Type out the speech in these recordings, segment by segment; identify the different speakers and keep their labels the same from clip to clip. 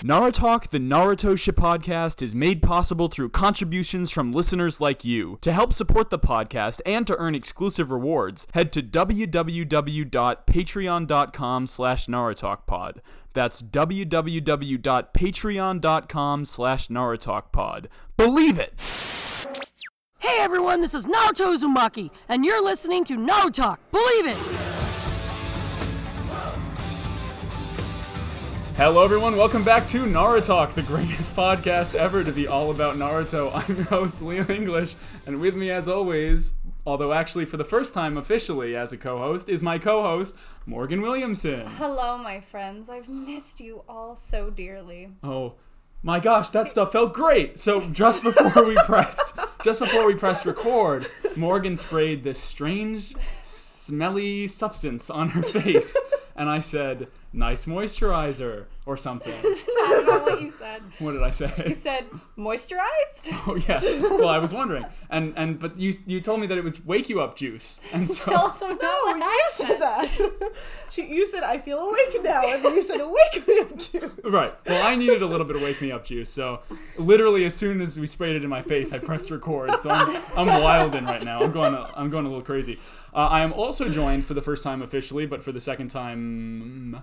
Speaker 1: Narutalk, the Naruto Ship podcast, is made possible through contributions from listeners like you. To help support the podcast and to earn exclusive rewards, head to www.patreon.com slash narutalkpod. That's www.patreon.com slash narutalkpod. Believe it!
Speaker 2: Hey everyone, this is Naruto Uzumaki, and you're listening to Naruto Talk. Believe it!
Speaker 1: Hello, everyone. Welcome back to Narutalk, the greatest podcast ever to be all about Naruto. I'm your host, Liam English, and with me, as always, although actually for the first time officially as a co host, is my co host, Morgan Williamson.
Speaker 3: Hello, my friends. I've missed you all so dearly.
Speaker 1: Oh my gosh, that stuff felt great. So just before we pressed, just before we pressed record, Morgan sprayed this strange, smelly substance on her face, and I said, "Nice moisturizer" or something.
Speaker 3: I don't know what you said.
Speaker 1: What did I say?
Speaker 3: You said moisturized?
Speaker 1: Oh yes. Well, I was wondering, and and but you you told me that it was wake you up juice, and so
Speaker 3: Also, not
Speaker 4: No,
Speaker 3: what
Speaker 4: you
Speaker 3: I
Speaker 4: said that. she, you said I feel awake now, and then you said awake me up too.
Speaker 1: right. Well, I needed a little bit of wake me up juice, so literally as soon as we sprayed it in my face, I pressed record. So I'm I'm wilding right now. I'm going a, I'm going a little crazy. Uh, I am also joined for the first time officially, but for the second time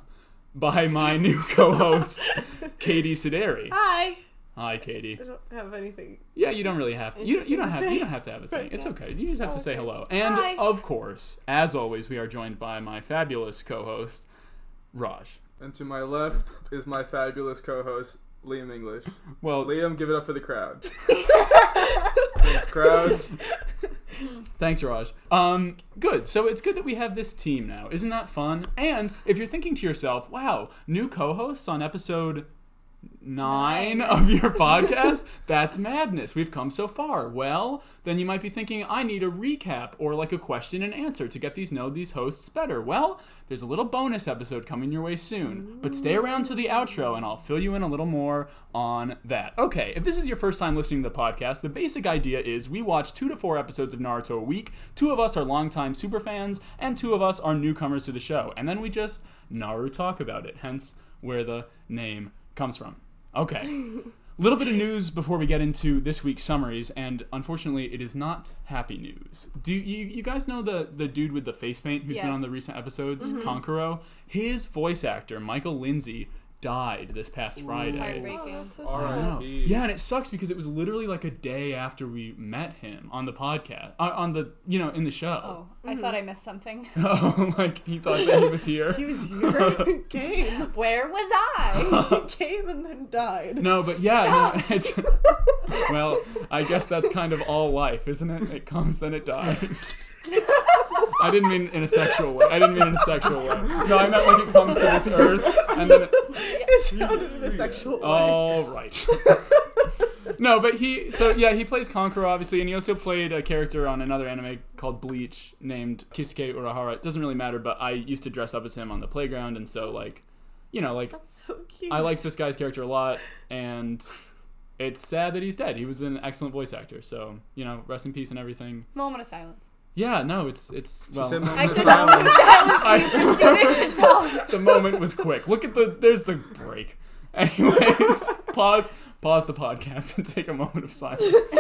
Speaker 1: by my new co-host Katie Sideri.
Speaker 4: Hi.
Speaker 1: Hi, Katie.
Speaker 4: I don't have anything.
Speaker 1: Yeah, you don't really have to. You, you
Speaker 4: Interesting
Speaker 1: don't
Speaker 4: to
Speaker 1: have
Speaker 4: say.
Speaker 1: you don't have to have a thing. It's okay. You just have to say
Speaker 4: Okay.
Speaker 1: hello. And
Speaker 4: Hi.
Speaker 1: of course, as always, we are joined by my fabulous co-host Raj.
Speaker 5: And to my left is my fabulous co-host Liam English.
Speaker 1: Well,
Speaker 5: Liam, give it up for the crowd. Thanks, crowd.
Speaker 1: Thanks, Raj. Um, good. So it's good that we have this team now. Isn't that fun? And if you're thinking to yourself, wow, new co hosts on episode nine,
Speaker 3: Nine.
Speaker 1: of your podcast, that's madness. We've come so far. Well, then you might be thinking, I need a recap or like a question and answer to get these know these hosts better. Well, there's a little bonus episode coming your way soon, but stay around to the outro and I'll fill you in a little more on that. Okay, if this is your first time listening to the podcast, the basic idea is we watch two to four episodes of Naruto a week. Two of us are longtime super fans, and two of us are newcomers to the show, and then we just Naru talk about it. Hence where the name comes from. Okay. A little bit of news before we get into this week's summaries, and unfortunately, it is not happy news. Do you, you guys know the, the dude with the face paint who's been
Speaker 3: Yes.
Speaker 1: on the recent episodes, Konkuro? His voice actor, Michael Lindsay, died this past Friday.
Speaker 3: Heartbreak.
Speaker 4: Oh, that's so
Speaker 5: All
Speaker 1: I
Speaker 5: right.
Speaker 4: sad.
Speaker 1: know.
Speaker 5: R.I.P..
Speaker 1: Yeah, and it sucks because it was literally like a day after we met him on the podcast, uh, on the you know in the show.
Speaker 3: Oh, I thought I missed something.
Speaker 1: Oh, like he thought that he was here.
Speaker 4: He was here, came,
Speaker 3: Where was I?
Speaker 4: he came, and then died.
Speaker 1: No, but yeah, no, it's well, I guess that's kind of all life, isn't it? It comes, then it dies. I didn't mean in a sexual way. I didn't mean in a sexual way. No, I meant like it comes to this earth and then. It,
Speaker 4: It sounded in a sexual
Speaker 1: Oh. all
Speaker 4: way.
Speaker 1: right. no, but he so yeah he plays Conqueror obviously, and he also played a character on another anime called Bleach named Kisuke Urahara. It doesn't really matter, but I used to dress up as him on the playground, and so like, you know, like
Speaker 4: That's so cute.
Speaker 1: I liked this guy's character a lot, and it's sad that he's dead. He was an excellent voice actor, so you know, rest in peace and everything.
Speaker 3: Moment of silence.
Speaker 1: Yeah, no, it's it's well,
Speaker 5: said
Speaker 3: I
Speaker 5: moment
Speaker 3: said moment of silence.
Speaker 1: I-
Speaker 3: and You proceeded to talk.
Speaker 1: the moment was quick. Look at the there's a break. Anyways, pause pause the podcast and take a moment of silence.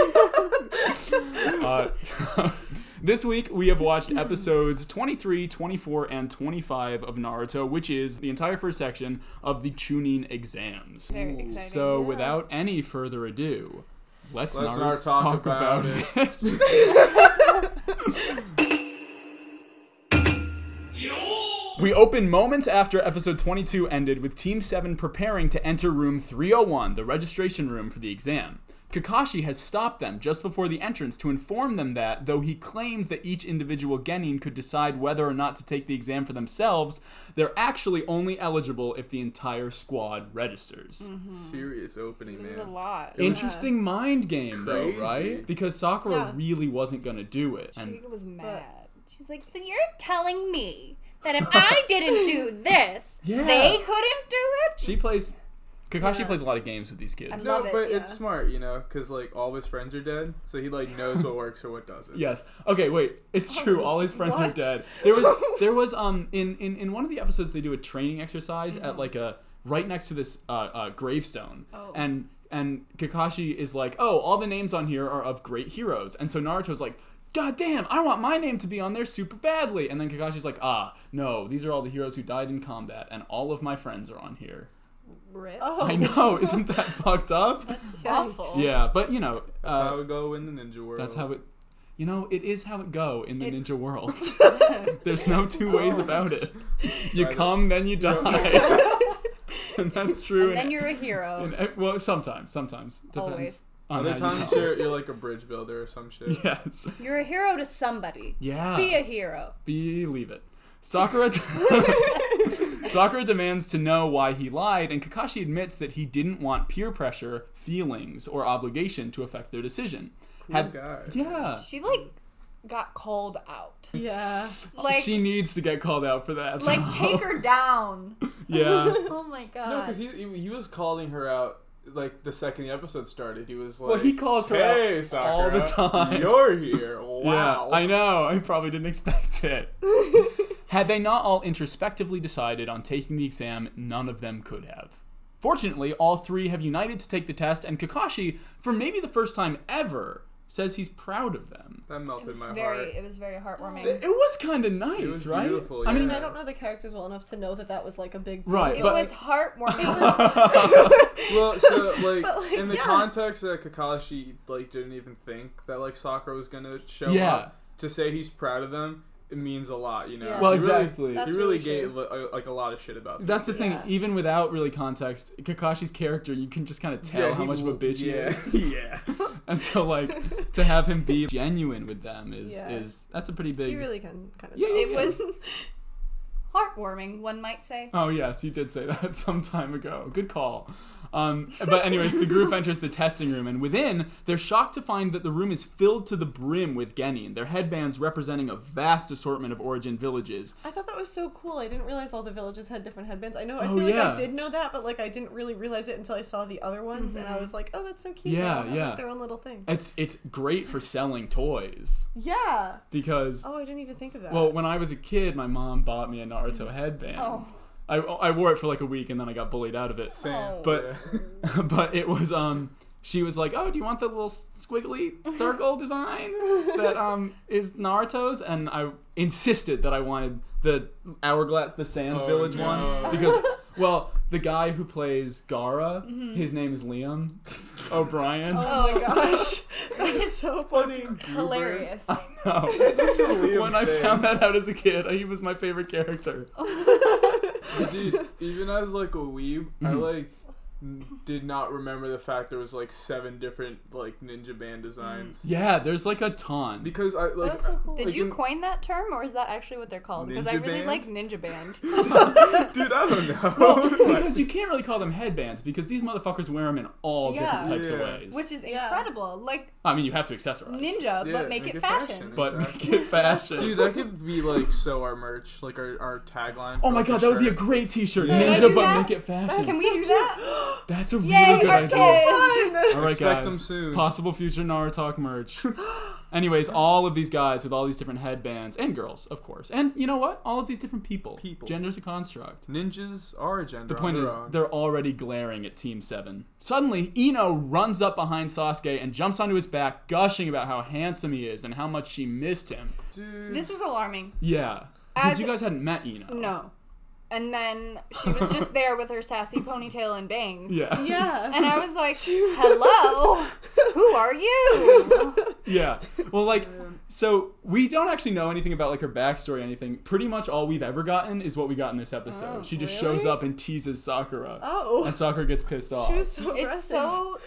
Speaker 1: Uh, this week we have watched episodes 23, 24 and 25 of Naruto, which is the entire first section of the Chunin exams.
Speaker 3: Very exciting.
Speaker 1: So without any further ado, let's,
Speaker 5: Let's
Speaker 1: Naruto
Speaker 5: not talk about
Speaker 1: it. We open moments after episode 22 ended with Team 7 preparing to enter room 301, the registration room for the exam. Kakashi has stopped them just before the entrance to inform them that, though he claims that each individual genin could decide whether or not to take the exam for themselves, they're actually only eligible if the entire squad registers.
Speaker 5: Serious opening,
Speaker 3: It was a
Speaker 5: man.
Speaker 3: lot.
Speaker 1: Interesting mind game,
Speaker 5: Crazy.
Speaker 1: though, right? Because Sakura
Speaker 4: Yeah.
Speaker 1: really wasn't going to do it.
Speaker 3: Yeah. She
Speaker 1: And
Speaker 3: was mad. She's like, so you're telling me that if I didn't do this,
Speaker 1: Yeah.
Speaker 3: they couldn't do it?
Speaker 1: she plays. Kakashi
Speaker 4: Yeah.
Speaker 1: plays a lot of games with these kids.
Speaker 3: Love
Speaker 5: no,
Speaker 3: it,
Speaker 5: but
Speaker 4: yeah.
Speaker 5: it's smart, you know, because like all his friends are dead, so he like knows what works or what doesn't.
Speaker 1: Yes. Okay, wait. It's true. All his friends are
Speaker 4: what?
Speaker 1: dead. There was there was um in, in in one of the episodes they do a training exercise at like a right next to this uh, uh, gravestone, and and Kakashi is like, "Oh, all the names on here are of great heroes," and so Naruto's like. God damn, I want my name to be on there super badly. And then Kakashi's like, ah, no, these are all the heroes who died in combat, and all of my friends are on here.
Speaker 3: Rip.
Speaker 4: Oh,
Speaker 1: I know, isn't that fucked up?
Speaker 3: Awful.
Speaker 1: Yeah, but you know,
Speaker 5: That's
Speaker 1: uh,
Speaker 5: how it go in the ninja world.
Speaker 1: that's how it. You know, it is how it go in the
Speaker 3: It- Oh
Speaker 1: ninja world. There's no two ways about it. You
Speaker 5: Right.
Speaker 1: come, then you die, and that's true.
Speaker 3: And then
Speaker 1: in- e,
Speaker 3: you're a hero.
Speaker 1: in ev- well, sometimes, sometimes depends
Speaker 3: Always.
Speaker 1: on
Speaker 5: Other
Speaker 1: how you
Speaker 5: times
Speaker 1: see
Speaker 5: you're,
Speaker 1: it.
Speaker 5: you're like a bridge builder or some shit.
Speaker 1: Yes.
Speaker 3: You're a hero to somebody.
Speaker 1: Yeah.
Speaker 3: Be a hero.
Speaker 1: Believe it. Sakura, Sakura demands to know why he lied, and Kakashi admits that he didn't want peer pressure, feelings, or obligation to affect their decision. Had-
Speaker 5: guy.
Speaker 1: yeah,
Speaker 6: She like got called out.
Speaker 4: Yeah.
Speaker 6: Like
Speaker 1: she needs to get called out for that.
Speaker 6: like take her down.
Speaker 1: yeah,
Speaker 3: Oh my god.
Speaker 5: No, because he, he he was calling her out like the second the episode started. He was like,
Speaker 1: Well, he calls her
Speaker 5: hey,
Speaker 1: out
Speaker 5: Sakura,
Speaker 1: all the time."
Speaker 5: You're here. Wow.
Speaker 1: yeah. I know. I probably didn't expect it. Had they not all introspectively decided on taking the exam, none of them could have. Fortunately, all three have united to take the test, and Kakashi, for maybe the first time ever, says he's proud of them.
Speaker 5: That
Speaker 6: It
Speaker 5: melted
Speaker 6: was
Speaker 5: my
Speaker 6: very
Speaker 5: heart.
Speaker 6: it was very heartwarming.
Speaker 1: It was kind of nice,
Speaker 5: was
Speaker 1: right?
Speaker 5: beautiful,
Speaker 1: I mean,
Speaker 5: yeah.
Speaker 4: I don't know the characters well enough to know that that was like a big deal.
Speaker 1: Right,
Speaker 6: It
Speaker 1: but-
Speaker 6: was heartwarming.
Speaker 5: well, so like,
Speaker 4: But, like,
Speaker 5: in the
Speaker 4: yeah.
Speaker 5: context that Kakashi like didn't even think that like Sakura was gonna show
Speaker 1: Yeah.
Speaker 5: up to say he's proud of them. It means a lot, you know.
Speaker 4: Yeah.
Speaker 1: Well,
Speaker 5: He
Speaker 1: exactly.
Speaker 5: Really,
Speaker 4: That's
Speaker 5: he really,
Speaker 4: really
Speaker 5: gave li- uh, like a lot of shit about.
Speaker 1: That's the
Speaker 5: this
Speaker 1: thing.
Speaker 4: Yeah.
Speaker 1: Even without really context, Kakashi's character, you can just kind of tell
Speaker 5: Yeah,
Speaker 1: how
Speaker 5: he
Speaker 1: much of a
Speaker 5: l-
Speaker 1: bitch he
Speaker 5: yeah.
Speaker 1: is. yeah. And so, like, to have him be genuine with them is
Speaker 4: Yeah.
Speaker 1: is that's a pretty big.
Speaker 4: You really can kind of
Speaker 1: Yeah,
Speaker 4: tell.
Speaker 1: yeah,
Speaker 6: It was
Speaker 3: Heartwarming, one might say.
Speaker 1: Oh yes, you did say that some time ago. Good call. Um, but anyways, the group enters the testing room, and within, they're shocked to find that the room is filled to the brim with genin, their headbands representing a vast assortment of origin villages.
Speaker 4: I thought that was so cool. I didn't realize all the villages had different headbands. I know I
Speaker 1: Oh,
Speaker 4: feel
Speaker 1: yeah.
Speaker 4: like I did know that, but like I didn't really realize it until I saw the other ones, and I was like, oh, that's so cute.
Speaker 1: Mm-hmm.
Speaker 4: They
Speaker 1: Yeah,
Speaker 4: all have,
Speaker 1: yeah.
Speaker 4: Like, their own little thing.
Speaker 1: It's it's great for selling toys
Speaker 4: Yeah.
Speaker 1: because
Speaker 4: Oh, I didn't even think of that.
Speaker 1: Well, when I was a kid, my mom bought me a Naruto headband.
Speaker 3: Oh.
Speaker 1: I, I wore it for like a week and then I got bullied out of it.
Speaker 4: Oh.
Speaker 5: Damn,
Speaker 1: But-
Speaker 5: yeah.
Speaker 1: but it was um she was like, "Oh, do you want the little squiggly circle design that um is Naruto's?" And I insisted that I wanted the hourglass, the sand
Speaker 5: Oh,
Speaker 1: village
Speaker 5: no.
Speaker 1: one because well, the guy who plays Gara, his name is Liam O'Brien.
Speaker 4: oh my gosh.
Speaker 3: Which is
Speaker 4: so funny.
Speaker 3: hilarious.
Speaker 1: No.
Speaker 5: Liam
Speaker 1: when I
Speaker 5: thing.
Speaker 1: found that out as a kid, he was my favorite character.
Speaker 5: Dude, even as like a weeb, I
Speaker 1: Mm-hmm.
Speaker 5: like n- did not remember the fact there was like seven different like ninja band designs
Speaker 1: Yeah, there's like a ton.
Speaker 5: because I like
Speaker 4: was so cool.
Speaker 3: Did
Speaker 5: like,
Speaker 3: you
Speaker 5: in-
Speaker 3: coin that term or is that actually what they're called? Because I
Speaker 5: Ninja
Speaker 3: really
Speaker 5: band?
Speaker 3: like Ninja Band.
Speaker 5: dude I don't know
Speaker 1: because you can't really call them headbands because these motherfuckers wear them in all
Speaker 3: Yeah.
Speaker 1: different types
Speaker 5: Yeah.
Speaker 1: of ways.
Speaker 3: Which is
Speaker 4: Yeah.
Speaker 3: incredible. Like
Speaker 1: I mean, you have to accessorize.
Speaker 3: ninja,
Speaker 5: Yeah,
Speaker 3: but make, it fashion.
Speaker 1: but
Speaker 5: exactly.
Speaker 1: make it fashion.
Speaker 5: dude that could be like so our merch like our, our tagline
Speaker 1: oh
Speaker 5: for,
Speaker 1: my
Speaker 5: like,
Speaker 1: god, that would be a
Speaker 5: shirt.
Speaker 1: great T-shirt.
Speaker 5: Yeah. Can I
Speaker 1: Ninja,
Speaker 3: do
Speaker 1: but
Speaker 3: that?
Speaker 1: make it fashion.
Speaker 3: Can we do that?
Speaker 1: That's a really
Speaker 3: Yay,
Speaker 1: good
Speaker 3: our
Speaker 1: idea. All right,
Speaker 5: Expect
Speaker 1: guys.
Speaker 5: them soon.
Speaker 1: Possible future Naruto merch. Anyways, all of these guys with all these different headbands and girls, of course, and you know what? All of these different people.
Speaker 5: People.
Speaker 1: Gender's a construct.
Speaker 5: ninjas are a gender
Speaker 1: The point is, they're already glaring at Team 7. Suddenly, Ino runs up behind Sasuke and jumps onto his back, gushing about how handsome he is and how much she missed him.
Speaker 5: dude
Speaker 3: This was alarming.
Speaker 1: Yeah. Because
Speaker 3: As-
Speaker 1: you guys hadn't met Ino.
Speaker 3: No. And then she was just there with her sassy ponytail and bangs.
Speaker 1: Yeah.
Speaker 4: Yeah.
Speaker 3: And I was like, hello, who are you?
Speaker 1: Yeah. Well, like, so we don't actually know anything about, like, her backstory or anything. Pretty much all we've ever gotten is what we got in this episode.
Speaker 3: Oh,
Speaker 1: she just
Speaker 4: really?
Speaker 1: shows up and teases Sakura.
Speaker 4: oh.
Speaker 1: And Sakura gets pissed off.
Speaker 4: She was so
Speaker 3: It's
Speaker 4: aggressive.
Speaker 3: so,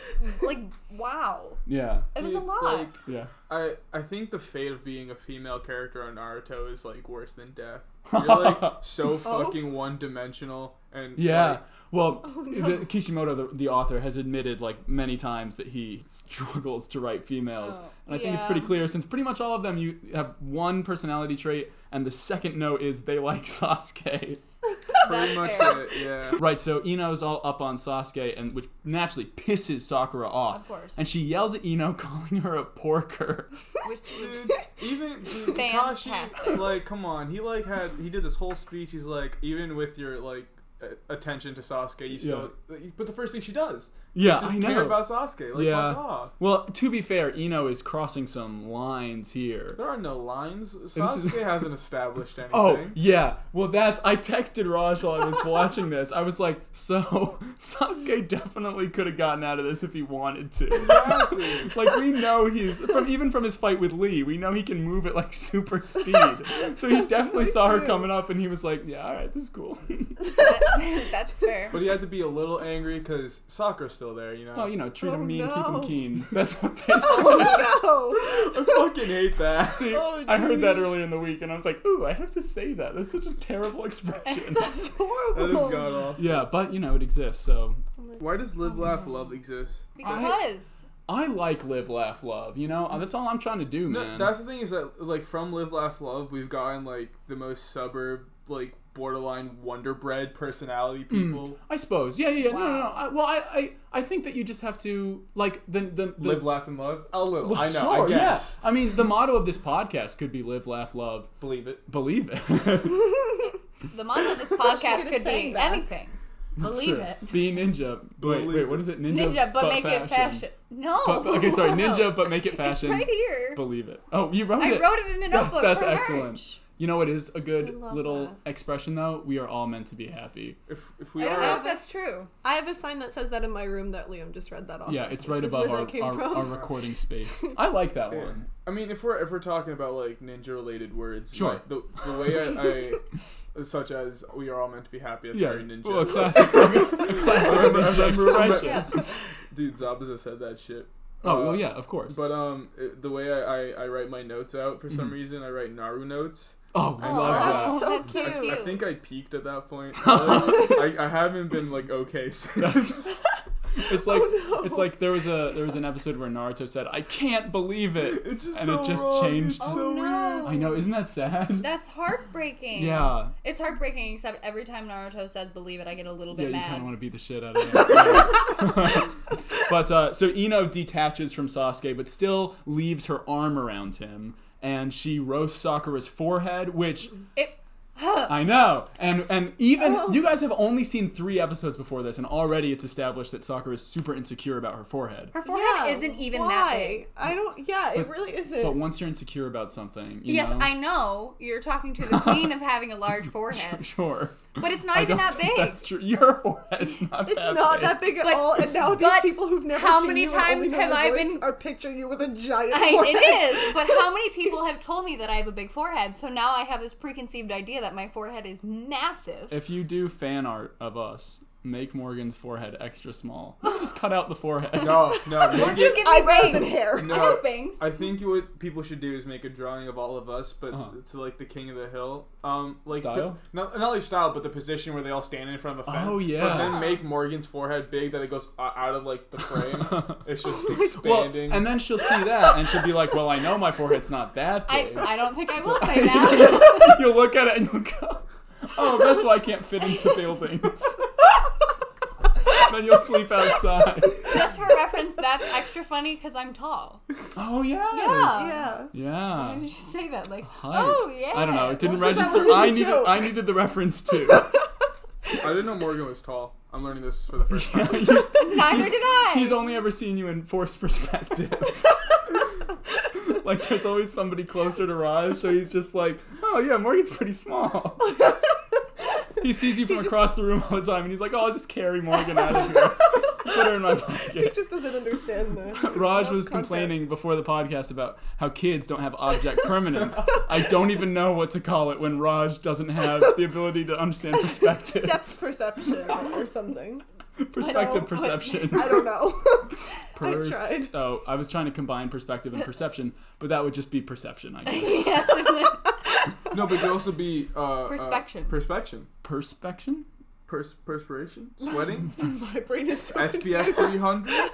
Speaker 3: like, wow.
Speaker 1: Yeah.
Speaker 3: It was a
Speaker 5: dude,
Speaker 3: lot.
Speaker 5: like
Speaker 1: Yeah.
Speaker 5: I I think the fate of being a female character on Naruto is like worse than death. You're like
Speaker 3: Oh.
Speaker 5: so fucking one dimensional and
Speaker 1: Yeah.
Speaker 5: like,
Speaker 1: well, the, Kishimoto, the, the author, has admitted like many times that he struggles to write females,
Speaker 3: Oh,
Speaker 1: and I think it's
Speaker 3: yeah.
Speaker 1: pretty clear since pretty much all of them you have one personality trait, and the second note is they like Sasuke.
Speaker 3: That's
Speaker 5: pretty much
Speaker 3: fair.
Speaker 5: it. Yeah.
Speaker 1: right. So Ino's all up on Sasuke, and which naturally pisses Sakura off.
Speaker 3: Of course.
Speaker 1: And she yells at Ino, calling her a porker.
Speaker 3: Which was,
Speaker 5: Dude, even dude, Kakashi,
Speaker 3: Fantastic.
Speaker 5: like, come on, he like had he did this whole speech. He's like, even with your like uh, attention to Sasuke. You still, but the first thing she does,
Speaker 1: Yeah,
Speaker 5: is just
Speaker 1: I
Speaker 5: care
Speaker 1: know.
Speaker 5: about Sasuke. Like,
Speaker 1: Yeah.
Speaker 5: fuck off.
Speaker 1: Well, to be fair, Ino is crossing some lines here.
Speaker 5: There are no lines.
Speaker 1: is-
Speaker 5: Sasuke hasn't established anything.
Speaker 1: Oh yeah, well that's I texted Raj while I was watching this. I was like, so Sasuke definitely could have gotten out of this if he wanted to.
Speaker 5: Exactly.
Speaker 1: like we know he's from even from his fight with Lee, we know he can move at like super speed. So he definitely saw her coming up, and he was like, yeah, all right, this is cool.
Speaker 3: That- that's fair.
Speaker 5: But he had to be a little angry because Sakura's still there, you know.
Speaker 1: oh, you know, treat him
Speaker 4: Oh,
Speaker 1: mean,
Speaker 4: no.
Speaker 1: keep him keen. That's what they
Speaker 4: Oh
Speaker 6: Oh,
Speaker 1: said.
Speaker 4: No.
Speaker 5: I fucking hate that.
Speaker 1: See,
Speaker 4: Oh,
Speaker 1: I heard that
Speaker 4: jeez.
Speaker 1: earlier in the week, and I was like, "Ooh, I have to say that. That's such a terrible expression."
Speaker 4: It's horrible.
Speaker 5: That is god awful.
Speaker 1: yeah, but you know, it exists. So
Speaker 5: Why does live, laugh, love exist?
Speaker 6: Because
Speaker 1: I like live, laugh, love. You know, Uh, that's all I'm trying to do,
Speaker 5: No,
Speaker 1: man.
Speaker 5: that's the thing is that like from Live Laugh Love, we've gotten like the most suburb, like borderline Wonder Bread
Speaker 1: Hmm.
Speaker 5: personality people.
Speaker 1: I suppose. Yeah, yeah. yeah. No, no, no.
Speaker 6: Wow.
Speaker 1: I, well, I, I, I think that you just have to like the the, the
Speaker 5: Live, laugh, and love. A little.
Speaker 1: Well,
Speaker 5: I know.
Speaker 1: Sure,
Speaker 5: I guess.
Speaker 1: Yeah. I mean, the motto of this podcast could be live, laugh, love,
Speaker 5: Believe it.
Speaker 1: believe it.
Speaker 6: the motto of this
Speaker 4: Should've
Speaker 6: podcast could
Speaker 4: sang
Speaker 6: be
Speaker 4: that.
Speaker 6: anything. Believe
Speaker 1: Sure.
Speaker 6: it.
Speaker 1: Be ninja. Wait,
Speaker 5: Believe
Speaker 1: wait.
Speaker 5: it.
Speaker 1: What is it? Ninja.
Speaker 6: Ninja, but make it fashion. No.
Speaker 1: But, okay, sorry. Ninja, but make it fashion.
Speaker 6: Right here.
Speaker 1: Believe it. Oh, you wrote
Speaker 6: I
Speaker 1: it.
Speaker 6: wrote it in a
Speaker 1: That's-
Speaker 6: notebook.
Speaker 1: that's
Speaker 6: for
Speaker 1: excellent.
Speaker 6: merch.
Speaker 1: You know what is a good
Speaker 4: love
Speaker 1: little
Speaker 4: that.
Speaker 1: expression though? We are all meant to be happy.
Speaker 5: If, if we
Speaker 6: I
Speaker 5: are.
Speaker 6: don't know if that's true.
Speaker 4: I have a sign that says that in my room that Liam just read that
Speaker 6: Oh,
Speaker 4: off.
Speaker 1: Yeah, it's right
Speaker 4: Just
Speaker 1: above
Speaker 4: where
Speaker 1: our,
Speaker 4: that came
Speaker 1: our,
Speaker 4: from.
Speaker 1: our recording space. I like that one.
Speaker 5: I mean, if we're if we're talking about like ninja related words,
Speaker 1: Sure.
Speaker 5: my- The, the way I, I such as we are all meant to be happy. That's
Speaker 1: Yeah,
Speaker 5: very ninja.
Speaker 1: well, a classic, a classic
Speaker 5: I remember- I
Speaker 1: ninja
Speaker 5: remember- I remember-
Speaker 1: expression.
Speaker 6: Yeah.
Speaker 5: Dude, Zabuza said that shit.
Speaker 1: Oh well,
Speaker 5: Uh,
Speaker 1: yeah, of course.
Speaker 5: But um, it- the way I, I, I write my notes out for
Speaker 1: Mm-hmm.
Speaker 5: some reason, I write Naru notes.
Speaker 1: oh, I
Speaker 6: Oh,
Speaker 1: love
Speaker 6: that's,
Speaker 1: that.
Speaker 4: so
Speaker 6: that's so
Speaker 4: cute.
Speaker 6: cute.
Speaker 4: I- I
Speaker 5: I think I peaked at that point. I, I haven't been like okay since.
Speaker 1: It's
Speaker 4: Oh,
Speaker 1: like
Speaker 6: Oh,
Speaker 1: it's like there was a there was an episode where Naruto said, "I can't believe it,"
Speaker 5: It's just
Speaker 1: and
Speaker 5: so
Speaker 1: it just
Speaker 5: wrong.
Speaker 1: changed.
Speaker 5: It's so
Speaker 6: Oh, no.
Speaker 1: I know, isn't that sad?
Speaker 6: That's heartbreaking.
Speaker 1: yeah,
Speaker 6: It's heartbreaking, except every time Naruto says believe it, I get a little
Speaker 1: yeah,
Speaker 6: bit
Speaker 1: you kind
Speaker 6: mad.
Speaker 1: of want to beat the shit out of it. but uh, so Ino detaches from Sasuke, but still leaves her arm around him, and she roasts Sakura's forehead, which
Speaker 6: It-
Speaker 1: I know. And and even
Speaker 4: Oh.
Speaker 1: you guys have only seen three episodes before this, and already it's established that Sakura is super insecure about her forehead.
Speaker 6: Her forehead isn't even
Speaker 4: why?
Speaker 6: that big.
Speaker 4: I don't. Yeah, it really isn't.
Speaker 1: But once you're insecure about something, you
Speaker 6: Yes,
Speaker 1: know,
Speaker 6: I know you're talking to the queen of having a large forehead,
Speaker 1: sure.
Speaker 6: but it's not
Speaker 1: I
Speaker 6: even
Speaker 1: don't
Speaker 6: that
Speaker 1: think
Speaker 6: big.
Speaker 1: That's true. Your forehead's not.
Speaker 4: it's
Speaker 1: that
Speaker 4: not
Speaker 1: big.
Speaker 4: that big at
Speaker 6: But-
Speaker 4: all. And now these
Speaker 6: but
Speaker 4: people who've never
Speaker 6: how
Speaker 4: seen
Speaker 6: many
Speaker 4: you and only
Speaker 6: times
Speaker 4: know
Speaker 6: have
Speaker 4: your
Speaker 6: I
Speaker 4: voice
Speaker 6: been-
Speaker 4: are picturing you with a giant
Speaker 6: I,
Speaker 4: forehead?
Speaker 6: it is, but how many people have told me that I have a big forehead? So now I have this preconceived idea that my forehead is massive.
Speaker 1: If you do fan art of us, make Morgan's forehead extra small. You just cut out the forehead.
Speaker 5: No, no. make it-
Speaker 6: Just give me
Speaker 4: Eyebrows
Speaker 6: bangs.
Speaker 4: and hair.
Speaker 5: No,
Speaker 6: I have bangs.
Speaker 5: I think what people should do is make a drawing of all of us, but
Speaker 1: Uh-huh.
Speaker 5: to, to, like the king of the hill, um, like the-
Speaker 1: Style?
Speaker 5: not not like style, but the position where they all stand in front of a fence.
Speaker 1: Oh, yeah.
Speaker 5: But then make Morgan's forehead big that it goes o- out of like the frame. it's just
Speaker 1: Well,
Speaker 5: expanding.
Speaker 1: and then she'll see that and she'll be like, "Well, I know my forehead's not that
Speaker 6: I,
Speaker 1: big."
Speaker 6: I don't think I will say that.
Speaker 1: you'll look at it and you'll go, "Oh, that's why I can't fit into buildings." then you'll sleep outside.
Speaker 6: Just for reference, that's extra funny because I'm tall.
Speaker 1: Oh yes.
Speaker 6: Yeah.
Speaker 4: Yeah.
Speaker 6: Why
Speaker 1: Yeah.
Speaker 6: did you say that? Like,
Speaker 1: Height.
Speaker 6: oh yeah.
Speaker 1: I don't know. It didn't
Speaker 4: Well, that
Speaker 1: register.
Speaker 4: wasn't a
Speaker 1: I needed.
Speaker 4: joke.
Speaker 1: I needed the reference too.
Speaker 5: I didn't know Morgan was tall. I'm learning this for the first time.
Speaker 6: Neither did I.
Speaker 1: He's only ever seen you in forced perspective. like there's always somebody closer to Raj, so he's just like, oh yeah, Morgan's pretty small. he sees you from across the room all the time, and he's like, oh, I'll just carry Morgan out of here. Put her in my
Speaker 4: He
Speaker 1: pocket.
Speaker 4: just doesn't understand the.
Speaker 1: Raj was
Speaker 4: Concept.
Speaker 1: complaining before the podcast about how kids don't have object permanence. I don't even know what to call it when Raj doesn't have the ability to understand perspective.
Speaker 4: Depth perception or something.
Speaker 1: perspective
Speaker 6: what-
Speaker 1: perception.
Speaker 4: I don't know.
Speaker 1: Pers-
Speaker 4: tried.
Speaker 1: Oh, I was trying to combine perspective and perception, but that would just be perception, I guess.
Speaker 6: yes, it is.
Speaker 5: no, but it could also be uh, uh,
Speaker 6: Perspection.
Speaker 5: perspection.
Speaker 1: Perspection?
Speaker 5: Pers- perspiration. Sweating.
Speaker 4: My brain is so
Speaker 5: SPF 300. I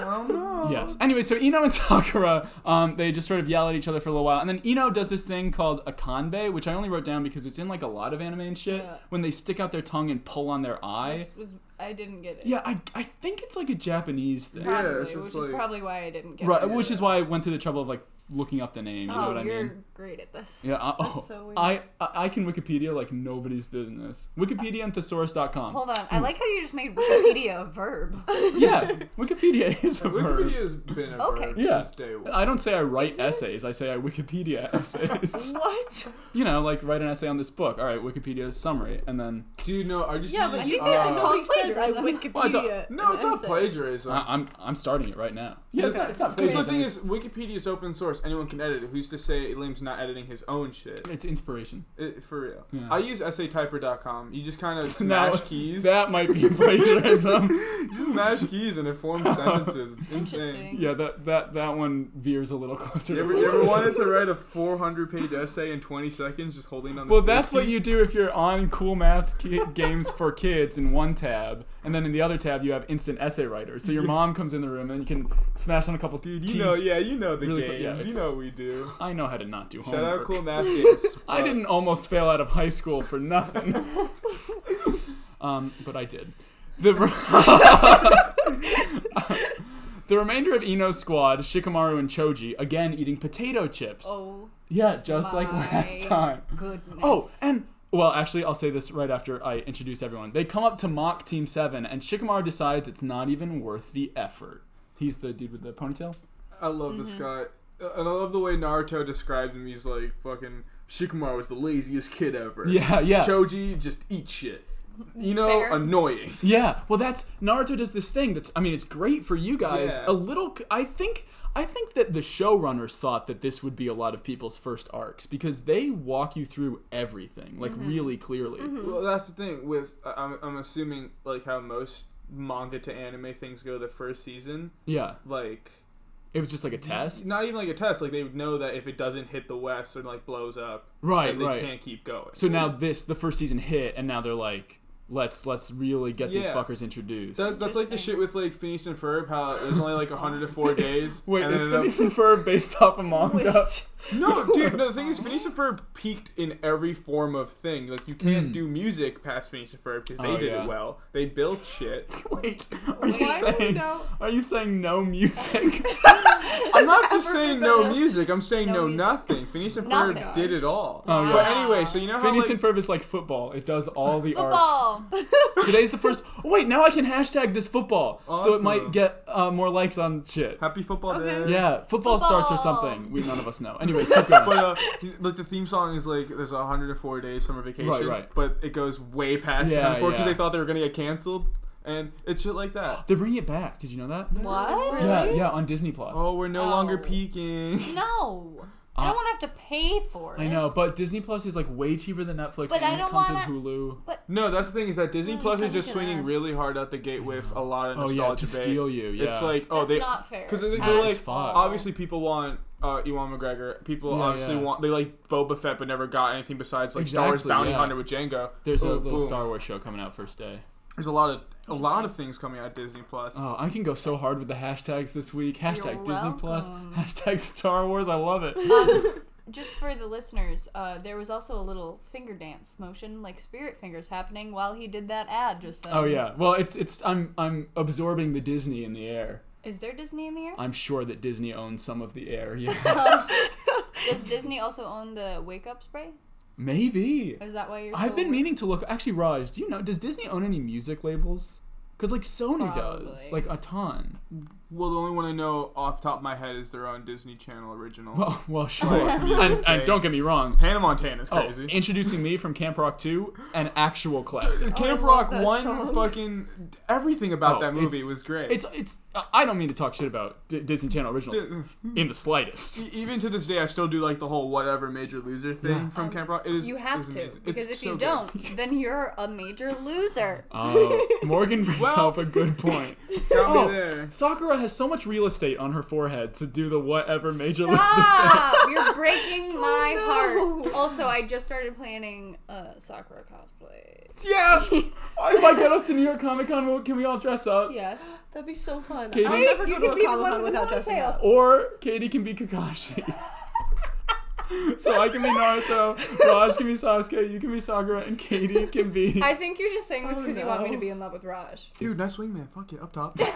Speaker 5: don't know.
Speaker 1: Yes. Anyway, so Ino and Sakura, um, they just sort of yell at each other for a little while, and then Ino does this thing called a kanbe, which I only wrote down because it's in like a lot of anime and shit.
Speaker 6: Yeah.
Speaker 1: When they stick out their tongue and pull on their eye.
Speaker 6: Which was, I didn't get it.
Speaker 1: yeah, I, I think it's like a Japanese thing.
Speaker 5: Yeah,
Speaker 6: Probably,
Speaker 5: it's just
Speaker 6: which
Speaker 5: like-
Speaker 6: is probably why I didn't get
Speaker 1: Right,
Speaker 6: it.
Speaker 1: which is why I went through the trouble of like looking up the name. You know
Speaker 6: oh,
Speaker 1: what I
Speaker 6: you're
Speaker 1: mean?
Speaker 6: great at this.
Speaker 1: Yeah. I, oh,
Speaker 4: so weird.
Speaker 1: I I I can Wikipedia like nobody's business. Wikipedia and thesaurus.com.
Speaker 6: Hold on. I like how you just made Wikipedia a verb.
Speaker 1: Yeah, Wikipedia is a verb.
Speaker 5: Wikipedia has been a
Speaker 6: Okay.
Speaker 5: verb
Speaker 1: Yeah.
Speaker 5: since day one.
Speaker 1: I don't say I write essays. I say I Wikipedia essays.
Speaker 4: What?
Speaker 1: you know, like write an essay on this book. All right, Wikipedia summary, and then
Speaker 5: Do you know? Are you?
Speaker 4: Yeah, but
Speaker 5: seeing-
Speaker 4: you
Speaker 6: think
Speaker 4: guys
Speaker 6: this is
Speaker 4: just
Speaker 5: uh,
Speaker 6: called
Speaker 4: always says I
Speaker 6: plagiarism.
Speaker 4: Wikipedia.
Speaker 1: Well, I don't-
Speaker 5: No, it's
Speaker 4: an
Speaker 5: not
Speaker 4: essay.
Speaker 5: plagiarism.
Speaker 1: I, I'm I'm starting it right now. Yeah, it's not, it's not
Speaker 4: Okay.
Speaker 5: Because the
Speaker 1: Uh, plagiarism,
Speaker 5: thing
Speaker 1: it's-
Speaker 5: is, Wikipedia is open source. Anyone can edit it. Who's to say Liam's not editing his own shit?
Speaker 1: it's inspiration.
Speaker 5: It, for real.
Speaker 1: Yeah.
Speaker 5: I use essaytyper.com. You just kind of
Speaker 1: Now,
Speaker 5: smash keys.
Speaker 1: That might be plagiarism.
Speaker 5: you just mash keys and it forms sentences. It's insane.
Speaker 6: Interesting.
Speaker 1: yeah, that that that one veers a little closer.
Speaker 5: You
Speaker 1: to
Speaker 5: ever, you ever
Speaker 1: plagiarism.
Speaker 5: wanted to write a 400 page essay in 20 seconds just holding on the
Speaker 1: Well,
Speaker 5: space
Speaker 1: that's what
Speaker 5: key?
Speaker 1: you do if you're on Cool Math ki- Games for Kids in one tab, and then in the other tab you have Instant Essay Writer. So your mom comes in the room and you can smash on a couple
Speaker 5: Dude,
Speaker 1: keys.
Speaker 5: you know, yeah, you know the
Speaker 1: Really quick,
Speaker 5: games.
Speaker 1: yeah,
Speaker 5: you
Speaker 1: it's-
Speaker 5: know what we do.
Speaker 1: I know how to not do
Speaker 5: Shout
Speaker 1: homework.
Speaker 5: out Cool Math Games.
Speaker 1: I
Speaker 5: but-
Speaker 1: didn't almost fail out of high school for nothing. um, but I did. The, re- the remainder of Ino's squad, Shikamaru and Choji, again eating potato chips.
Speaker 6: Oh,
Speaker 1: yeah, just like
Speaker 6: my
Speaker 1: last time.
Speaker 6: goodness.
Speaker 1: Oh, and well, actually, I'll say this right after I introduce everyone. They come up to mock Team Seven, and Shikamaru decides it's not even worth the effort. He's the dude with the ponytail.
Speaker 5: I love this guy. Uh, And I love the way Naruto describes him. He's like, fucking, Shikamaru was the laziest kid ever.
Speaker 1: Yeah, yeah,
Speaker 5: Choji, just eat shit. You know,
Speaker 6: Fair.
Speaker 5: annoying.
Speaker 1: yeah. Well, that's Naruto does this thing. That's I mean, it's great for you guys.
Speaker 5: Yeah.
Speaker 1: A little, c- I think. I think that the showrunners thought that this would be a lot of people's first arcs because they walk you through everything like really clearly.
Speaker 5: Well, that's the thing with I- I'm, I'm assuming like how most manga to anime things go the first season,
Speaker 1: Yeah,
Speaker 5: like
Speaker 1: it was just like a test.
Speaker 5: not even like a test. Like they would know that if it doesn't hit the west or like blows up,
Speaker 1: Right,
Speaker 5: then they
Speaker 1: right.
Speaker 5: can't keep going.
Speaker 1: So now this the first season hit, and now they're like, let's let's really get these
Speaker 5: Yeah.
Speaker 1: fuckers introduced.
Speaker 5: that's, that's like the shit with like Phineas and Ferb. How there's only like 104 days.
Speaker 1: Wait,
Speaker 5: and
Speaker 1: is
Speaker 5: then-
Speaker 1: Phineas and Ferb based off a manga?
Speaker 4: Wait.
Speaker 5: No, dude. No, the thing is, Phineas and Ferb peaked in every form of thing. Like you can't do music past Phineas and Ferb because they
Speaker 1: Hmm. Oh,
Speaker 5: did
Speaker 1: yeah.
Speaker 5: it well. They built shit.
Speaker 1: Wait, are you
Speaker 6: Why
Speaker 4: don't we
Speaker 1: saying
Speaker 4: know?
Speaker 1: are you saying no music?
Speaker 5: I'm not just
Speaker 6: ever
Speaker 5: saying
Speaker 6: been
Speaker 5: no
Speaker 6: better.
Speaker 5: music. I'm saying no,
Speaker 6: No music.
Speaker 5: nothing. Phineas and Ferb
Speaker 6: Nothing.
Speaker 5: did it all.
Speaker 1: Oh, yeah.
Speaker 5: But anyway, so you know how
Speaker 1: Phineas
Speaker 5: like,
Speaker 1: and Ferb is like football. It does all the art.
Speaker 6: Football.
Speaker 1: Today's the first. Oh, wait, now I can hashtag this football, so it might
Speaker 5: Awesome.
Speaker 1: get uh, more likes on shit.
Speaker 5: Happy Football Day.
Speaker 1: Yeah, football, starts or
Speaker 6: Football.
Speaker 1: something. We none of us know. Anyways, keep going.
Speaker 5: But uh, he- like the theme song is like there's 104 days summer vacation,
Speaker 1: Right, right.
Speaker 5: but it goes way past
Speaker 1: Yeah,
Speaker 5: 104 because
Speaker 1: yeah.
Speaker 5: they thought they were gonna get canceled, and it's shit like that.
Speaker 1: They're bringing it back. Did you know that?
Speaker 6: What?
Speaker 1: Yeah, yeah, on Disney Plus.
Speaker 5: Oh, we're no
Speaker 6: Oh.
Speaker 5: longer peaking.
Speaker 6: No. I
Speaker 1: Uh,
Speaker 6: don't want to have to pay for it.
Speaker 1: I know, but Disney Plus is like way cheaper than Netflix,
Speaker 6: But
Speaker 1: and
Speaker 6: I
Speaker 1: it
Speaker 6: don't
Speaker 1: comes
Speaker 6: wanna-
Speaker 1: with Hulu.
Speaker 5: No, that's the thing is that Disney
Speaker 6: Really
Speaker 5: Plus is just
Speaker 6: something to
Speaker 5: swinging
Speaker 6: that.
Speaker 5: really hard out the gate with a lot of
Speaker 1: Oh
Speaker 5: nostalgia.
Speaker 1: yeah, to
Speaker 5: bait.
Speaker 1: steal you. Yeah,
Speaker 5: It's like oh
Speaker 6: That's
Speaker 5: they
Speaker 6: not fair.
Speaker 5: Because they think
Speaker 6: at
Speaker 5: they're
Speaker 1: No,
Speaker 5: like
Speaker 1: it's Fox.
Speaker 5: obviously people want uh, Ewan McGregor. People
Speaker 1: Yeah,
Speaker 5: obviously
Speaker 1: yeah.
Speaker 5: want they like Boba Fett, but never got anything besides like Star Wars
Speaker 1: Exactly,
Speaker 5: Bounty
Speaker 1: yeah.
Speaker 5: Hunter with Django.
Speaker 1: There's a
Speaker 5: Boom,
Speaker 1: little
Speaker 5: boom.
Speaker 1: Star Wars show coming out first day.
Speaker 5: There's a lot of a lot of things coming out of Disney Plus.
Speaker 1: Oh, I can go so hard with the hashtags this week. Hashtag
Speaker 6: You're
Speaker 1: Disney Plus.
Speaker 6: welcome.
Speaker 1: Hashtag Star Wars. I love it.
Speaker 6: Just for the listeners, uh, there was also a little finger dance motion, like spirit fingers, happening while he did that ad just then.
Speaker 1: oh yeah. Well, it's it's I'm I'm absorbing the Disney in the air.
Speaker 6: Is there Disney in the air?
Speaker 1: I'm sure that Disney owns some of the air. Yes.
Speaker 6: Does Disney also own the wake up spray?
Speaker 1: Maybe.
Speaker 6: Is that why you're? so
Speaker 1: I've been
Speaker 6: awake?
Speaker 1: meaning to look. Actually, Raj, do you know? Does Disney own any music labels? Because like Sony does,
Speaker 6: Probably.
Speaker 1: like a ton.
Speaker 5: Well, the only one I know off the top of my head is their own Disney Channel original.
Speaker 1: Well, well, sure.
Speaker 5: Like, music
Speaker 1: and, and
Speaker 5: tape.
Speaker 1: don't get me wrong.
Speaker 5: Hannah Montana's
Speaker 1: Oh,
Speaker 5: crazy.
Speaker 1: introducing me from Camp Rock 2, an actual classic.
Speaker 5: Camp
Speaker 4: love
Speaker 5: Rock
Speaker 4: that
Speaker 5: One,
Speaker 4: song.
Speaker 5: fucking everything about
Speaker 1: Oh,
Speaker 5: that movie
Speaker 1: it's-
Speaker 5: was great.
Speaker 1: It's it's. uh, I don't mean to talk shit about D- Disney Channel originals in the slightest.
Speaker 5: E- even to this day, I still do like the whole whatever major loser thing
Speaker 1: Yeah.
Speaker 5: from Camp Rock. It is
Speaker 6: Um, You
Speaker 5: it
Speaker 6: have
Speaker 5: is
Speaker 6: to
Speaker 5: amazing. It's
Speaker 6: because if
Speaker 5: so
Speaker 6: you
Speaker 5: good.
Speaker 6: don't, then you're a major loser.
Speaker 1: Oh, Morgan brings
Speaker 5: Well-
Speaker 1: up a good point.
Speaker 5: Got me
Speaker 1: Oh.
Speaker 5: there.
Speaker 1: Sakura has so much real estate on her forehead to do the whatever major
Speaker 6: Stop! You're breaking my
Speaker 4: no.
Speaker 6: heart. Also, I just started planning uh, Sakura cosplay.
Speaker 1: Yeah. if I get us Uh, to New York Comic Con, can we all dress up?
Speaker 6: Yes.
Speaker 4: That'd be so fun.
Speaker 1: Katie?
Speaker 4: I'll never go to
Speaker 6: You could
Speaker 4: a
Speaker 6: be the one
Speaker 4: Comic Con
Speaker 6: with the
Speaker 4: without dressing
Speaker 6: ponytail.
Speaker 4: up.
Speaker 1: Or Katie can be Kakashi. so I can be Naruto, Raj can be Sasuke, you can be Sakura, and Katie can be.
Speaker 6: I think you're just saying this
Speaker 4: Oh,
Speaker 6: because you want me
Speaker 4: no.
Speaker 6: to be in love with Raj.
Speaker 5: Dude, nice wingman. Fuck you, up top.
Speaker 1: Oh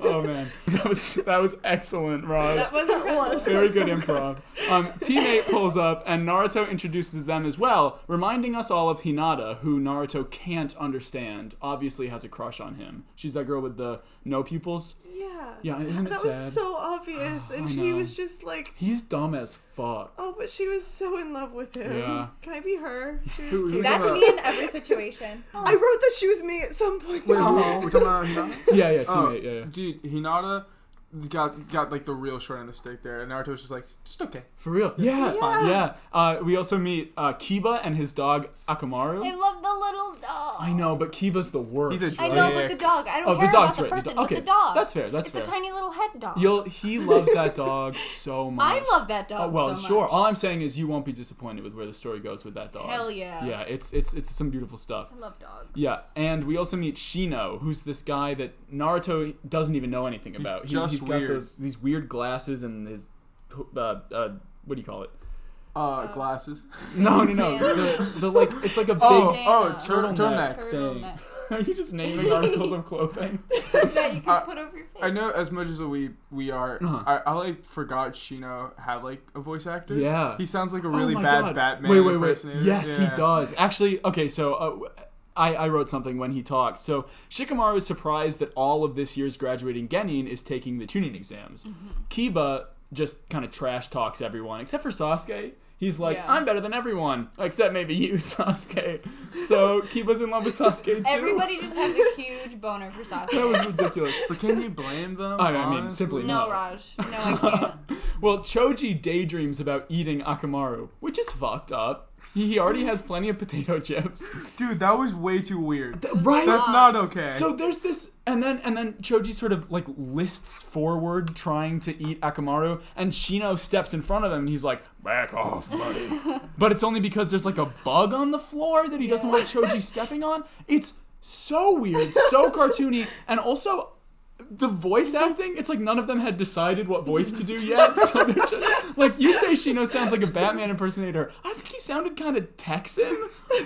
Speaker 1: Oh man, that was that was excellent, Rob.
Speaker 6: That wasn't
Speaker 4: was.
Speaker 1: Very good improv. Um, Team 8 pulls up, and Naruto introduces them as well, reminding us all of Hinata, who Naruto can't understand, obviously has a crush on him. She's that girl with the no pupils.
Speaker 4: Yeah.
Speaker 1: Yeah, isn't it
Speaker 4: That
Speaker 1: sad?
Speaker 4: was so obvious, and
Speaker 1: I
Speaker 4: he
Speaker 1: know.
Speaker 4: was just like,
Speaker 1: He's dumb as fuck.
Speaker 4: "Oh, but she was so in love with him.
Speaker 1: Yeah.
Speaker 4: Can I be her?" She was
Speaker 5: Who- who
Speaker 4: cute.
Speaker 5: got-
Speaker 3: That's me in every situation.
Speaker 6: Oh.
Speaker 4: I wrote that she was me at some point.
Speaker 5: Wait,
Speaker 4: this
Speaker 5: who-
Speaker 4: month.
Speaker 5: we're talking about Hinata?
Speaker 1: Yeah, yeah, Team
Speaker 5: Oh,
Speaker 1: 8, yeah, yeah.
Speaker 5: Dude, Hinata got got like the real short end of the stick there, and Naruto's just like, just okay.
Speaker 1: For real. Yeah, yeah.
Speaker 4: fine.
Speaker 1: Uh, we also meet uh, Kiba and his dog Akamaru.
Speaker 3: I love the little dog.
Speaker 1: I know, but Kiba's the worst.
Speaker 5: He's a
Speaker 3: I
Speaker 1: right?
Speaker 3: know, but the
Speaker 5: Dick.
Speaker 3: dog. I don't
Speaker 1: Oh,
Speaker 3: care
Speaker 1: the dog's
Speaker 3: about the
Speaker 1: right.
Speaker 3: person,
Speaker 1: the dog.
Speaker 3: but
Speaker 1: Okay,
Speaker 3: the dog.
Speaker 1: that's fair. That's
Speaker 3: it's
Speaker 1: fair.
Speaker 3: a tiny little head dog.
Speaker 1: You'll, he loves that dog so much.
Speaker 6: I love that
Speaker 1: Oh,
Speaker 6: dog.
Speaker 1: well,
Speaker 6: so
Speaker 1: sure.
Speaker 6: much.
Speaker 1: All I'm saying is you won't be disappointed with where the story goes with that dog.
Speaker 6: Hell yeah.
Speaker 1: Yeah, it's it's it's some beautiful stuff.
Speaker 6: I love dogs.
Speaker 1: Yeah, and we also meet Shino, who's this guy that Naruto doesn't even know anything about.
Speaker 5: just
Speaker 1: has got
Speaker 5: weird.
Speaker 1: those these weird glasses and his uh, uh, what do you call it?
Speaker 5: Uh,
Speaker 6: Oh.
Speaker 5: glasses.
Speaker 1: No, no, no. the, the like it's like a big
Speaker 5: Oh,
Speaker 6: Bandana.
Speaker 5: oh, tur-
Speaker 1: turtleneck,
Speaker 5: turtleneck.
Speaker 1: thing.
Speaker 6: Turtleneck.
Speaker 1: Are you just naming articles of clothing?
Speaker 6: that you can
Speaker 5: I-
Speaker 6: put over your face.
Speaker 5: I know as much as we we are,
Speaker 1: Uh-huh.
Speaker 5: I, I like forgot Shino had like a voice actor.
Speaker 1: Yeah.
Speaker 5: he sounds like a
Speaker 1: Oh
Speaker 5: really
Speaker 1: my
Speaker 5: bad
Speaker 1: God.
Speaker 5: Batman
Speaker 1: Wait, wait, wait.
Speaker 5: impersonator.
Speaker 1: Yes,
Speaker 5: Yeah.
Speaker 1: he does. Actually, okay, so uh, w- I, I wrote something when he talked. So Shikamaru is surprised that all of this year's graduating Genin is taking the tuning exams. Kiba just kind of trash talks everyone, except for Sasuke. He's like,
Speaker 6: Yeah.
Speaker 1: I'm better than everyone, except maybe you, Sasuke. So Kiba's in love with Sasuke too.
Speaker 6: Everybody just has a huge boner for
Speaker 1: That
Speaker 6: Sasuke.
Speaker 1: was ridiculous.
Speaker 5: But can you blame them?
Speaker 1: Oh, I, I mean,
Speaker 5: honestly?
Speaker 1: simply
Speaker 6: No,
Speaker 1: not.
Speaker 6: Raj. No, I can't.
Speaker 1: Well, Choji daydreams about eating Akamaru, which is fucked up. He he already has plenty of potato chips.
Speaker 5: Dude, that was way too weird.
Speaker 1: right?
Speaker 5: That's not okay.
Speaker 1: So there's this, and then and then Choji sort of like lists forward, trying to eat Akamaru, and Shino steps in front of him, and he's like, "Back off, buddy." but it's only because there's like a bug on the floor that he doesn't want Choji stepping on. It's so weird, so cartoony, and also. The voice acting, it's like none of them had decided what voice to do yet. So they're just like you say Shino sounds like a Batman impersonator. I think he sounded kind of Texan,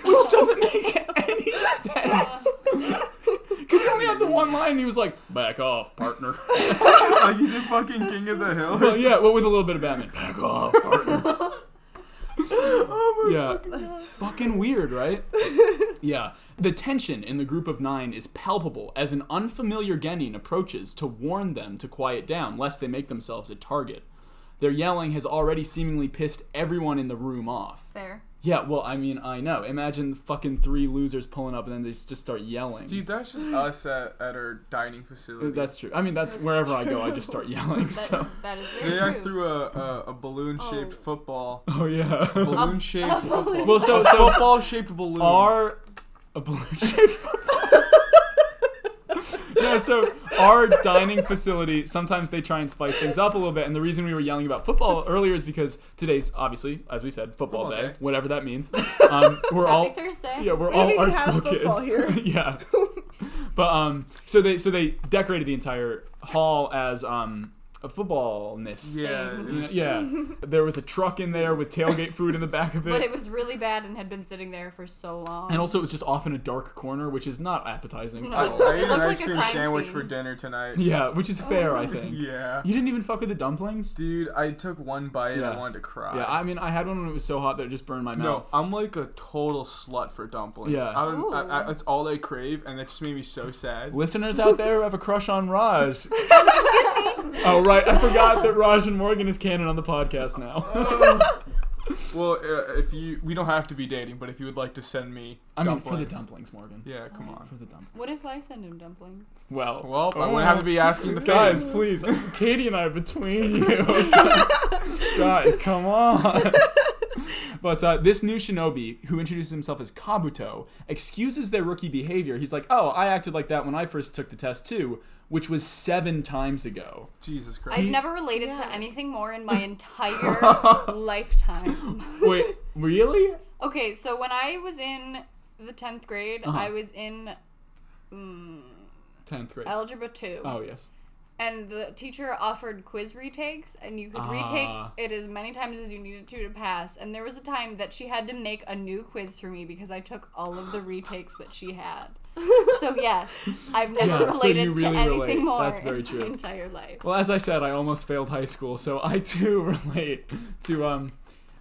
Speaker 1: which doesn't make any sense. Because he only had the one line, and he was like, "Back off, partner."
Speaker 5: like he's a fucking king of the hill.
Speaker 1: well, yeah, well, with a little bit of Batman. Back off, partner.
Speaker 5: Oh my
Speaker 1: Yeah, fucking weird, right? Yeah. The tension in the group of nine is palpable as an unfamiliar Genin approaches to warn them to quiet down, lest they make themselves a target. Their yelling has already seemingly pissed everyone in the room off.
Speaker 6: Fair.
Speaker 1: Yeah, well, I mean, I know. Imagine fucking three losers pulling up and then they just start yelling.
Speaker 5: Dude, that's just us at, at our dining facility.
Speaker 1: That's true. I mean, that's, wherever I go, I just start yelling.
Speaker 6: That,
Speaker 1: So,
Speaker 6: that is
Speaker 5: Today
Speaker 6: very
Speaker 5: I
Speaker 6: true.
Speaker 5: threw a, a, a balloon shaped football.
Speaker 1: oh yeah.
Speaker 5: Balloon shaped football.
Speaker 1: Well, so so
Speaker 5: football shaped balloon.
Speaker 1: our a balloon shaped football. yeah, so our dining facility. Sometimes they try and spice things up a little bit, and the reason we were yelling about football earlier is because today's obviously, as we said, football,
Speaker 5: Football
Speaker 1: day,
Speaker 5: day.
Speaker 1: whatever that means. Um, we're all
Speaker 6: Happy Thursday.
Speaker 1: yeah, we're
Speaker 4: We
Speaker 1: all
Speaker 4: don't even
Speaker 1: art
Speaker 4: have
Speaker 1: school
Speaker 4: football
Speaker 1: kids.
Speaker 4: here.
Speaker 1: yeah, but um, so they so they decorated the entire hall as um a footballness.
Speaker 5: Yeah. it was-
Speaker 1: Yeah, there was a truck in there with tailgate food in the back of it.
Speaker 6: But it was really bad and had been sitting there for so long.
Speaker 1: And also, it was just off in a dark corner, which is not appetizing
Speaker 6: No. Oh
Speaker 5: I,
Speaker 1: at all.
Speaker 5: I
Speaker 6: It
Speaker 5: ate an
Speaker 6: looked
Speaker 5: ice
Speaker 6: like a
Speaker 5: cream
Speaker 6: crime
Speaker 5: sandwich
Speaker 6: scene.
Speaker 5: for dinner tonight.
Speaker 1: Yeah, which is fair, I think.
Speaker 5: Yeah.
Speaker 1: You didn't even fuck with the dumplings?
Speaker 5: Dude, I took one bite and
Speaker 1: Yeah.
Speaker 5: I wanted to cry.
Speaker 1: Yeah, I mean, I had one when it was so hot that it just burned my
Speaker 5: no,
Speaker 1: mouth.
Speaker 5: I'm like a total slut for dumplings.
Speaker 1: Yeah.
Speaker 5: I don't. I,
Speaker 6: Ooh.
Speaker 5: I, it's all I crave, and that just made me so sad.
Speaker 1: Listeners out there who have a crush on Raj. oh, right. I forgot that Raj and Morgan is canon on the podcast now.
Speaker 5: Well, uh, if you, we don't have to be dating, but if you would like to send me,
Speaker 1: I mean,
Speaker 5: dumplings,
Speaker 1: for the dumplings, Morgan.
Speaker 5: Yeah, come on.
Speaker 1: For the dumplings.
Speaker 6: what if I send him dumplings?
Speaker 1: Well,
Speaker 5: Well, I wouldn't have to be asking the
Speaker 1: Guys,
Speaker 5: fans.
Speaker 1: please. Katie and I are between you. Guys, come on. But uh, this new shinobi, who introduces himself as Kabuto, excuses their rookie behavior. He's like, oh, I acted like that when I first took the test, too, which was seven times ago.
Speaker 5: Jesus Christ.
Speaker 6: I've never related
Speaker 4: Yeah.
Speaker 6: to anything more in my entire lifetime.
Speaker 1: Wait, really?
Speaker 6: Okay, so when I was in the 10th grade,
Speaker 1: Uh-huh.
Speaker 6: I was in mm,
Speaker 1: 10th grade.
Speaker 6: Algebra 2.
Speaker 1: oh, yes.
Speaker 6: And the teacher offered quiz retakes, and you could retake
Speaker 1: Ah.
Speaker 6: it as many times as you needed to to pass. And there was a time that she had to make a new quiz for me because I took all of the retakes that she had. So yes, I've never
Speaker 1: Yeah, so
Speaker 6: related
Speaker 1: you really
Speaker 6: to anything
Speaker 1: relate.
Speaker 6: more
Speaker 1: That's very
Speaker 6: in
Speaker 1: true.
Speaker 6: my entire life.
Speaker 1: Well, as I said, I almost failed high school, so I too relate to um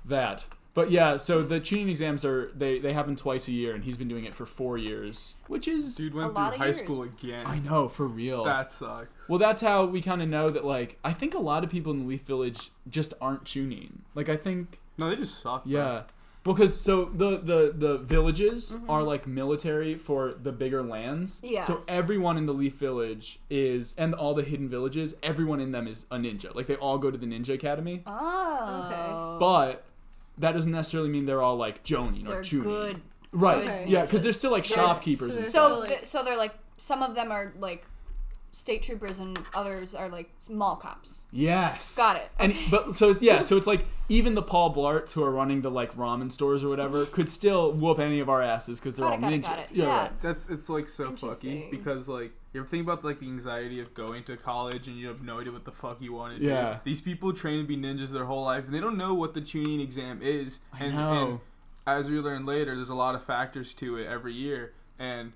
Speaker 1: that. But yeah, so the cheating exams are they they happen twice a year, and he's been doing it for four years, which is
Speaker 5: Dude
Speaker 6: lot
Speaker 5: went through
Speaker 6: of
Speaker 5: high
Speaker 6: years.
Speaker 5: school again.
Speaker 1: I know for real.
Speaker 5: That sucks.
Speaker 1: Well, that's how we kind of know that. Like, I think a lot of people in the Leaf Village just aren't tuning. Like, I think
Speaker 5: No, they just suck. bro.
Speaker 1: yeah. Well, because so the the the villages are like military for the bigger lands. So
Speaker 6: Mm-hmm. Yes.
Speaker 1: everyone in the Leaf Village is, and all the hidden villages, everyone in them is a ninja. Like they all go to the ninja academy.
Speaker 6: Oh,
Speaker 1: But that doesn't necessarily mean they're all like Jonin or
Speaker 6: they're
Speaker 1: Chunin.
Speaker 6: good.
Speaker 1: Right.
Speaker 4: good
Speaker 1: Yeah, because they're still like shopkeepers
Speaker 4: so
Speaker 1: and
Speaker 4: they're
Speaker 1: stuff.
Speaker 4: So,
Speaker 6: So
Speaker 4: like-
Speaker 6: th- so they're like some of them are like state troopers and others are like mall cops.
Speaker 1: Yes.
Speaker 6: Got it.
Speaker 1: And but so it's, yeah, so it's like even the Paul Blarts who are running the like ramen stores or whatever could still whoop any of our asses because they're
Speaker 6: Got
Speaker 1: all
Speaker 6: it, got
Speaker 1: ninjas.
Speaker 6: it, got it.
Speaker 1: Yeah,
Speaker 6: Yeah.
Speaker 1: right.
Speaker 5: That's it's like so fucky
Speaker 4: Interesting.
Speaker 5: because like you ever think about like the anxiety of going to college and you have no idea what the fuck you want to
Speaker 1: Yeah.
Speaker 5: do. These people train to be ninjas their whole life and they don't know what the tuning exam is. And, and
Speaker 1: know.
Speaker 5: as we learn later, there's a lot of factors to it every year. And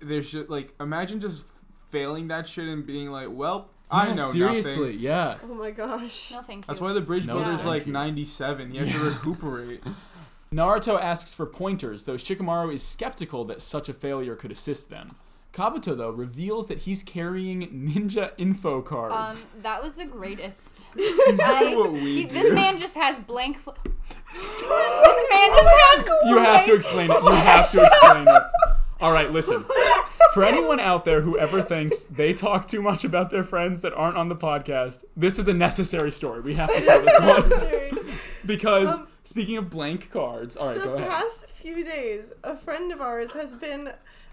Speaker 5: there's just like imagine just failing that shit and being like, well, I
Speaker 1: Yeah,
Speaker 5: know
Speaker 1: seriously,
Speaker 5: nothing.
Speaker 1: yeah.
Speaker 4: Oh my gosh.
Speaker 6: No, thank you.
Speaker 5: That's why the Bridge
Speaker 1: No,
Speaker 5: Builder's
Speaker 4: thank
Speaker 5: like
Speaker 1: you.
Speaker 5: 97. He has to recuperate.
Speaker 1: Naruto asks for pointers, though Shikamaru is skeptical that such a failure could assist them. Kabuto, though, reveals that he's carrying ninja info
Speaker 6: um,
Speaker 1: cards.
Speaker 6: that was the greatest.
Speaker 5: That's what we
Speaker 6: He-
Speaker 5: do.
Speaker 6: this man just has blank. Fl- this
Speaker 4: Oh
Speaker 6: man just has.
Speaker 1: you have to
Speaker 6: blank-
Speaker 1: explain it. You have to explain it. All right, listen. For anyone out there who ever thinks they talk too much about their friends that aren't on the podcast, this is a necessary story. We have to tell this
Speaker 6: Um,
Speaker 1: one. Because, speaking of blank cards, all right, go
Speaker 4: the
Speaker 1: ahead.
Speaker 4: past few days, a friend of ours has been.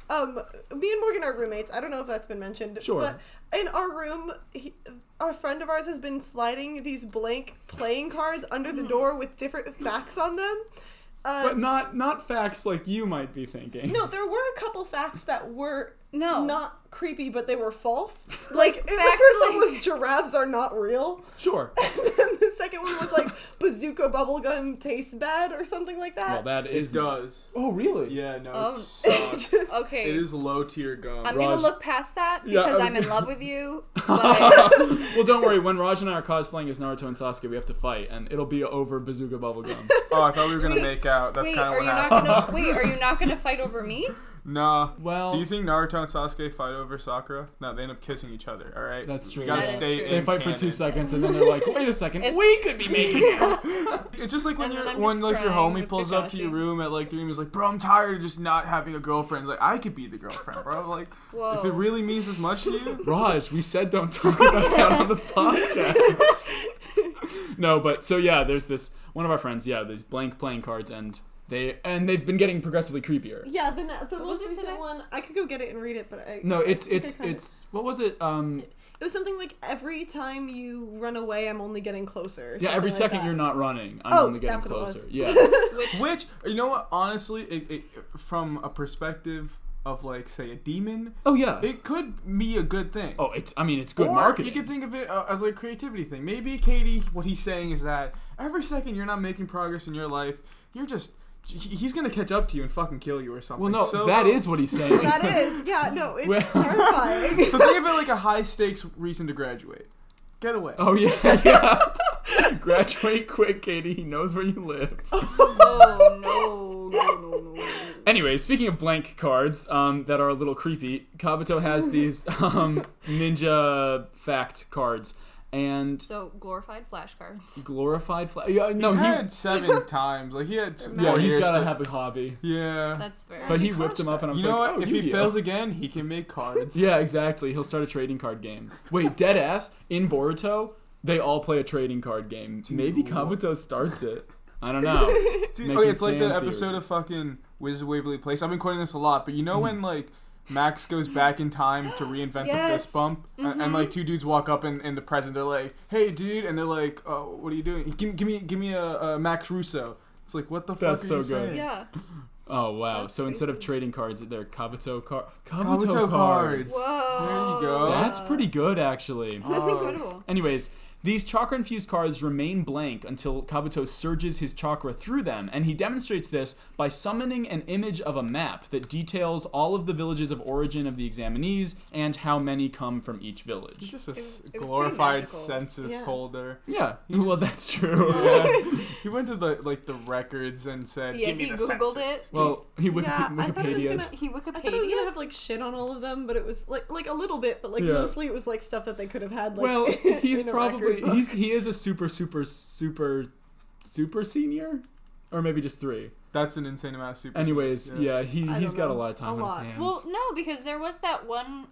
Speaker 4: Um, me and Morgan are roommates. I don't know if that's been mentioned.
Speaker 1: Sure.
Speaker 4: But in our room, he, our friend of ours has been sliding these blank playing cards under
Speaker 1: Hmm.
Speaker 4: the door with different facts on them. Uh,
Speaker 1: But not not facts like you might be thinking.
Speaker 4: no, there were a couple facts that were
Speaker 6: No.
Speaker 4: not creepy, but they were false.
Speaker 6: Like,
Speaker 4: the
Speaker 6: facts
Speaker 4: first one
Speaker 6: like-
Speaker 4: was giraffes are not real.
Speaker 1: Sure.
Speaker 4: and the second one was like bazooka bubblegum tastes bad or something like
Speaker 1: Well,
Speaker 4: that.
Speaker 1: that uh,
Speaker 5: It
Speaker 1: is.
Speaker 5: does.
Speaker 1: Oh, really?
Speaker 5: Yeah, no,
Speaker 6: Oh.
Speaker 5: it sucks.
Speaker 6: Okay.
Speaker 5: It is low tier gum.
Speaker 6: I'm
Speaker 1: Raj-
Speaker 6: gonna look past that
Speaker 1: Yeah, I
Speaker 6: because
Speaker 1: was-
Speaker 6: I'm in love with you. But
Speaker 1: well, don't worry. When Raj and I are cosplaying as Naruto and Sasuke, we have to fight, and it'll be over bazooka bubblegum.
Speaker 5: Oh, I thought we were gonna
Speaker 6: Wait,
Speaker 5: make out. That's
Speaker 6: wait,
Speaker 5: kind of
Speaker 6: are
Speaker 5: what
Speaker 6: you not
Speaker 5: happened.
Speaker 6: gonna wait? Are you not gonna fight over me?
Speaker 5: Nah.
Speaker 1: Well-
Speaker 5: do you think Naruto and Sasuke fight over Sakura? No, they end up kissing each other. All right.
Speaker 1: That's true.
Speaker 5: We gotta
Speaker 6: That is
Speaker 5: stay.
Speaker 6: true.
Speaker 5: In
Speaker 1: they fight
Speaker 5: canon.
Speaker 1: for two seconds, and then they're like, "Wait a second,
Speaker 6: It's-
Speaker 1: we could be making out."
Speaker 5: It's just like when
Speaker 6: And
Speaker 5: your
Speaker 6: then I'm
Speaker 5: when
Speaker 6: just
Speaker 5: like your
Speaker 6: crying
Speaker 5: homie
Speaker 6: with
Speaker 5: pulls up to your
Speaker 6: Kakashi.
Speaker 5: room at like three and is like, bro, I'm tired of just not having a girlfriend. Like I could be the girlfriend, bro. Like
Speaker 6: Whoa.
Speaker 5: if it really means as much to you.
Speaker 1: Raj, we said don't talk about that on the podcast. no, but so yeah, there's this one of our friends. Yeah, these blank playing cards, and they and they've been getting progressively creepier.
Speaker 4: yeah, the, na- the
Speaker 6: was
Speaker 4: most
Speaker 6: it
Speaker 4: recent
Speaker 6: today?
Speaker 4: one. I could go get it and read it, but I
Speaker 1: No,
Speaker 4: I
Speaker 1: it's
Speaker 4: think I
Speaker 1: it's
Speaker 4: kinda-
Speaker 1: it's what was it? Um,
Speaker 4: It was something like every time you run away, I'm only getting closer. or
Speaker 1: yeah, every
Speaker 4: something like
Speaker 1: second
Speaker 4: that.
Speaker 1: you're not running. I'm
Speaker 4: Oh,
Speaker 1: only getting
Speaker 4: that's what it
Speaker 1: closer.
Speaker 4: was.
Speaker 1: Yeah,
Speaker 5: Which you know what? Honestly, it, it from a perspective of like say a demon,
Speaker 1: Oh yeah.
Speaker 5: it could be a good thing.
Speaker 1: oh, it's. I mean, it's good
Speaker 5: or
Speaker 1: marketing.
Speaker 5: You could think of it uh, as like a creativity thing. Maybe Katie, what he's saying is that every second you're not making progress in your life, you're just he- he's gonna catch up to you and fucking kill you or something.
Speaker 1: well, no,
Speaker 5: so,
Speaker 1: that is what he's saying.
Speaker 4: That is, yeah, no, it's
Speaker 1: Well-
Speaker 4: terrifying.
Speaker 5: So think of it like a high stakes reason to graduate. Get away.
Speaker 1: Oh yeah, yeah. Graduate quick, Katie. He knows where you live.
Speaker 6: oh no, no, no, no, no.
Speaker 1: Anyway, speaking of blank cards um, that are a little creepy, Kabuto has these um, ninja fact cards and
Speaker 6: So glorified flashcards.
Speaker 1: glorified flag. Yeah,
Speaker 5: He's
Speaker 1: no, he.
Speaker 5: had seven times. Like he had. s-
Speaker 1: yeah,
Speaker 5: four
Speaker 1: he's
Speaker 5: years
Speaker 1: gotta
Speaker 5: to-
Speaker 1: have a hobby.
Speaker 5: Yeah.
Speaker 6: That's fair.
Speaker 1: But he whipped him up, and I was
Speaker 5: You know
Speaker 1: like,
Speaker 5: what?
Speaker 1: oh,
Speaker 5: if he
Speaker 1: Yu-Gi-Oh."
Speaker 5: fails again, he can make cards.
Speaker 1: Yeah, exactly. He'll start a trading card game. Wait, dead ass in Boruto, they all play a trading card game. Maybe Kabuto starts it. I don't know.
Speaker 5: Dude,
Speaker 1: Making
Speaker 5: okay, it's like
Speaker 1: fan
Speaker 5: that episode
Speaker 1: theories. Mm.
Speaker 5: of fucking Wiz Waverly Place. I've been quoting this a lot, but you know when like Max goes back in time to reinvent the
Speaker 4: Yes.
Speaker 5: fist bump, A-
Speaker 6: Mm-hmm.
Speaker 5: and, like two dudes walk up in, in the present. They're like, "Hey, dude," and they're like, "Oh, what are you doing? Give, give me, give me a, a Max Russo." It's like, what the
Speaker 1: That's
Speaker 5: fuck? are you
Speaker 1: so good.
Speaker 5: saying?
Speaker 6: yeah.
Speaker 1: Oh wow!
Speaker 4: That's
Speaker 1: so instead of
Speaker 4: crazy.
Speaker 1: trading cards, they're Kabuto card. Kabuto, cards.
Speaker 5: Kabuto cards.
Speaker 6: Whoa.
Speaker 5: There you go.
Speaker 1: That's pretty good, actually.
Speaker 6: That's
Speaker 5: Oh.
Speaker 6: incredible.
Speaker 1: Anyways, These chakra infused cards remain blank until Kabuto surges his chakra through them, and he demonstrates this by summoning an image of a map that details all of the villages of origin of the examinees and how many come from each village.
Speaker 5: Just a s-
Speaker 6: pretty
Speaker 5: glorified
Speaker 6: magical.
Speaker 5: census
Speaker 4: Yeah.
Speaker 5: holder.
Speaker 1: Yeah, well, that's true.
Speaker 5: Yeah. he went to the like the records and said,
Speaker 6: Yeah,
Speaker 5: "Give me
Speaker 6: he
Speaker 5: the
Speaker 6: googled
Speaker 5: census."
Speaker 6: it.
Speaker 1: Well, he Wiki-
Speaker 4: Yeah, I thought it was
Speaker 1: Wikipedia.
Speaker 4: gonna-
Speaker 6: He
Speaker 4: I thought it was
Speaker 6: Wikipedia.
Speaker 4: gonna have like shit on all of them, but it was like like a little bit, but like
Speaker 1: Yeah.
Speaker 4: mostly it was like stuff that they could have had. Like,
Speaker 1: Well, he's
Speaker 4: in a
Speaker 1: probably
Speaker 4: record book.
Speaker 1: he's he is a super super super super senior, or maybe just three.
Speaker 5: That's an insane amount of super.
Speaker 1: Anyways, yeah, he
Speaker 4: I
Speaker 1: he's
Speaker 4: don't
Speaker 1: got
Speaker 4: know.
Speaker 1: a lot of time
Speaker 4: A
Speaker 1: on
Speaker 4: lot.
Speaker 1: his hands.
Speaker 6: Well, no, because there was that one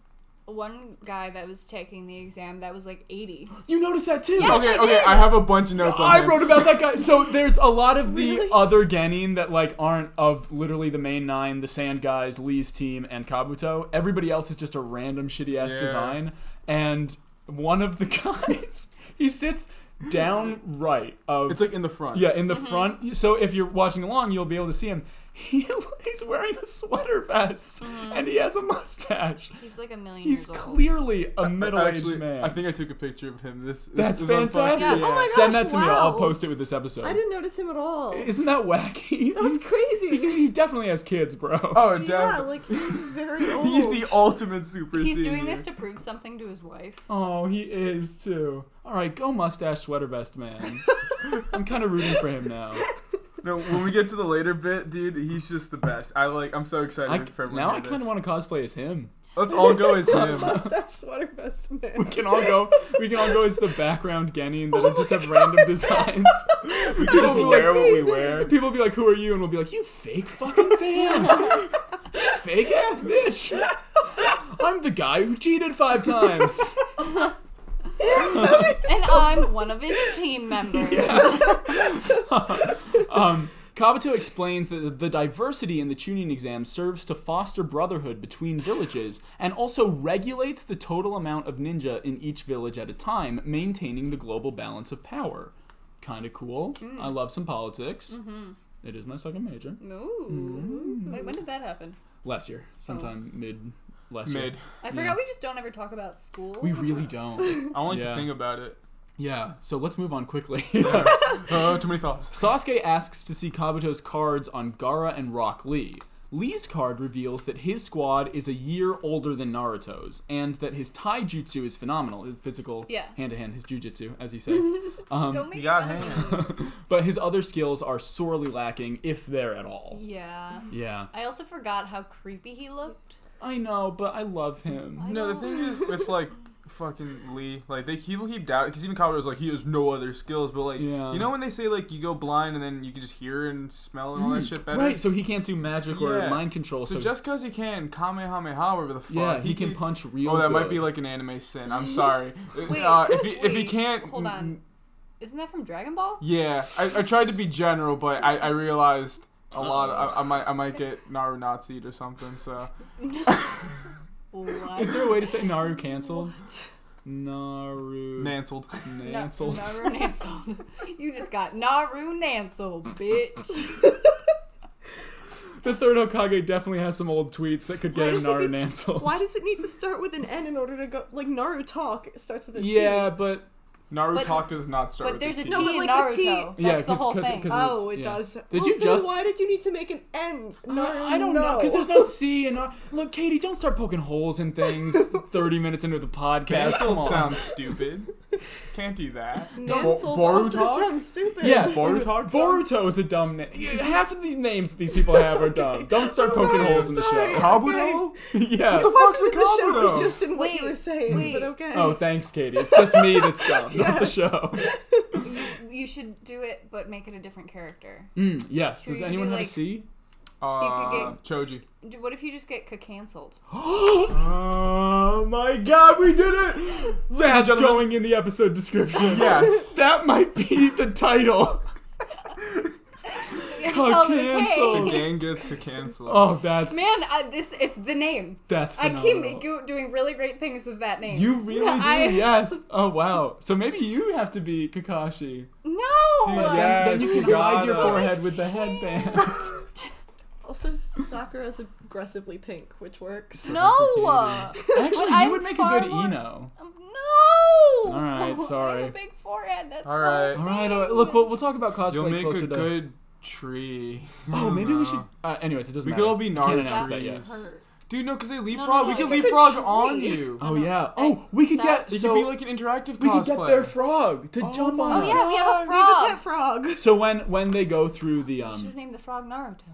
Speaker 6: one guy that was taking the exam that was like 80.
Speaker 1: you noticed that too.
Speaker 6: Yes,
Speaker 5: Okay,
Speaker 6: I
Speaker 5: okay,
Speaker 6: did.
Speaker 5: I have a bunch of notes on
Speaker 1: I
Speaker 5: him.
Speaker 1: wrote about that guy. So there's a lot of the
Speaker 4: Really?
Speaker 1: other Genin that like aren't of literally the main nine, the Sand Guys, Lee's team, and Kabuto. Everybody else is just a random shitty ass
Speaker 5: Yeah.
Speaker 1: design. And one of the guys, he sits down right of
Speaker 5: It's like in the front.
Speaker 1: Yeah, in the
Speaker 4: Uh-huh.
Speaker 1: front. So if you're watching along, you'll be able to see him. He, he's wearing a sweater vest
Speaker 4: Uh-huh.
Speaker 1: and he has a mustache.
Speaker 6: He's like a million
Speaker 1: He's
Speaker 6: years old.
Speaker 1: clearly a middle-aged
Speaker 5: Actually,
Speaker 1: man.
Speaker 5: I think I took a picture of him. This, this
Speaker 1: that's
Speaker 5: is on
Speaker 1: fantastic.
Speaker 4: Yeah.
Speaker 5: podcast.
Speaker 4: Oh my
Speaker 1: Send
Speaker 4: gosh,
Speaker 1: that to me. I'll- I'll
Speaker 4: wow.
Speaker 1: post it with this episode.
Speaker 4: I didn't notice him at all.
Speaker 1: Isn't that wacky?
Speaker 4: That's crazy.
Speaker 1: he definitely has kids, bro.
Speaker 5: Oh,
Speaker 4: yeah,
Speaker 5: definitely.
Speaker 4: like he's very old.
Speaker 5: He's the ultimate super
Speaker 6: He's
Speaker 5: senior.
Speaker 6: doing this to prove something to his wife.
Speaker 1: Oh, he is too. All right, go mustache sweater vest man. I'm kind of rooting for him now.
Speaker 5: No, when we get to the later bit, dude, he's just the best. I like. I'm so excited
Speaker 1: I,
Speaker 5: for everyone.
Speaker 1: now
Speaker 5: to
Speaker 1: I kind of want to cosplay as him.
Speaker 5: to. Let's all go as him.
Speaker 4: mustache sweater vest
Speaker 1: We
Speaker 4: man.
Speaker 1: can all go. We can all go as the background Genin that just have random designs.
Speaker 5: Oh we can just
Speaker 1: People
Speaker 5: wear
Speaker 1: like-
Speaker 5: what we wear.
Speaker 1: People be like, "Who are you?" and we'll be like, "You fake fucking fan, you fake ass bitch." I'm the guy who cheated five times.
Speaker 6: And I'm one of his team members.
Speaker 1: Um, Kabuto explains that the diversity in the Chunin exam serves to foster brotherhood between villages and also regulates the total amount of ninja in each village at a time, maintaining the global balance of power. Kind of cool. I love some politics. It is my second major.
Speaker 6: Ooh. Wait, when did that happen?
Speaker 1: Last year, sometime mid last year.
Speaker 5: Mid.
Speaker 6: I forgot we just don't ever talk about school.
Speaker 1: We really don't.
Speaker 5: I want
Speaker 1: Yeah.
Speaker 5: to think about it.
Speaker 1: yeah. So let's move on quickly.
Speaker 5: Uh, too many thoughts.
Speaker 1: Sasuke asks to see Kabuto's cards on Gara and Rock Lee. Lee's card reveals that his squad is a year older than Naruto's, and that his taijutsu is phenomenal, his physical
Speaker 6: Yeah.
Speaker 1: hand to hand, his jujutsu, as you say. Um,
Speaker 6: don't make
Speaker 5: Um, got
Speaker 6: fun of
Speaker 5: hands.
Speaker 6: me.
Speaker 1: but his other skills are sorely lacking, if there at all.
Speaker 6: Yeah.
Speaker 1: Yeah.
Speaker 6: I also forgot how creepy he looked.
Speaker 1: I know, but I love him.
Speaker 5: No, the thing is with like fucking Lee, like they people keep doubting because even Kabuto's like he has no other skills, but like
Speaker 1: Yeah.
Speaker 5: you know when they say like you go blind and then you can just hear and smell and all that shit better.
Speaker 1: Right, so he can't do magic or
Speaker 5: Yeah.
Speaker 1: mind control, so,
Speaker 5: So just because he can kamehameha, however the fuck,
Speaker 1: yeah, he can punch real
Speaker 5: Oh, that might
Speaker 1: good.
Speaker 5: be like an anime sin. I'm sorry.
Speaker 6: Wait,
Speaker 5: uh, if he if he
Speaker 6: wait,
Speaker 5: can't,
Speaker 6: Hold on. Isn't that from Dragon Ball?
Speaker 5: Yeah, I, I tried to be general, but I, I realized a lot. I, I might I might get Naru Nazi'd or something. So
Speaker 6: What?
Speaker 1: Is there a way to say Naru cancelled? Naru.
Speaker 5: mantled.
Speaker 6: Na-
Speaker 1: Cancelled.
Speaker 6: Naru Nanceled. you just got Naru Nanceled, bitch.
Speaker 1: The third Hokage definitely has some old tweets that could get him
Speaker 4: does it
Speaker 1: Naru
Speaker 4: need to-
Speaker 1: Nansel.
Speaker 4: Why does it need to start with an N in order to go like Naru talk it starts with a T.
Speaker 1: Yeah, but
Speaker 5: Naru
Speaker 6: But-
Speaker 5: talk does not start
Speaker 6: But
Speaker 5: with
Speaker 6: there's a T
Speaker 5: T.
Speaker 4: No, but
Speaker 6: in
Speaker 4: like the T-
Speaker 6: Naruto.
Speaker 1: Yeah,
Speaker 6: That's the
Speaker 1: 'cause-
Speaker 6: whole
Speaker 1: 'cause-
Speaker 6: thing.
Speaker 1: 'cause-
Speaker 4: Oh, it
Speaker 1: Yeah.
Speaker 4: does.
Speaker 1: Did
Speaker 4: Well,
Speaker 1: you
Speaker 4: then
Speaker 1: just-
Speaker 4: Why did you need to make an N? Naru,
Speaker 1: I don't know because there's no C and Naru. Look, Katie, don't start poking holes in things. Thirty minutes into the podcast, come
Speaker 5: Mantled
Speaker 1: on.
Speaker 5: sounds stupid. Can't do that.
Speaker 4: Nansold
Speaker 5: Bo-
Speaker 4: also
Speaker 5: Boruto?
Speaker 4: sounds stupid.
Speaker 1: Yeah,
Speaker 5: Boruto sounds-
Speaker 1: Boruto is a dumb name. Half of these names that these people have are dumb. Don't start poking
Speaker 4: sorry,
Speaker 1: holes
Speaker 4: I'm
Speaker 1: in the
Speaker 4: sorry.
Speaker 1: show.
Speaker 5: Kabuto.
Speaker 1: yeah.
Speaker 4: It wasn't
Speaker 5: a
Speaker 4: in the show. It
Speaker 5: Kabuto?
Speaker 4: was just in what you
Speaker 6: Wait,
Speaker 4: were saying.
Speaker 6: wait.
Speaker 4: But okay.
Speaker 1: Oh, thanks, Katie. It's just me that's dumb, not the show.
Speaker 6: You should do it, but make it a different character.
Speaker 1: Mm, yes.
Speaker 6: Should
Speaker 1: Does
Speaker 6: we
Speaker 1: anyone
Speaker 6: do,
Speaker 1: have a
Speaker 6: like-
Speaker 1: C?
Speaker 5: Uh,
Speaker 6: You
Speaker 5: Choji.
Speaker 6: D- What if you just get canceled?
Speaker 5: Oh my God, we did it!
Speaker 1: That's
Speaker 5: gentlemen-
Speaker 1: going in the episode description.
Speaker 5: Yes.
Speaker 1: That might be the title.
Speaker 6: Cancel the K.
Speaker 1: canceled.
Speaker 5: The gang gets to cancel.
Speaker 1: Oh, that's
Speaker 6: Man, I, this it's the name.
Speaker 1: that's
Speaker 6: I
Speaker 1: phenomenal.
Speaker 6: keep go- doing really great things with that name.
Speaker 1: You really do,
Speaker 6: I-
Speaker 1: yes. Oh wow. So maybe you have to be Kakashi.
Speaker 6: No.
Speaker 5: Dude,
Speaker 1: Then-
Speaker 5: yeah.
Speaker 1: then, you
Speaker 5: Yes,
Speaker 1: can
Speaker 5: you
Speaker 1: hide your
Speaker 5: gotta.
Speaker 1: forehead with the headband.
Speaker 4: Also, Sakura's aggressively pink, which works.
Speaker 6: No.
Speaker 1: Actually,
Speaker 6: I'm
Speaker 1: you would make a
Speaker 6: far
Speaker 1: good
Speaker 6: more-
Speaker 1: Eno.
Speaker 6: No.
Speaker 1: All right,
Speaker 6: I have
Speaker 1: sorry.
Speaker 6: a big forehead. That's
Speaker 5: All right.
Speaker 1: All right, all right. Look, we'll, we'll talk about cosplay
Speaker 5: You'll make
Speaker 1: closer
Speaker 5: a
Speaker 1: to.
Speaker 5: good tree.
Speaker 1: oh, maybe
Speaker 5: No.
Speaker 1: we should. Uh, anyways, it doesn't
Speaker 5: We
Speaker 1: matter.
Speaker 5: could all be
Speaker 1: I can't
Speaker 5: Naruto
Speaker 1: announce that
Speaker 5: trees.
Speaker 1: yet.
Speaker 6: Hurt.
Speaker 5: Dude, no, because they leapfrog.
Speaker 6: no,
Speaker 5: we
Speaker 6: like
Speaker 5: could
Speaker 6: a
Speaker 5: leapfrog
Speaker 4: tree.
Speaker 5: on you.
Speaker 1: Oh yeah.
Speaker 6: Hey,
Speaker 1: Oh, we could get
Speaker 6: that's-
Speaker 5: It
Speaker 1: so
Speaker 5: could be like an interactive
Speaker 1: we
Speaker 5: cosplay.
Speaker 1: could get their frog to jump on.
Speaker 6: Oh
Speaker 1: us.
Speaker 6: yeah, we
Speaker 4: Ah,
Speaker 6: have
Speaker 4: Frog.
Speaker 6: a frog.
Speaker 4: frog.
Speaker 1: So when when they go through the
Speaker 6: Should have
Speaker 1: um,
Speaker 6: named the frog Naruto.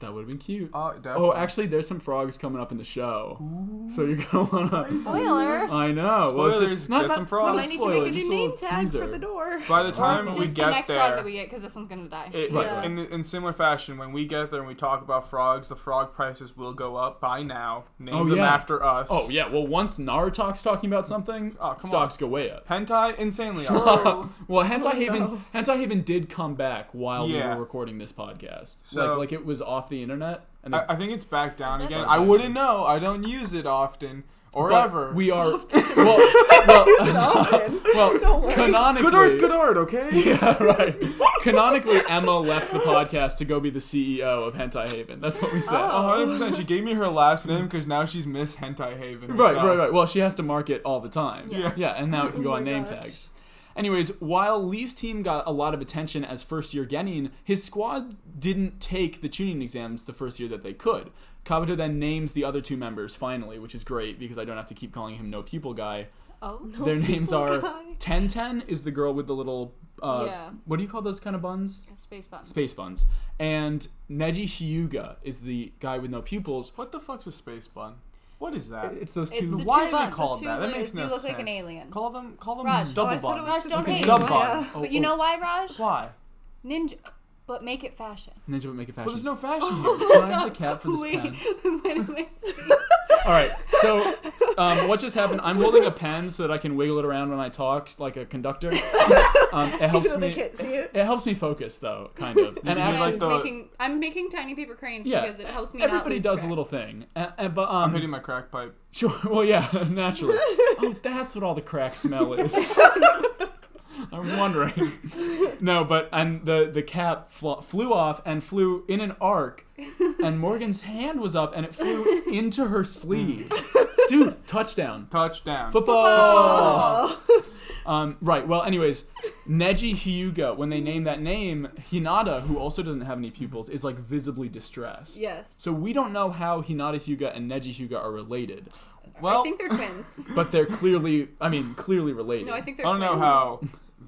Speaker 1: that would have been cute.
Speaker 5: Oh, definitely.
Speaker 1: Oh, actually, there's some frogs coming up in the show, so you're gonna wanna.
Speaker 6: Spoiler.
Speaker 1: I know. Well, it's a-
Speaker 5: Spoilers,
Speaker 1: not,
Speaker 5: get
Speaker 1: not,
Speaker 5: some frogs.
Speaker 1: Not
Speaker 4: I
Speaker 1: a
Speaker 4: need
Speaker 1: spoiler,
Speaker 4: to make a
Speaker 1: just
Speaker 4: new
Speaker 1: a little
Speaker 4: name tag
Speaker 1: teaser.
Speaker 4: for the door.
Speaker 5: By the time we
Speaker 6: Just
Speaker 5: get
Speaker 6: the next
Speaker 5: there,
Speaker 6: frog that we get, because this one's gonna die.
Speaker 5: It,
Speaker 1: Right.
Speaker 5: yeah. in, the- in similar fashion, when we get there and we talk about frogs, the frog prices will go up by now. Name
Speaker 1: Oh,
Speaker 5: them
Speaker 1: yeah.
Speaker 5: after us.
Speaker 1: Oh yeah. Well, once Naruto's talking about something,
Speaker 5: Oh, come on.
Speaker 1: stocks go way up.
Speaker 5: Hentai, insanely up.
Speaker 4: Oh.
Speaker 6: Whoa.
Speaker 1: Well, Hentai Haven, Hentai Haven did come back while we
Speaker 5: Yeah.
Speaker 1: were recording this podcast.
Speaker 5: So-
Speaker 1: like, like it was off the internet, and
Speaker 5: I, I think it's back down
Speaker 6: Is it?
Speaker 5: again. I wouldn't know. I don't use it often or
Speaker 1: but
Speaker 5: ever.
Speaker 1: we are well, well,
Speaker 4: Often.
Speaker 1: well
Speaker 4: Don't worry.
Speaker 1: canonically.
Speaker 5: good art, good art, okay?
Speaker 1: Yeah, right. Canonically, Emma left the podcast to go be the CEO of Hentai Haven. That's what we said.
Speaker 5: A hundred percent. She gave me her last name because now she's Miss Hentai Haven.
Speaker 1: Right,
Speaker 5: herself.
Speaker 1: right, right. Well, she has to market all the time.
Speaker 6: Yes.
Speaker 1: Yeah, and now it can go on
Speaker 4: my
Speaker 1: name
Speaker 4: gosh.
Speaker 1: tags. Anyways, while Lee's team got a lot of attention as first year Genin, his squad didn't take the tuning exams the first year that they could. Kabuto then names the other two members finally, which is great because I don't have to keep calling him no pupil guy.
Speaker 6: Oh.
Speaker 1: Their names are
Speaker 4: guy.
Speaker 1: Ten Ten is the girl with the little uh,
Speaker 6: Yeah.
Speaker 1: what do you call those kind of buns?
Speaker 6: Space buns.
Speaker 1: Space buns. And Neji Hyuga is the guy with no pupils.
Speaker 5: What the fuck's a space bun? What is that?
Speaker 1: It's those
Speaker 6: It's
Speaker 1: two.
Speaker 6: the
Speaker 5: Why
Speaker 6: two
Speaker 5: are
Speaker 6: buns.
Speaker 5: they called
Speaker 4: The two
Speaker 5: that? That
Speaker 4: buns
Speaker 5: makes
Speaker 6: do
Speaker 5: no
Speaker 6: look
Speaker 5: sense.
Speaker 6: like an alien.
Speaker 5: Call them, call them
Speaker 6: Raj.
Speaker 4: Oh, I
Speaker 5: double
Speaker 4: thought it
Speaker 5: bun.
Speaker 4: was
Speaker 6: Raj,
Speaker 4: just
Speaker 6: don't
Speaker 4: because
Speaker 6: hate
Speaker 4: it's
Speaker 5: Double
Speaker 4: Maya.
Speaker 5: bun.
Speaker 1: Oh,
Speaker 6: But you
Speaker 1: oh.
Speaker 6: know why, Raj?
Speaker 5: Why?
Speaker 6: Ninja, but make it fashion.
Speaker 1: Ninja would make a
Speaker 5: Well,
Speaker 1: fashion.
Speaker 5: there's no fashion here.
Speaker 1: Time the cat for this
Speaker 6: Wait,
Speaker 1: pen.
Speaker 6: wait a minute.
Speaker 1: All right. So, um, what just happened? I'm holding a pen so that I can wiggle it around when I talk, like a conductor. um, it
Speaker 4: Even
Speaker 1: helps
Speaker 4: though
Speaker 1: me.
Speaker 4: they can't see it.
Speaker 1: It helps me focus, though, kind of. And
Speaker 5: do
Speaker 1: actually,
Speaker 5: like
Speaker 6: I'm,
Speaker 5: the-
Speaker 6: making, I'm making tiny paper cranes
Speaker 1: yeah.
Speaker 6: because it helps me not
Speaker 1: everybody
Speaker 6: lose
Speaker 1: does
Speaker 6: track.
Speaker 1: a little thing, and, and, but
Speaker 5: I'm hitting
Speaker 1: um,
Speaker 5: my crack pipe.
Speaker 1: sure. Well, yeah, naturally. oh, that's what all the crack smell is. I was wondering. No, but and the the cap fl- flew off and flew in an arc, and Morgan's hand was up and it flew into her sleeve. Dude, touchdown.
Speaker 5: Touchdown.
Speaker 1: Football.
Speaker 4: Oh,
Speaker 1: um, right. Well, anyways, Neji Hyuga, when they name that name, Hinata, who also doesn't have any pupils, is like visibly distressed.
Speaker 6: Yes.
Speaker 1: So we don't know how Hinata Hyuga and Neji Hyuga are related,
Speaker 5: Well,
Speaker 6: I think they're twins.
Speaker 1: but they're clearly, I mean, clearly related.
Speaker 6: No, I think they're
Speaker 5: I don't
Speaker 6: twins.
Speaker 5: know how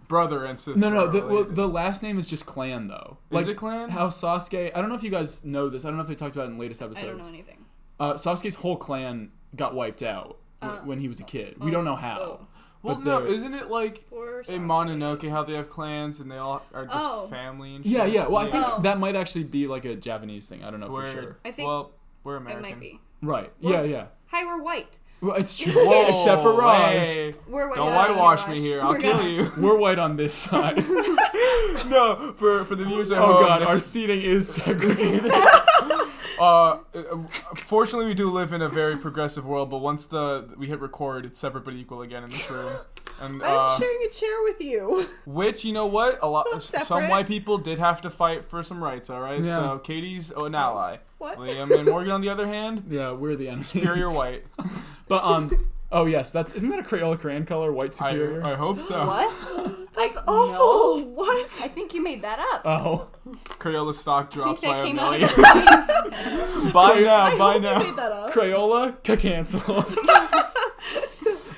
Speaker 5: brother and sister.
Speaker 1: No, no, the,
Speaker 5: are
Speaker 1: well,
Speaker 5: related.
Speaker 1: the last name is just clan though.
Speaker 5: Is it clan?
Speaker 1: How Sasuke? I don't know if you guys know this. I don't know if they talked about it in the latest
Speaker 6: I
Speaker 1: episodes.
Speaker 6: don't know anything.
Speaker 1: Uh, Sasuke's whole clan got wiped out w- when he was a kid. we don't know how.
Speaker 6: Uh, oh.
Speaker 5: Well,
Speaker 1: but
Speaker 5: no,
Speaker 1: they're-
Speaker 5: isn't it like
Speaker 6: Or
Speaker 5: in
Speaker 6: Sasuke.
Speaker 5: Mononoke how they have clans and they all are just
Speaker 6: Oh.
Speaker 5: family and shit?
Speaker 1: Yeah, yeah. Well, I think
Speaker 6: Oh.
Speaker 1: that might actually be like a Japanese thing. I don't know
Speaker 5: we're,
Speaker 1: for sure.
Speaker 6: I think
Speaker 5: well, we're
Speaker 6: It
Speaker 5: American.
Speaker 6: might be.
Speaker 1: Right. yeah, yeah.
Speaker 6: Hi, we're white.
Speaker 1: Well, it's true. Except for Raj.
Speaker 5: Hey,
Speaker 6: We're white.
Speaker 5: don't
Speaker 6: We're gonna
Speaker 5: whitewash
Speaker 6: whitewash.
Speaker 5: me here. I'll
Speaker 6: We're
Speaker 5: kill
Speaker 6: gonna-
Speaker 5: you.
Speaker 1: We're white on this side. oh,
Speaker 5: no, for for the viewers at home.
Speaker 1: God.
Speaker 5: Oh, this
Speaker 1: Our
Speaker 5: is-
Speaker 1: seating is segregated.
Speaker 5: uh, uh, fortunately, we do live in a very progressive world, but once the we hit record, it's separate but equal again in this room. And
Speaker 4: I'm
Speaker 5: uh,
Speaker 4: sharing a chair with you.
Speaker 5: which you know what, a lot
Speaker 4: It's not
Speaker 5: s- some
Speaker 4: separate.
Speaker 5: white people did have to fight for some rights. All right,
Speaker 1: Yeah.
Speaker 5: so Katie's an ally.
Speaker 4: What?
Speaker 5: Liam and Morgan, on the other hand,
Speaker 1: yeah, we're the enemy.
Speaker 5: superior white.
Speaker 1: But um. Oh yes, that's isn't that a Crayola Crayon color? White
Speaker 5: I,
Speaker 1: superior.
Speaker 5: I hope so.
Speaker 6: What?
Speaker 4: That's awful. What?
Speaker 6: I think you made that up.
Speaker 1: Oh.
Speaker 5: Crayola stock
Speaker 6: I
Speaker 5: drops
Speaker 6: think that
Speaker 5: by a
Speaker 6: came out of
Speaker 5: million.
Speaker 6: the movie.
Speaker 5: Buy
Speaker 4: I
Speaker 5: now, buy
Speaker 4: hope you made
Speaker 5: Uh, now.
Speaker 4: that up.
Speaker 1: Crayola Um, ca- canceled.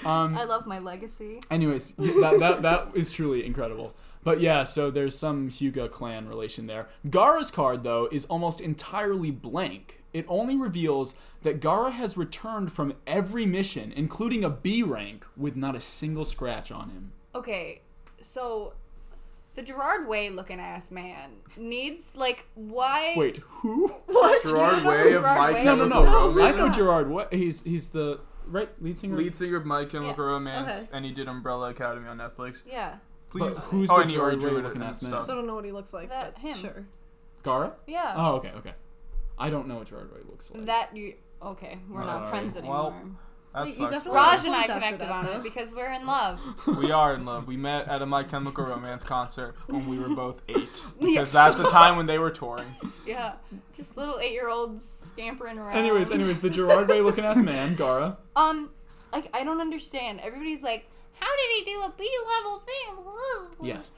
Speaker 6: I love my legacy.
Speaker 1: Anyways, y- that, that that is truly incredible. But yeah, so there's some Hyuga clan relation there. Gara's card though is almost entirely blank. It only reveals that Gara has returned from every mission, including a B rank, with not a single scratch on him.
Speaker 6: Okay, so the Gerard Way looking ass man needs like why?
Speaker 1: Wait, who?
Speaker 6: No,
Speaker 5: Gerard
Speaker 6: no,
Speaker 5: Way
Speaker 6: Gerard
Speaker 5: of My
Speaker 6: Way.
Speaker 1: No, no,
Speaker 5: Chemical
Speaker 1: no. I
Speaker 5: Romance.
Speaker 1: know Gerard. What? He's he's the right lead singer.
Speaker 5: Lead singer of My Chemical
Speaker 6: Yeah.
Speaker 5: Romance,
Speaker 4: Okay.
Speaker 5: and he did Umbrella Academy on Netflix.
Speaker 6: Yeah,
Speaker 1: But
Speaker 5: Please,
Speaker 1: who's
Speaker 5: oh,
Speaker 1: the
Speaker 5: and he already
Speaker 1: Gerard Way
Speaker 5: drew it
Speaker 1: looking
Speaker 5: and
Speaker 1: ass man?
Speaker 5: stuff.
Speaker 4: So I don't know what he looks like.
Speaker 6: That
Speaker 4: but
Speaker 6: him.
Speaker 4: Sure.
Speaker 1: Gara.
Speaker 6: yeah.
Speaker 1: Oh, okay, okay. I don't know what Gerard Way looks like.
Speaker 6: That you okay? We're not
Speaker 1: Uh, Sorry.
Speaker 6: friends
Speaker 5: Well,
Speaker 6: anymore.
Speaker 5: That
Speaker 4: You
Speaker 5: sucks.
Speaker 4: definitely-
Speaker 5: Raj-
Speaker 6: Raj and I
Speaker 4: After
Speaker 6: connected
Speaker 4: that,
Speaker 6: on
Speaker 4: though.
Speaker 6: it because we're in love.
Speaker 5: we are in love. We met at a My Chemical Romance concert when we were both eight.
Speaker 6: Yes.
Speaker 5: Because that's the time when they were touring.
Speaker 6: Yeah, just little eight-year-olds scampering around.
Speaker 1: Anyways, anyways, the Gerard Way looking ass man, Gara.
Speaker 6: Um, like I don't understand. Everybody's like,
Speaker 3: how did he do a B level thing? Woo.
Speaker 1: Yes.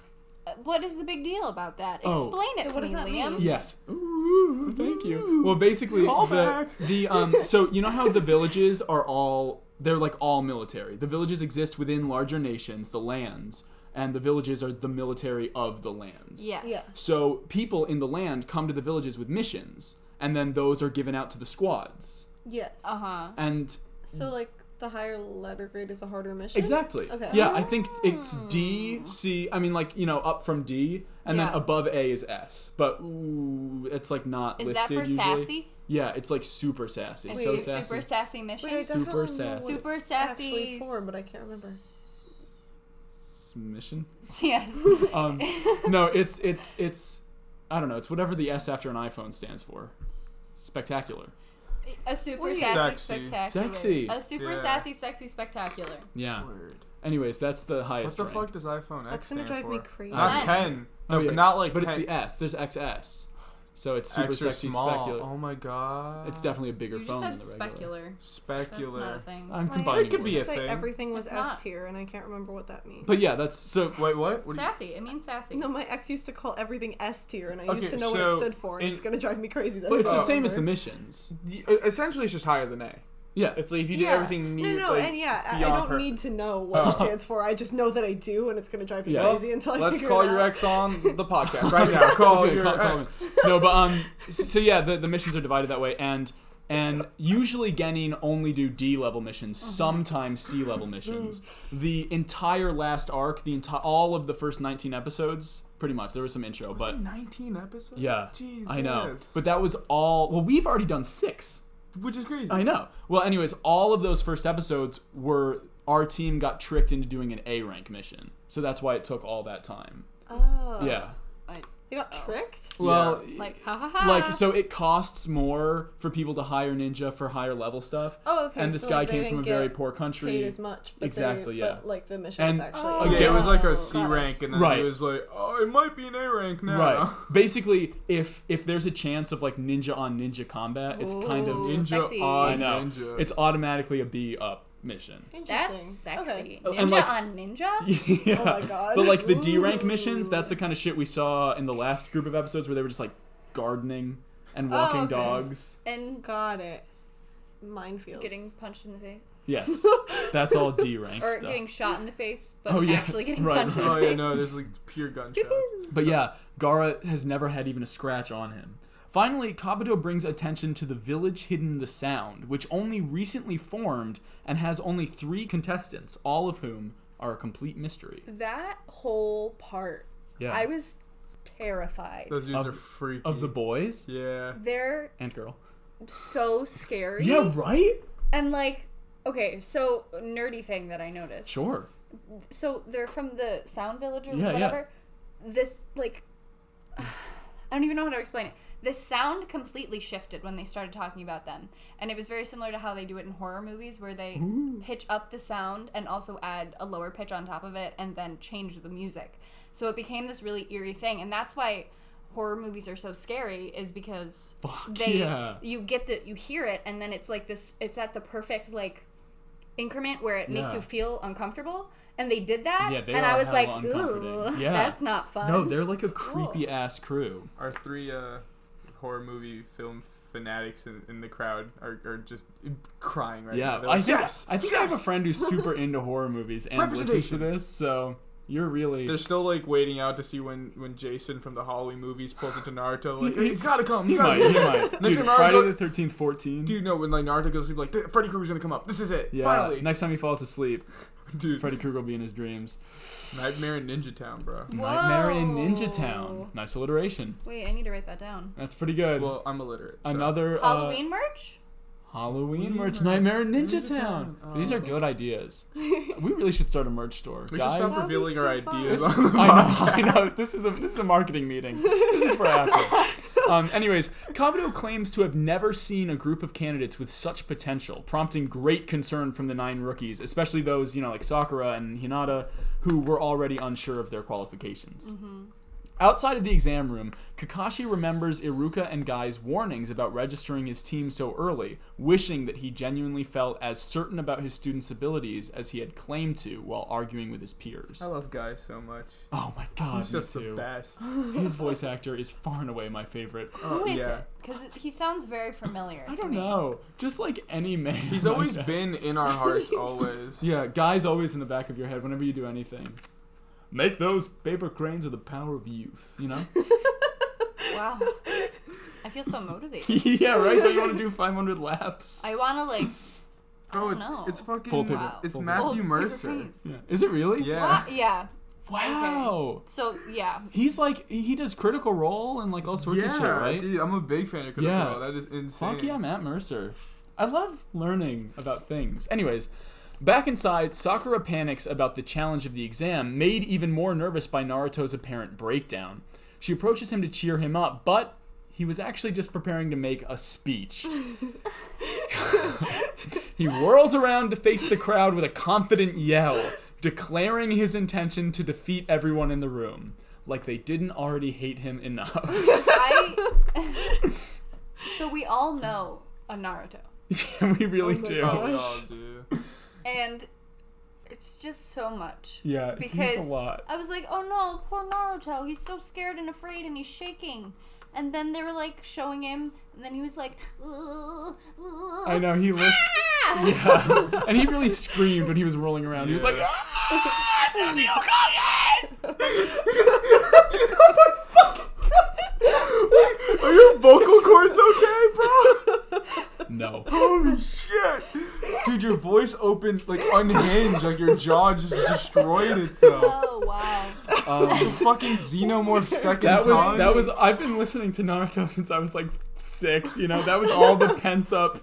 Speaker 6: What is the big deal about that?
Speaker 1: Oh.
Speaker 6: Explain it to
Speaker 4: what
Speaker 6: me,
Speaker 4: does that
Speaker 6: Liam.
Speaker 1: Yes. Ooh, thank you. Well, basically, the,
Speaker 5: Callback.
Speaker 1: the um, so you know how the villages are all they're like all military. The villages exist within larger nations, the lands, and the villages are the military of the lands.
Speaker 6: Yes.
Speaker 4: Yeah.
Speaker 1: So people in the land come to the villages with missions, and then those are given out to the squads.
Speaker 4: Yes.
Speaker 6: Uh huh.
Speaker 1: And
Speaker 4: So like the higher letter grade is a harder mission.
Speaker 1: exactly,
Speaker 4: Okay.
Speaker 1: yeah, I think it's D, C. I mean, like you know, up from D, and then
Speaker 6: Oh. Yeah.
Speaker 1: above A is S. But ooh, it's like not
Speaker 6: Is that
Speaker 1: listed
Speaker 6: for
Speaker 1: usually.
Speaker 6: sassy?
Speaker 1: Yeah, it's like super sassy.
Speaker 6: Is
Speaker 1: so
Speaker 6: it
Speaker 1: sassy.
Speaker 6: super sassy mission?
Speaker 4: Wait, I
Speaker 1: Super
Speaker 4: definitely know what
Speaker 1: sassy.
Speaker 4: it's
Speaker 6: Super
Speaker 4: Actually
Speaker 6: sassy-
Speaker 4: for, but I can't remember.
Speaker 1: mission.
Speaker 6: yes.
Speaker 1: Um, no, it's it's it's I don't know. It's whatever the S after an iPhone stands for. Spectacular.
Speaker 6: A super
Speaker 4: Wait.
Speaker 6: sassy
Speaker 5: Sexy.
Speaker 6: spectacular.
Speaker 1: Sexy.
Speaker 6: A super
Speaker 5: Yeah.
Speaker 6: sassy sexy spectacular.
Speaker 1: Yeah.
Speaker 5: Word.
Speaker 1: Anyways, that's the
Speaker 5: What
Speaker 1: highest.
Speaker 5: the
Speaker 1: rank.
Speaker 5: fuck does iPhone X
Speaker 4: That's gonna
Speaker 5: stand
Speaker 4: drive
Speaker 5: for?
Speaker 4: me crazy.
Speaker 5: Not
Speaker 6: Ten.
Speaker 5: ten. No,
Speaker 1: Oh, yeah,
Speaker 5: but not like
Speaker 1: But it's
Speaker 5: 10.
Speaker 1: the S. There's XS. So it's super
Speaker 5: extra
Speaker 1: sexy
Speaker 5: small.
Speaker 1: specular.
Speaker 5: Oh my god.
Speaker 1: It's definitely a bigger
Speaker 6: You just
Speaker 1: phone
Speaker 6: said
Speaker 1: than the regular.
Speaker 6: specular. That's
Speaker 5: specular.
Speaker 6: not a thing.
Speaker 1: I'm
Speaker 4: My
Speaker 1: combining.
Speaker 5: It could
Speaker 1: words.
Speaker 5: be
Speaker 4: used
Speaker 5: a
Speaker 4: to say
Speaker 5: thing.
Speaker 4: everything was
Speaker 6: It's not.
Speaker 4: S tier, and I can't remember what that means.
Speaker 1: But yeah, that's so.
Speaker 5: Wait, what? what do you-
Speaker 6: sassy. It means sassy.
Speaker 4: no, my ex used to call everything S tier, and I
Speaker 5: Okay,
Speaker 4: used to know what
Speaker 5: so
Speaker 4: it stood for. And
Speaker 5: in-
Speaker 4: it's gonna drive me crazy. That
Speaker 1: But
Speaker 4: I
Speaker 1: it's the
Speaker 5: Oh,
Speaker 4: don't
Speaker 1: same as the
Speaker 4: remember.
Speaker 1: missions.
Speaker 5: Y- e, Essentially, it's just higher than A.
Speaker 1: Yeah.
Speaker 5: It's like if you did everything
Speaker 4: No,
Speaker 5: near.
Speaker 4: no,
Speaker 5: like,
Speaker 4: and yeah, I, I
Speaker 5: beyond
Speaker 4: don't
Speaker 5: her.
Speaker 4: need to know what it stands for. I just know that I do, and it's gonna drive me
Speaker 1: Oh. Yeah.
Speaker 4: crazy until I
Speaker 5: Let's
Speaker 4: figure
Speaker 5: call
Speaker 4: it out.
Speaker 5: your ex on the podcast right now. Call
Speaker 1: Let's do it.
Speaker 5: your
Speaker 1: Call- call
Speaker 5: ex.
Speaker 1: it. No, but um, so yeah, the, the missions are divided that way, and and usually Genin only do D level missions,
Speaker 6: Uh-huh.
Speaker 1: sometimes C level missions. the entire last arc, the entire all of the first nineteen episodes, pretty much. There was some intro,
Speaker 5: Was
Speaker 1: but
Speaker 5: it 19 episodes?
Speaker 1: yeah,
Speaker 5: Jesus.
Speaker 1: I know. But that was all. Well, we've already done six.
Speaker 5: Which is crazy.
Speaker 1: I know. Well, anyways, all of those first episodes were our team got tricked into doing an A rank mission, so that's why it took all that time.
Speaker 4: Oh,
Speaker 1: Yeah.
Speaker 6: I-
Speaker 4: they got tricked.
Speaker 1: Well,
Speaker 6: like ha ha ha.
Speaker 4: ah.
Speaker 1: like so it costs more for people to hire ninja for higher level stuff
Speaker 4: Oh, okay.
Speaker 1: and this
Speaker 4: so,
Speaker 1: guy
Speaker 4: like, they
Speaker 1: came from a
Speaker 4: didn't
Speaker 1: very
Speaker 4: get
Speaker 1: poor country
Speaker 4: Paid as much, but they-
Speaker 1: Exactly, yeah.
Speaker 4: But, like the mission
Speaker 1: And-
Speaker 4: was actually.
Speaker 6: Oh.
Speaker 5: Yeah, it was like
Speaker 6: Got
Speaker 5: a
Speaker 6: it.
Speaker 5: C rank, and then
Speaker 1: Right.
Speaker 5: he was like, "Oh, it might be an A rank now."
Speaker 1: right basically if if there's a chance of like ninja on ninja combat it's kind
Speaker 6: Ooh,
Speaker 1: of
Speaker 5: Ninja
Speaker 6: sexy.
Speaker 5: on
Speaker 1: i know
Speaker 5: ninja.
Speaker 1: it's automatically a b up mission
Speaker 4: Interesting.
Speaker 6: That's sexy.
Speaker 4: Okay.
Speaker 1: Oh,
Speaker 6: Ninja
Speaker 1: and, like-
Speaker 6: on ninja.
Speaker 1: yeah.
Speaker 4: my God.
Speaker 1: But like the D rank missions, that's the kind of shit we saw in the last group of episodes where they were just like gardening and walking
Speaker 4: okay.
Speaker 1: dogs.
Speaker 6: and
Speaker 4: Got it. Minefields.
Speaker 6: getting punched in the face
Speaker 1: Yes. That's all D rank
Speaker 6: or
Speaker 1: stuff.
Speaker 6: getting shot in the face, but
Speaker 1: Oh, yes.
Speaker 6: actually getting
Speaker 1: Right,
Speaker 6: punched in
Speaker 5: Oh
Speaker 6: the
Speaker 5: yeah,
Speaker 6: face.
Speaker 5: no, this is like pure gunshots.
Speaker 1: But yeah, Gara has never had even a scratch on him. Finally, Kabuto brings attention to the village hidden in the sound, which only recently formed and has only three contestants, all of whom are a complete mystery.
Speaker 6: That whole part,
Speaker 1: Yeah.
Speaker 6: I was terrified.
Speaker 5: Those dudes
Speaker 1: Of-
Speaker 5: are freaky.
Speaker 1: of the boys
Speaker 5: yeah.
Speaker 6: They're
Speaker 1: and girl.
Speaker 6: so scary.
Speaker 1: Yeah, right?
Speaker 6: And like, okay, so nerdy thing that I noticed.
Speaker 1: Sure.
Speaker 6: So they're from the Sound Village or
Speaker 1: Yeah, yeah.
Speaker 6: whatever. This like, I don't even know how to explain it. The sound completely shifted when they started talking about them, and it was very similar to how they do it in horror movies, where they pitch up the sound and also add a lower pitch on top of it, and then change the music. So it became this really eerie thing, and that's why horror movies are so scary is because
Speaker 1: Fuck
Speaker 6: they
Speaker 1: yeah.
Speaker 6: you get the you hear it and then it's like this it's at the perfect like increment where it makes
Speaker 1: Yeah.
Speaker 6: you feel uncomfortable and they did that
Speaker 1: Yeah, they
Speaker 6: and
Speaker 1: are
Speaker 6: i was
Speaker 1: hella
Speaker 6: like
Speaker 1: uncomforting.
Speaker 6: ooh
Speaker 1: Yeah.
Speaker 6: that's not fun
Speaker 1: No, they're like a creepy ass crew.
Speaker 5: Our three uh, horror movie film fanatics in, in the crowd are, are just crying right now.
Speaker 1: Yeah.
Speaker 5: They're
Speaker 1: I
Speaker 5: like,
Speaker 1: think,
Speaker 5: yes!
Speaker 1: I, think I have a friend who's super into horror movies and listens to
Speaker 5: Representation.
Speaker 1: this, so you're really
Speaker 5: They're still like waiting out to see when when Jason from the Halloween movies pulls into Naruto. Like,
Speaker 1: He- he-
Speaker 5: it's gotta come.
Speaker 1: he
Speaker 5: You gotta
Speaker 1: might, he might.
Speaker 5: Next
Speaker 1: Dude,
Speaker 5: time Naruto-
Speaker 1: Friday the thirteenth, fourteen.
Speaker 5: Dude, no, when like Naruto goes to sleep, like "Th- Freddy Krueger's gonna come up. This is it.
Speaker 1: Yeah.
Speaker 5: Finally,
Speaker 1: Next time he falls asleep,
Speaker 5: dude.
Speaker 1: Freddy Krueger will be in his dreams.
Speaker 5: Nightmare in Ninja Town, bro.
Speaker 1: Nightmare in
Speaker 6: Whoa.
Speaker 1: Ninja Town. Nice alliteration.
Speaker 6: wait i need to write that down
Speaker 1: That's pretty good.
Speaker 5: Well, I'm illiterate. so-
Speaker 1: Another
Speaker 6: halloween merch
Speaker 1: uh, Halloween merch.
Speaker 5: merch.
Speaker 1: Nightmare in Ninja,
Speaker 5: Ninja
Speaker 1: Town.
Speaker 5: Town.
Speaker 1: These
Speaker 5: Oh,
Speaker 1: are
Speaker 5: okay.
Speaker 1: good ideas. we really should start a merch store,
Speaker 5: We should
Speaker 1: guys.
Speaker 5: stop
Speaker 4: That'd be
Speaker 5: revealing
Speaker 4: so
Speaker 5: our
Speaker 4: fun.
Speaker 5: ideas on the
Speaker 1: I know,
Speaker 5: podcast.
Speaker 1: I know. This is a this is a marketing meeting. This is for after. Um, anyways, Kabuto claims to have never seen a group of candidates with such potential, prompting great concern from the nine rookies, especially those you know like Sakura and Hinata, who were already unsure of their qualifications. Outside of the exam room, Kakashi remembers Iruka and Guy's warnings about registering his team so early, wishing that he genuinely felt as certain about his students' abilities as he had claimed to while arguing with his peers.
Speaker 5: I love Guy so much.
Speaker 1: Oh my god,
Speaker 5: He's
Speaker 1: me
Speaker 5: just the
Speaker 1: too.
Speaker 5: best.
Speaker 1: His voice actor is far and away my favorite.
Speaker 5: Oh,
Speaker 6: Who is
Speaker 5: yeah.
Speaker 6: Because he sounds very familiar.
Speaker 1: I don't know. Just like any man.
Speaker 5: He's always
Speaker 1: I
Speaker 5: been
Speaker 1: guess.
Speaker 5: in our hearts, always.
Speaker 1: Yeah, guy's always in the back of your head whenever you do anything. Make those paper cranes with the power of youth, you know?
Speaker 6: Wow. I feel so motivated.
Speaker 1: yeah, right? Don't you want to do 500 laps?
Speaker 6: I want to like. I
Speaker 5: Oh,
Speaker 6: don't
Speaker 5: it,
Speaker 6: know.
Speaker 5: it's fucking.
Speaker 1: Full paper.
Speaker 6: Wow.
Speaker 5: It's
Speaker 1: Full
Speaker 6: Oh,
Speaker 5: Matthew
Speaker 6: paper
Speaker 5: Mercer.
Speaker 6: planes.
Speaker 1: Yeah. Is it really?
Speaker 5: Yeah.
Speaker 6: Wow, yeah.
Speaker 1: Wow.
Speaker 6: So yeah,
Speaker 1: He's like, he he does Critical Role and like all sorts of shit, right?
Speaker 5: dude, I'm a big fan of Critical
Speaker 1: Yeah.
Speaker 5: Role. That is insane.
Speaker 1: Fuck yeah, Matt Mercer. I love learning about things. Anyways, back inside, Sakura panics about the challenge of the exam, made even more nervous by Naruto's apparent breakdown. She approaches him to cheer him up, but he was actually just preparing to make a speech. he whirls around to face the crowd with a confident yell, declaring his intention to defeat everyone in the room, like they didn't already hate him enough.
Speaker 6: I. so we all know a Naruto,
Speaker 1: we really do.
Speaker 5: Oh, we all do.
Speaker 6: and it's just so much.
Speaker 1: Yeah, he's
Speaker 6: Because-
Speaker 1: a lot.
Speaker 6: I was like, oh no, poor Naruto. He's so scared and afraid, and he's shaking. And then they were like showing him, and then he was like,
Speaker 1: I know he looked.
Speaker 6: ah!"
Speaker 1: Yeah, and he really screamed when he was rolling around. He was like,
Speaker 5: Yeah.
Speaker 1: "Ah, not the Hokage!"
Speaker 5: Are your vocal cords okay, bro?
Speaker 1: No,
Speaker 5: Holy shit. Dude, your voice opened like unhinged, like your jaw just destroyed itself.
Speaker 6: oh wow.
Speaker 1: um,
Speaker 5: Fucking xenomorph second
Speaker 1: that was
Speaker 5: time.
Speaker 1: that was. I've been listening to Naruto since I was like six. You know, that was all the pent up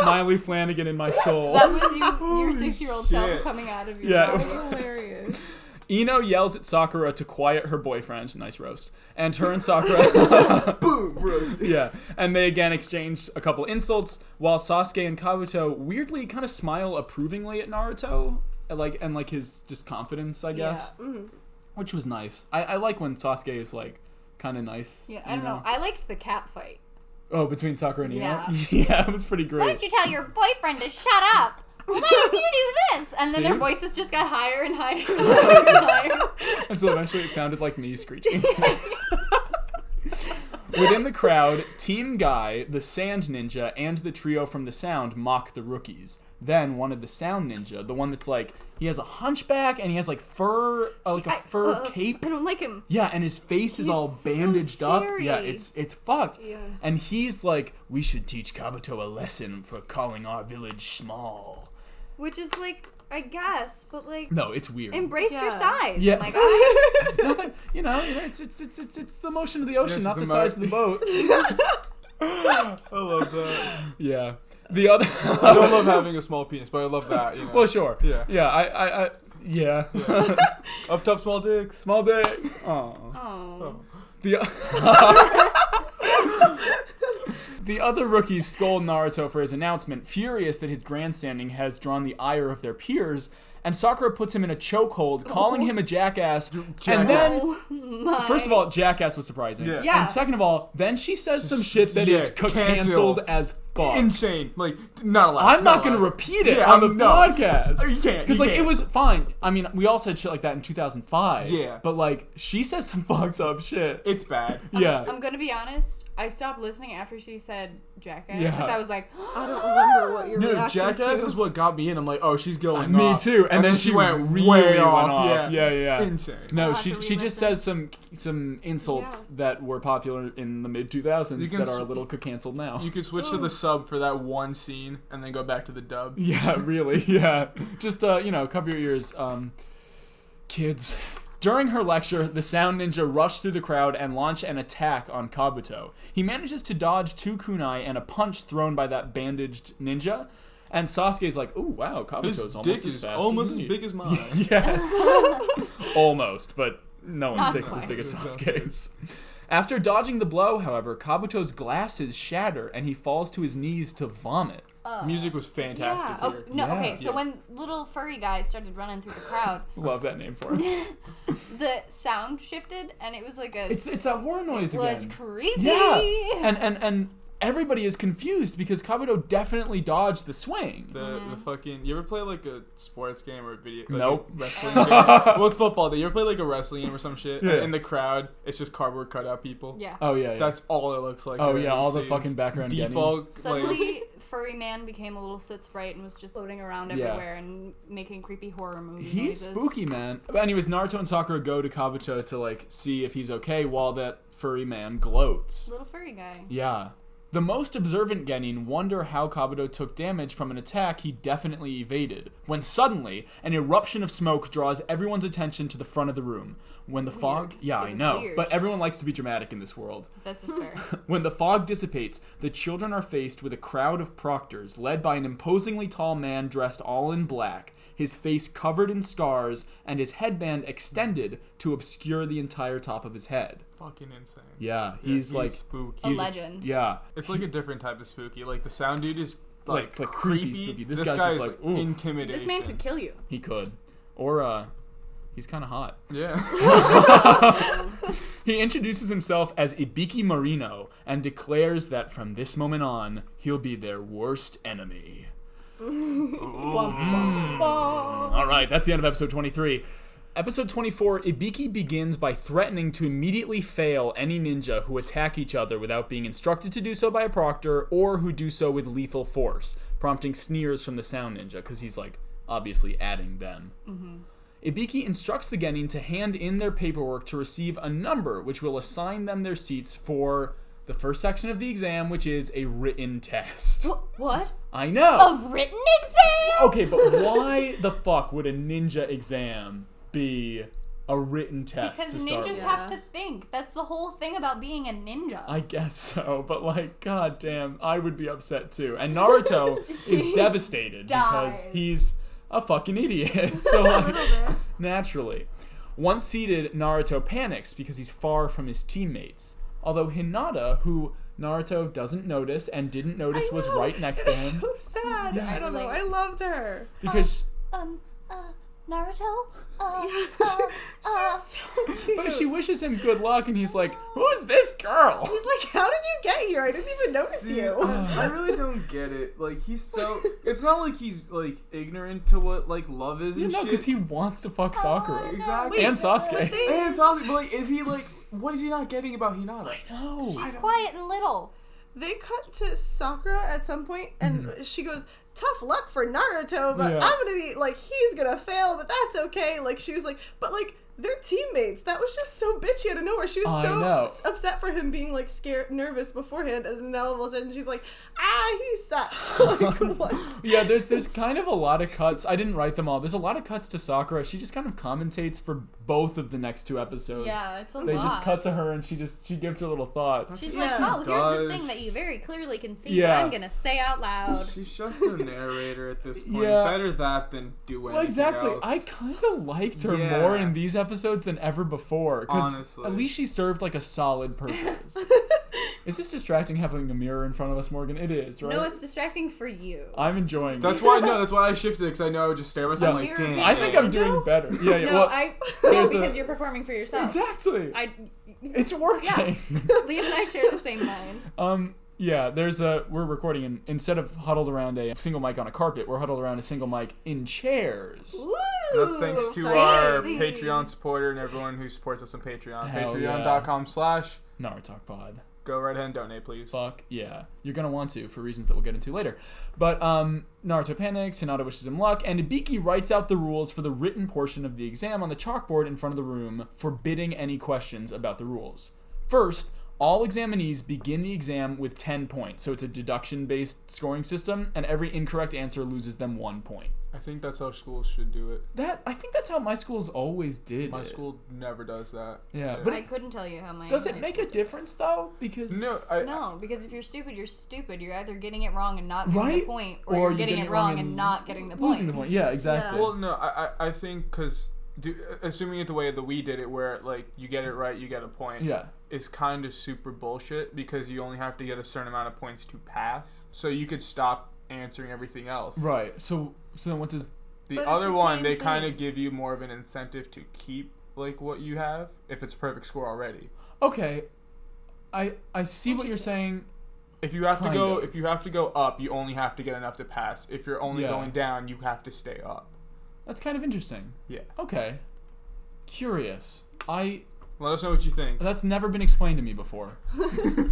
Speaker 1: Miley Flanagan in my soul.
Speaker 6: That was you, your six year old self
Speaker 5: shit.
Speaker 6: coming out of your
Speaker 1: Yeah.
Speaker 6: mouth.
Speaker 4: hilarious.
Speaker 1: Ino yells at Sakura to quiet her boyfriend. Nice roast. And her and Sakura.
Speaker 5: boom roasted.
Speaker 1: yeah. And they again exchange a couple insults while Sasuke and Kabuto weirdly kind of smile approvingly at Naruto, and, like and like his just confidence, I guess,
Speaker 4: Mm.
Speaker 1: which was nice. I, I like when Sasuke is like kind of nice.
Speaker 6: Yeah,
Speaker 1: you
Speaker 6: I don't know. I liked the cat fight.
Speaker 1: Oh, between Sakura and Ino. Yeah,
Speaker 6: Yeah.
Speaker 1: it was pretty
Speaker 3: Why
Speaker 1: great.
Speaker 3: don't you tell your boyfriend to shut up? Why do you do this?
Speaker 6: And then
Speaker 1: See?
Speaker 6: their voices just got higher and higher and higher. and higher.
Speaker 1: And so eventually it sounded like me screeching. Within the crowd, Team Guy, the Sand Ninja, and the trio from the Sound mock the rookies. Then one of the Sound Ninja, the one that's like he has a hunchback and he has like fur, uh, like a
Speaker 6: I-
Speaker 1: fur
Speaker 6: uh,
Speaker 1: cape.
Speaker 6: I don't like him.
Speaker 1: Yeah, and his face is
Speaker 6: He's
Speaker 1: all
Speaker 6: so
Speaker 1: bandaged up. Yeah,
Speaker 6: scary.
Speaker 1: it's it's fucked.
Speaker 4: Yeah.
Speaker 1: And he's like, we should teach Kabuto a lesson for calling our village small.
Speaker 6: Which is like, I guess, but like,
Speaker 1: No, it's weird.
Speaker 6: embrace your
Speaker 4: Yeah.
Speaker 6: size.
Speaker 1: Mm. Yeah.
Speaker 6: My God.
Speaker 1: Nothing, you know, you know, it's it's it's it's it's the motion of the ocean,
Speaker 5: it's
Speaker 1: not the
Speaker 5: the
Speaker 1: size of
Speaker 5: mo-
Speaker 1: the boat.
Speaker 5: I love that.
Speaker 1: Yeah. The other.
Speaker 5: I don't love having a small penis, but I love that. You know?
Speaker 1: well, sure.
Speaker 5: Yeah.
Speaker 1: Yeah. I. I. I yeah.
Speaker 5: Up top, small dicks.
Speaker 1: Small dicks. Aw.
Speaker 6: Oh.
Speaker 1: The. the other rookies scold Naruto for his announcement, furious that his grandstanding has drawn the ire of their peers. And Sakura puts him in a chokehold, calling him a jackass. And then,
Speaker 6: Oh my.
Speaker 1: first of all, jackass was surprising.
Speaker 5: Yeah.
Speaker 6: Yeah.
Speaker 1: And second of all, then she says some shit that
Speaker 5: Yeah,
Speaker 1: is ca-
Speaker 5: canceled.
Speaker 1: canceled as fuck.
Speaker 5: Insane. Like, not allowed.
Speaker 1: I'm not gonna
Speaker 5: allowed.
Speaker 1: repeat it
Speaker 5: Yeah,
Speaker 1: on the
Speaker 5: I'm- no.
Speaker 1: podcast.
Speaker 5: You can't,
Speaker 1: Because
Speaker 5: you
Speaker 1: like it
Speaker 5: can't.
Speaker 1: was fine. I mean, we all said shit like that in 2005.
Speaker 5: Yeah.
Speaker 1: But like she says some fucked up shit.
Speaker 5: It's bad.
Speaker 1: yeah.
Speaker 6: I'm gonna be honest. I stopped listening after she said jackass
Speaker 1: Yeah.
Speaker 6: because I was like,
Speaker 4: I don't remember what you're
Speaker 5: No,
Speaker 4: reacting
Speaker 5: Jackass
Speaker 4: to.
Speaker 5: is what got me in. I'm like, oh, she's going.
Speaker 1: Me
Speaker 5: off.
Speaker 1: too. And then she really went off. Yeah, yeah.
Speaker 5: Insane.
Speaker 1: no,
Speaker 6: I'll have
Speaker 1: she
Speaker 6: to
Speaker 1: she just
Speaker 6: re-listen.
Speaker 1: says some some insults that were popular in the mid 2000s
Speaker 5: You can
Speaker 1: that are
Speaker 5: s-
Speaker 1: a little ca- canceled now.
Speaker 5: You could switch to the sub for that one scene and then go back to the dub.
Speaker 1: Yeah, really. Yeah. Just uh, you know, cover your ears, um, kids. During her lecture, the Sound Ninja rush through the crowd and launch an attack on Kabuto. He manages to dodge two kunai and a punch thrown by that bandaged ninja. And Sasuke's like, "Ooh, wow, Kabuto's
Speaker 5: His
Speaker 1: almost
Speaker 5: dick
Speaker 1: as
Speaker 5: is
Speaker 1: fast,
Speaker 5: almost
Speaker 1: as
Speaker 5: as
Speaker 1: me."
Speaker 5: big as mine.
Speaker 1: Yes. Almost, but no one's
Speaker 6: Not
Speaker 1: dick is as
Speaker 6: quite.
Speaker 1: big as Sasuke's. After dodging the blow, however, Kabuto's glasses shatter and he falls to his knees to vomit. Music was fantastic
Speaker 4: Yeah.
Speaker 1: here.
Speaker 6: Uh. Oh, No,
Speaker 1: Yeah.
Speaker 6: okay. So
Speaker 1: Yeah.
Speaker 6: when little furry guys started running through the crowd,
Speaker 1: Love that name for it.
Speaker 6: the sound shifted and it was like a
Speaker 1: It's, it's that horror noise again.
Speaker 6: was creepy.
Speaker 1: Yeah, and and and everybody is confused because Kabuto definitely dodged the swing.
Speaker 5: The, the fucking you ever play like a sports game or a video like a
Speaker 1: Nope.
Speaker 5: wrestling game? well it's football day you ever play like a wrestling game or some shit
Speaker 1: Yeah.
Speaker 5: and in the crowd it's just cardboard cutout people
Speaker 6: Yeah.
Speaker 1: Oh yeah, yeah.
Speaker 5: that's all it looks like
Speaker 1: oh
Speaker 5: in
Speaker 1: yeah, all the
Speaker 5: scenes.
Speaker 1: fucking background Denny.
Speaker 5: default like,
Speaker 6: Suddenly, furry man became a little sit sprite and was just floating around
Speaker 1: Yeah.
Speaker 6: everywhere and making creepy horror movie
Speaker 1: He's
Speaker 6: noises.
Speaker 1: spooky, man. But anyways, Naruto and Sakura go to Kabuto to like see if he's okay while that furry man gloats.
Speaker 6: Little furry guy.
Speaker 1: Yeah. The most observant Genin wonder how Kabuto took damage from an attack he definitely evaded, when suddenly an eruption of smoke draws everyone's attention to the front of the room. When the fog, yeah, I
Speaker 6: was
Speaker 1: know,
Speaker 6: weird.
Speaker 1: but everyone likes to be dramatic in this world.
Speaker 6: This is fair.
Speaker 1: When the fog dissipates, the children are faced with a crowd of proctors led by an imposingly tall man dressed all in black, his face covered in scars and his headband extended to obscure the entire top of his head.
Speaker 5: fucking insane
Speaker 1: Yeah, he's, like
Speaker 5: spooky
Speaker 1: he's s-
Speaker 6: legend.
Speaker 1: yeah.
Speaker 5: it's like a different type of spooky like the sound dude is
Speaker 1: Like-
Speaker 5: like,
Speaker 1: like creepy
Speaker 5: creepy
Speaker 1: spooky. This
Speaker 5: this,
Speaker 1: guy's
Speaker 5: guy
Speaker 1: just
Speaker 5: is
Speaker 1: like,
Speaker 5: like
Speaker 1: ooh.
Speaker 5: intimidation
Speaker 6: this man could kill you.
Speaker 1: He could. Or uh he's kinda hot.
Speaker 5: yeah
Speaker 1: He introduces himself as Ibiki Marino and declares that from this moment on, he'll be their worst enemy. All right, that's the end of episode 23. Episode 24 Ibiki begins by threatening to immediately fail any ninja who attack each other without being instructed to do so by a proctor or who do so with lethal force, prompting sneers from the sound ninja because he's like obviously adding them. Ibiki instructs the Genin to hand in their paperwork to receive a number which will assign them their seats for the first section of the exam, which is a written test.
Speaker 6: What?
Speaker 1: I know!
Speaker 3: A written exam?
Speaker 1: Okay, but why the fuck would a ninja exam be a written test
Speaker 6: Because
Speaker 1: to start
Speaker 6: ninjas
Speaker 1: with?
Speaker 6: have to think. That's the whole thing about being a ninja.
Speaker 1: I guess so, but like, god damn, I would be upset too. And Naruto is devastated because
Speaker 6: dies.
Speaker 1: he's a fucking idiot. so like, naturally. Once seated, Naruto panics because he's far from his teammates. Although Hinata, who Naruto doesn't notice and didn't notice was
Speaker 4: know.
Speaker 1: right next
Speaker 4: It
Speaker 1: to
Speaker 4: was
Speaker 1: him
Speaker 4: so sad.
Speaker 1: Yeah.
Speaker 4: I don't know. I loved her.
Speaker 1: because
Speaker 3: Um, uh, Naruto? Uh,
Speaker 4: She's so cute.
Speaker 1: but she wishes him good luck and he's like, "Who's this girl?"
Speaker 4: He's like, how did you get here? I didn't even notice
Speaker 5: Dude,
Speaker 4: you.
Speaker 1: Uh,
Speaker 5: I really don't get it. Like he's so. It's not like he's like ignorant to what like love is
Speaker 1: You
Speaker 5: and
Speaker 1: know,
Speaker 5: shit.
Speaker 1: because he wants to fuck Sakura
Speaker 5: exactly.
Speaker 1: and Sasuke.
Speaker 5: And it's not, but like, is he like? What is he not getting about Hinata?
Speaker 1: no.
Speaker 6: He's quiet and little.
Speaker 4: They cut to Sakura at some point, and
Speaker 1: Mm-hmm.
Speaker 4: she goes, "Tough luck for Naruto, but
Speaker 1: Yeah.
Speaker 4: I'm gonna be like, he's gonna fail, but that's okay." Like she was like, "But like." They're teammates. That was just so bitchy out of nowhere. She was
Speaker 1: I
Speaker 4: so
Speaker 1: know.
Speaker 4: s- upset for him being like scared, nervous beforehand, and then now all of a sudden she's like, "Ah, he sucks." like what?
Speaker 1: Yeah, there's there's kind of a lot of cuts. I didn't write them all. There's a lot of cuts to Sakura. She just kind of commentates for both of the next two episodes.
Speaker 6: Yeah, it's a
Speaker 1: They
Speaker 6: lot.
Speaker 1: just cut to her and she just she gives her little thoughts.
Speaker 3: she's
Speaker 4: Yeah.
Speaker 3: like, oh, here's
Speaker 5: Does-
Speaker 3: this thing that you very clearly can see
Speaker 1: Yeah.
Speaker 3: that I'm gonna say out loud.
Speaker 5: She's just a narrator at this point.
Speaker 1: Yeah.
Speaker 5: Better that than do anything
Speaker 1: Well, exactly.
Speaker 5: else.
Speaker 1: I kind of liked her
Speaker 5: Yeah.
Speaker 1: more in these episodes than ever before. 'cause
Speaker 5: Honestly.
Speaker 1: at least she served like a solid purpose. is this distracting having a mirror in front of us, Morgan? It is, right?
Speaker 6: No, it's distracting for you.
Speaker 1: I'm enjoying.
Speaker 5: That's
Speaker 1: it.
Speaker 5: why no. That's why I shifted because I know I would just stare at myself
Speaker 1: Yeah.
Speaker 5: like, damn.
Speaker 1: I think I'm doing
Speaker 4: No.
Speaker 1: better. Yeah, yeah.
Speaker 6: no,
Speaker 1: well,
Speaker 6: I no
Speaker 1: there's a-
Speaker 6: because you're performing for yourself.
Speaker 1: exactly.
Speaker 6: I
Speaker 1: it's working.
Speaker 6: Liam and I share the same mind.
Speaker 1: Um, yeah, there's a we're recording in, instead of huddled around a single mic on a carpet, we're huddled around a single mic in chairs.
Speaker 5: That's thanks to our Patreon supporter and everyone who supports us on Patreon.
Speaker 1: Hell yeah.
Speaker 5: Patreon.com/slash.
Speaker 1: Narutalk Pod.
Speaker 5: Go right ahead and donate, please.
Speaker 1: Fuck yeah, you're gonna want to for reasons that we'll get into later. But um, Naruto panics, Hinata wishes him luck, and Ibiki writes out the rules for the written portion of the exam on the chalkboard in front of the room, forbidding any questions about the rules. First, all examinees begin the exam with 10 points, so it's a deduction-based scoring system, and every incorrect answer loses them one point.
Speaker 5: I think that's how schools should do it.
Speaker 1: That I think that's how my school's always did.
Speaker 5: My
Speaker 1: it.
Speaker 5: school never does that.
Speaker 1: Yeah,
Speaker 6: I
Speaker 1: but
Speaker 6: couldn't tell you how my.
Speaker 1: does it
Speaker 6: my
Speaker 1: make
Speaker 6: school
Speaker 1: a
Speaker 6: did
Speaker 1: difference though? Because
Speaker 5: No, I,
Speaker 6: No, because if you're stupid, you're stupid. You're either getting it wrong and not getting the
Speaker 1: Right?
Speaker 6: point, or,
Speaker 1: Or
Speaker 6: you're
Speaker 1: you're
Speaker 6: getting,
Speaker 1: getting
Speaker 6: it
Speaker 1: it wrong
Speaker 6: wrong
Speaker 1: and
Speaker 6: and not getting the point.
Speaker 1: losing the point. Yeah, exactly.
Speaker 5: Well, no, I I, I think because assuming it the way that we did it, where like you get it right, you get a point.
Speaker 1: Yeah.
Speaker 5: Is kind of super bullshit because you only have to get a certain amount of points to pass. So you could stop answering everything else.
Speaker 1: Right. So so then what does
Speaker 5: The
Speaker 4: But it's
Speaker 5: other
Speaker 4: the
Speaker 5: one,
Speaker 4: same
Speaker 5: they kind
Speaker 4: thing.
Speaker 5: of give you more of an incentive to keep like what you have if it's a perfect score already.
Speaker 1: Okay. I I see what you're saying.
Speaker 5: If you have
Speaker 1: Kind
Speaker 5: to go,
Speaker 1: of.
Speaker 5: if you have to go up, you only have to get enough to pass. If you're only
Speaker 1: Yeah.
Speaker 5: going down, you have to stay up.
Speaker 1: That's kind of interesting.
Speaker 5: Yeah.
Speaker 1: Okay. Curious. I
Speaker 5: Let us know what you think.
Speaker 1: that's never been explained to me before.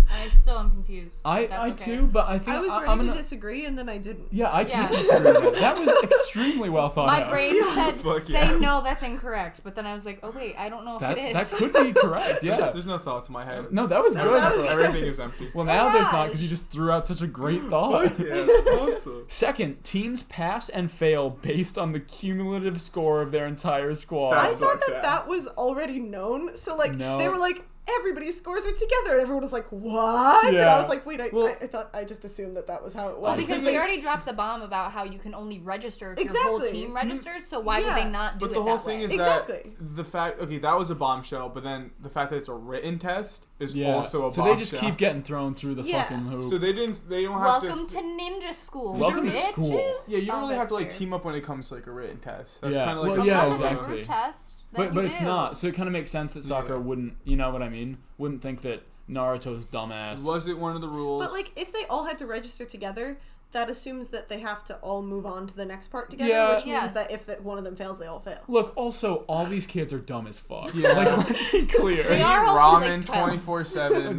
Speaker 6: I still am confused.
Speaker 1: I
Speaker 6: That's
Speaker 1: I
Speaker 6: okay.
Speaker 1: too, but I think
Speaker 4: I was
Speaker 1: I,
Speaker 4: ready
Speaker 1: am
Speaker 4: to
Speaker 1: gonna.
Speaker 4: disagree and then I didn't.
Speaker 1: yeah, I
Speaker 6: Yeah.
Speaker 1: can't disagree with that. That was extremely well thought
Speaker 6: My
Speaker 1: out.
Speaker 6: brain said,
Speaker 5: Fuck
Speaker 6: "Say
Speaker 5: yeah.
Speaker 6: no, that's incorrect." But then I was like, "Oh wait, I don't know if
Speaker 1: that
Speaker 6: it
Speaker 1: that
Speaker 6: is."
Speaker 1: could be correct.
Speaker 5: There's-
Speaker 1: Yeah.
Speaker 5: There's no thoughts in my head.
Speaker 1: No, that was good.
Speaker 4: that was-
Speaker 5: Everything is empty.
Speaker 1: well, now there's not
Speaker 6: Alright.
Speaker 1: because you just threw out such a great thought.
Speaker 5: yeah, awesome.
Speaker 1: Second, teams pass and fail based on the cumulative score of their entire squad.
Speaker 4: I
Speaker 5: That's
Speaker 4: thought
Speaker 5: so
Speaker 4: that
Speaker 5: sad.
Speaker 4: that was already known. So like
Speaker 1: No.
Speaker 4: they were like everybody's scores are together, and everyone was like, "What?" And I
Speaker 1: Yeah.
Speaker 4: was like, "Wait, I,
Speaker 1: Well-
Speaker 4: I, I thought I just assumed that that was how it was."
Speaker 6: well, because
Speaker 4: they-
Speaker 6: they already dropped the bomb about how you can only register if your whole
Speaker 4: Exactly.
Speaker 1: Mm,
Speaker 6: team registers. So why
Speaker 4: Yeah.
Speaker 6: would they not do
Speaker 5: But
Speaker 6: it
Speaker 5: the whole
Speaker 6: that
Speaker 5: thing
Speaker 6: way?
Speaker 5: is
Speaker 4: Exactly.
Speaker 5: that the fact okay that was a bombshell, but then the fact that it's a written test is
Speaker 1: yeah.
Speaker 5: also a
Speaker 1: so
Speaker 5: bombshell.
Speaker 1: they just keep getting thrown through the
Speaker 4: Yeah.
Speaker 1: fucking hoop.
Speaker 5: So they didn't. They don't have
Speaker 6: Welcome to,
Speaker 5: to.
Speaker 6: Ninja School.
Speaker 1: Welcome to
Speaker 6: bitches.
Speaker 1: school.
Speaker 5: Yeah, you don't
Speaker 6: Oh,
Speaker 5: really have
Speaker 6: that's
Speaker 5: to like
Speaker 6: weird.
Speaker 5: team up when it comes to like a written test. That's
Speaker 1: Yeah.
Speaker 5: kind of like
Speaker 1: Well,
Speaker 5: a
Speaker 1: yeah,
Speaker 6: Unless it's a
Speaker 1: exactly.
Speaker 6: group test. that
Speaker 1: But
Speaker 6: you
Speaker 1: but it's
Speaker 6: do.
Speaker 1: not. So it kind of makes sense that soccer
Speaker 5: Yeah.
Speaker 1: wouldn't. You know what I mean? Wouldn't think that Naruto's dumbass.
Speaker 5: Was it one of the rules?
Speaker 4: But like, if they all had to register together, that assumes that they have to all move on to the next part together,
Speaker 1: Yeah.
Speaker 4: which
Speaker 6: Yes.
Speaker 4: means that if that one of them fails, they all fail.
Speaker 1: Look, also all these kids are dumb as fuck.
Speaker 5: Yeah.
Speaker 1: Like let's be
Speaker 6: They
Speaker 1: clear.
Speaker 6: are also like
Speaker 5: ramen
Speaker 6: 12.
Speaker 5: twenty four seven.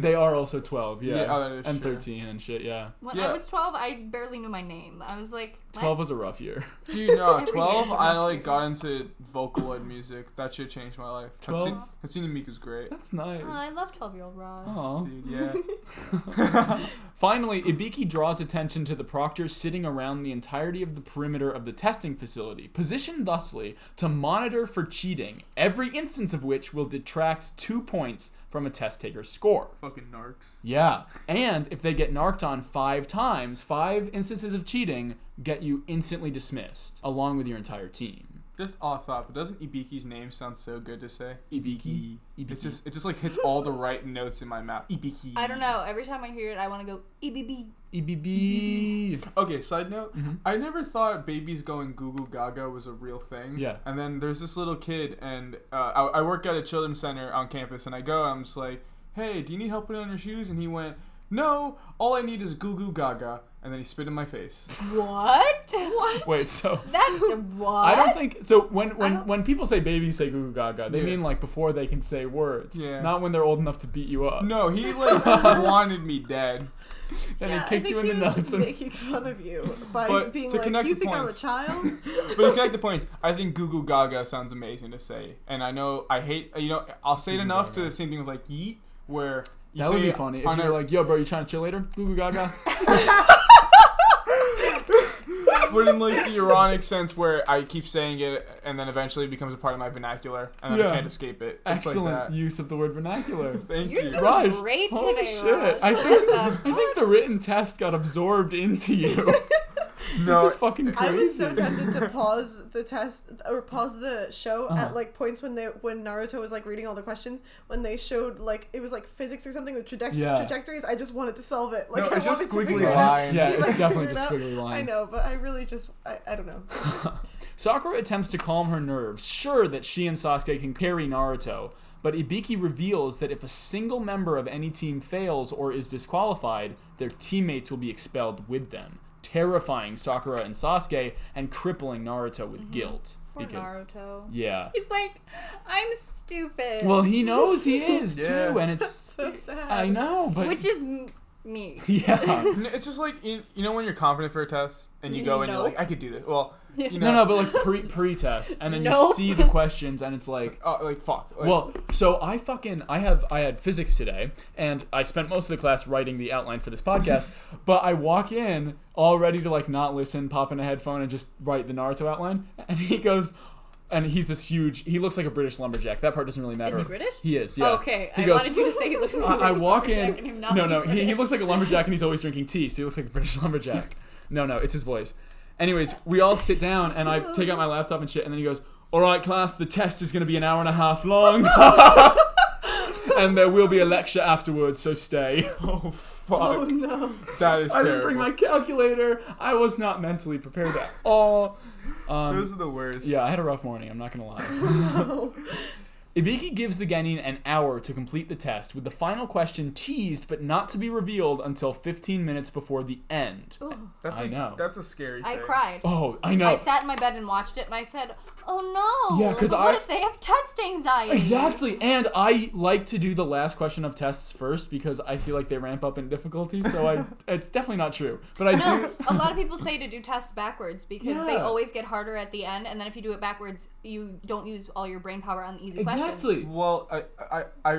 Speaker 1: They are also twelve. Yeah.
Speaker 5: Yeah, oh, that is
Speaker 1: and
Speaker 5: true.
Speaker 1: thirteen and shit. Yeah.
Speaker 6: When
Speaker 5: Yeah.
Speaker 6: I was 12, I barely knew my name. I was like, what?
Speaker 1: Twelve was a rough year.
Speaker 5: Dude, no,
Speaker 6: Every
Speaker 5: twelve.
Speaker 6: year's a
Speaker 5: I
Speaker 6: rough
Speaker 5: like
Speaker 6: year.
Speaker 5: got into Vocaloid music. That shit changed my life. I've seen,
Speaker 1: Twelve?
Speaker 5: I've seen Amika's great.
Speaker 1: That's nice. Oh.
Speaker 6: Oh, I love 12 year old Rod.
Speaker 1: Aw.
Speaker 5: Dude, yeah.
Speaker 1: Finally, Ibiki draws attention to the proctors sitting around the entirety of the perimeter of the testing facility, positioned thusly to monitor for cheating, every instance of which will detract two points from a test taker's score.
Speaker 5: Fucking narcs.
Speaker 1: Yeah. And if they get narked on five times, five instances of cheating get you instantly dismissed, along with your entire team.
Speaker 5: Just off top, but doesn't Ibiki's name sound so good to say?
Speaker 1: Ibiki. Ibiki.
Speaker 5: It just it just like hits all the right notes in my mouth. Ibiki.
Speaker 6: I don't know. Every time I hear it, I want to go EBB.
Speaker 1: EBB.
Speaker 5: Okay, side note.
Speaker 1: Mm-hmm.
Speaker 5: I never thought babies going goo goo gaga was a real thing.
Speaker 1: Yeah.
Speaker 5: And then there's this little kid, and uh, I, I work at a children's center on campus, and I go, and I'm just like, hey, do you need help putting on your shoes? And he went, no, all I need is goo goo gaga. And then he spit in my face.
Speaker 6: What? What?
Speaker 1: Wait, so.
Speaker 6: That's what?
Speaker 1: I don't think so. When when,
Speaker 4: don't-
Speaker 1: when people say babies say goo goo gaga, they
Speaker 5: Yeah.
Speaker 1: mean like before they can say words.
Speaker 5: Yeah.
Speaker 1: Not when they're old enough to beat you up.
Speaker 5: No, he like wanted me dead.
Speaker 1: Then
Speaker 4: Yeah,
Speaker 1: he kicked
Speaker 4: I think
Speaker 1: you in
Speaker 4: he
Speaker 1: the
Speaker 4: was
Speaker 1: nuts.
Speaker 4: just
Speaker 1: And,
Speaker 4: making fun of you by
Speaker 5: But
Speaker 4: being
Speaker 5: to
Speaker 4: like,
Speaker 5: connect
Speaker 4: "You
Speaker 5: the
Speaker 4: think
Speaker 5: points.
Speaker 4: I'm a child?"
Speaker 5: But to connect the points, I think goo goo gaga sounds amazing to say, and I know I hate you know I'll say it
Speaker 1: Goo goo
Speaker 5: enough to
Speaker 1: gaga.
Speaker 5: the same thing with like yeet, where you
Speaker 1: that would
Speaker 5: say
Speaker 1: be funny if
Speaker 5: on
Speaker 1: you
Speaker 5: a-
Speaker 1: were like, "Yo, bro, you trying to chill later? Goo goo gaga."
Speaker 5: but in like the ironic sense where I keep saying it and then eventually it becomes a part of my vernacular and then
Speaker 1: Yeah.
Speaker 5: I can't escape it. It's
Speaker 1: Excellent
Speaker 5: like that.
Speaker 1: use of the word vernacular.
Speaker 5: Thank
Speaker 6: You're
Speaker 5: you.
Speaker 6: doing-
Speaker 1: Raj,
Speaker 6: great
Speaker 1: holy
Speaker 6: today,
Speaker 1: shit!
Speaker 6: Raj.
Speaker 1: I think I think the written test got absorbed into you.
Speaker 5: No,
Speaker 1: this is fucking crazy.
Speaker 4: I was so tempted to pause the test or pause the show
Speaker 1: Uh-huh.
Speaker 4: at like points when they when Naruto was like reading all the questions when they showed like it was like physics or something with traje-
Speaker 1: Yeah.
Speaker 4: trajectories. I just wanted to solve it. Like
Speaker 5: No,
Speaker 4: I
Speaker 5: it's just
Speaker 4: wanted to figure
Speaker 5: squiggly
Speaker 4: it out.
Speaker 5: lines.
Speaker 1: yeah,
Speaker 4: See if I
Speaker 1: it's
Speaker 4: could
Speaker 1: definitely
Speaker 4: figure
Speaker 1: just
Speaker 4: it out.
Speaker 1: squiggly
Speaker 4: I
Speaker 1: lines.
Speaker 4: know, but I really just I, I don't know.
Speaker 1: Sakura attempts to calm her nerves, sure that she and Sasuke can carry Naruto, but Ibiki reveals that if a single member of any team fails or is disqualified, their teammates will be expelled with them, terrifying Sakura and Sasuke and crippling Naruto with guilt.
Speaker 6: Mm-hmm. Poor
Speaker 1: Because-
Speaker 6: Naruto.
Speaker 1: yeah.
Speaker 6: He's like, I'm stupid.
Speaker 1: Well, he knows he is
Speaker 5: Yeah.
Speaker 1: too, and it's
Speaker 4: so sad.
Speaker 1: I know, but
Speaker 6: Which is m- me.
Speaker 1: yeah.
Speaker 5: N- It's just like you, you know when you're confident for a test and you go and you're
Speaker 6: No.
Speaker 5: like I could do this. Well, you know,
Speaker 1: No, no, but like pre pre test, and then you
Speaker 6: Nope.
Speaker 1: see the questions, and it's like,
Speaker 5: uh, like fuck. Like,
Speaker 1: Well, so I fucking I have I had physics today, and I spent most of the class writing the outline for this podcast. but I walk in all ready to like not listen, pop in a headphone, and just write the Naruto outline. And he goes, and he's this huge. He looks like a British lumberjack. That part doesn't really matter.
Speaker 6: he British? Oh,
Speaker 1: He is. Yeah.
Speaker 6: Okay,
Speaker 1: He
Speaker 6: I
Speaker 1: goes,
Speaker 6: wanted you to say he looks like
Speaker 1: I, I
Speaker 6: British
Speaker 1: walk
Speaker 6: lumberjack and
Speaker 1: in.
Speaker 6: him not
Speaker 1: No,
Speaker 6: be
Speaker 1: no, he, he
Speaker 6: British.
Speaker 1: looks like a lumberjack and he's always drinking tea, so he looks like a British lumberjack. No, no, it's his voice. Anyways, we all sit down and I take out my laptop and shit, and then he goes, All right, class, the test is going to be an hour and a half long. and there will be a lecture afterwards, so stay.
Speaker 5: Oh fuck!
Speaker 4: Oh no.
Speaker 5: that is
Speaker 1: I
Speaker 5: terrible.
Speaker 1: didn't bring my calculator. I was not mentally prepared at all. Um,
Speaker 5: Those are the worst.
Speaker 1: Yeah, I had a rough morning, I'm not gonna lie. Ibiki gives the Genin an hour to complete the test, with the final question teased but not to be revealed until 15 minutes before the end.
Speaker 5: that's
Speaker 1: I
Speaker 5: a-
Speaker 1: know.
Speaker 5: That's a scary.
Speaker 6: I
Speaker 5: thing.
Speaker 6: cried.
Speaker 1: Oh, I know.
Speaker 6: I sat in my bed and watched it, and I said, "Oh no!
Speaker 1: Yeah, 'cause
Speaker 6: but what
Speaker 1: I-
Speaker 6: if they have test anxiety?"
Speaker 1: Exactly, and I like to do the last question of tests first because I feel like they ramp up in difficulty. So I, it's definitely not true, but I
Speaker 6: No,
Speaker 1: do.
Speaker 6: a lot of people say to do tests backwards because they
Speaker 1: Yeah.
Speaker 6: always get harder at the end, and then if you do it backwards, you don't use all your brain power on the easy questions.
Speaker 1: Exactly.
Speaker 5: Well, I, I, I,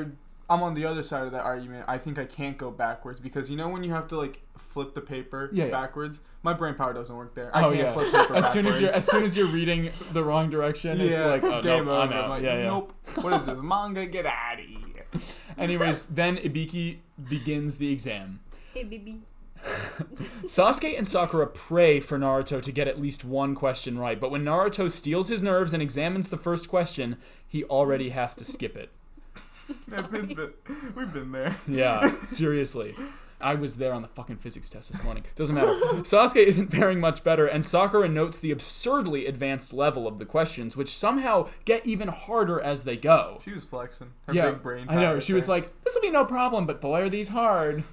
Speaker 5: I'm on the other side of that argument. I think I can't go backwards because you know when you have to like flip the paper
Speaker 1: Yeah, yeah.
Speaker 5: backwards, my brain power doesn't work there. I
Speaker 1: Oh
Speaker 5: can't
Speaker 1: yeah.
Speaker 5: flip paper backwards.
Speaker 1: As soon as you're as soon as you're reading the wrong direction,
Speaker 5: yeah,
Speaker 1: it's like oh,
Speaker 5: game
Speaker 1: nope,
Speaker 5: over.
Speaker 1: I'm out.
Speaker 5: like,
Speaker 1: yeah, yeah.
Speaker 5: Nope. What is this manga? Get out of here.
Speaker 1: Anyways, then Ibiki begins the exam.
Speaker 3: Hey, baby.
Speaker 1: Sasuke and Sakura pray for Naruto to get at least one question right, but when Naruto steals his nerves and examines the first question, he already has to skip it.
Speaker 5: Yeah, it's been, we've been there.
Speaker 1: Yeah, seriously. I was there on the fucking physics test this morning. Doesn't matter. Sasuke isn't faring much better, and Sakura notes the absurdly advanced level of the questions, which somehow get even harder as they go.
Speaker 5: She was flexing. Her
Speaker 1: yeah,
Speaker 5: big brain.
Speaker 1: I know.
Speaker 5: power
Speaker 1: She was
Speaker 5: there.
Speaker 1: like, "This will be no problem," but boy, are these hard.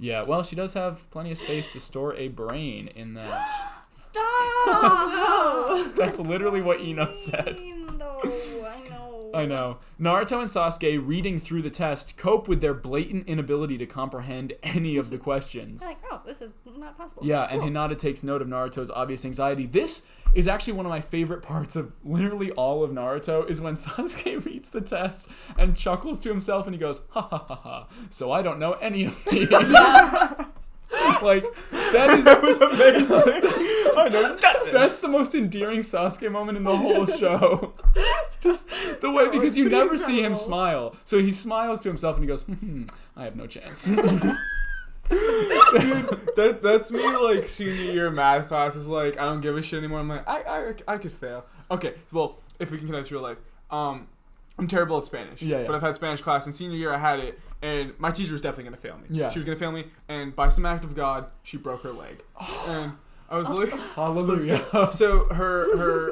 Speaker 1: yeah, well, she does have plenty of space to store a brain in that.
Speaker 6: Stop!
Speaker 1: Oh, That's literally what Ino said.
Speaker 6: Mean, though. I know.
Speaker 1: I know. Naruto and Sasuke, reading through the test, cope with their blatant inability to comprehend any of the questions.
Speaker 6: Like, oh, this is not possible.
Speaker 1: Yeah, and Hinata takes note of Naruto's obvious anxiety. This is actually one of my favorite parts of literally all of Naruto is when Sasuke reads the test and chuckles to himself and he goes, ha ha ha ha. So I don't know any of these. like, that is
Speaker 5: That was amazing.
Speaker 1: "Oh,
Speaker 5: I know nothing.
Speaker 1: that's the most endearing Sasuke moment in the whole show. Just the way because you never see him smile. So he smiles to himself and he goes, hmm, I have no chance.
Speaker 5: Dude, that, that's me like senior year math class is like I don't give a shit anymore. I'm like I I, I could fail. Okay, well if we can connect to real life, um, I'm terrible at Spanish.
Speaker 1: Yeah, yeah.
Speaker 5: But I've had Spanish class in senior year. I had it, and my teacher was definitely gonna fail me.
Speaker 1: Yeah.
Speaker 5: She was gonna fail me, and by some act of God, she broke her leg, and I
Speaker 1: Oh.
Speaker 5: was like,
Speaker 1: Hallelujah.
Speaker 5: so her her.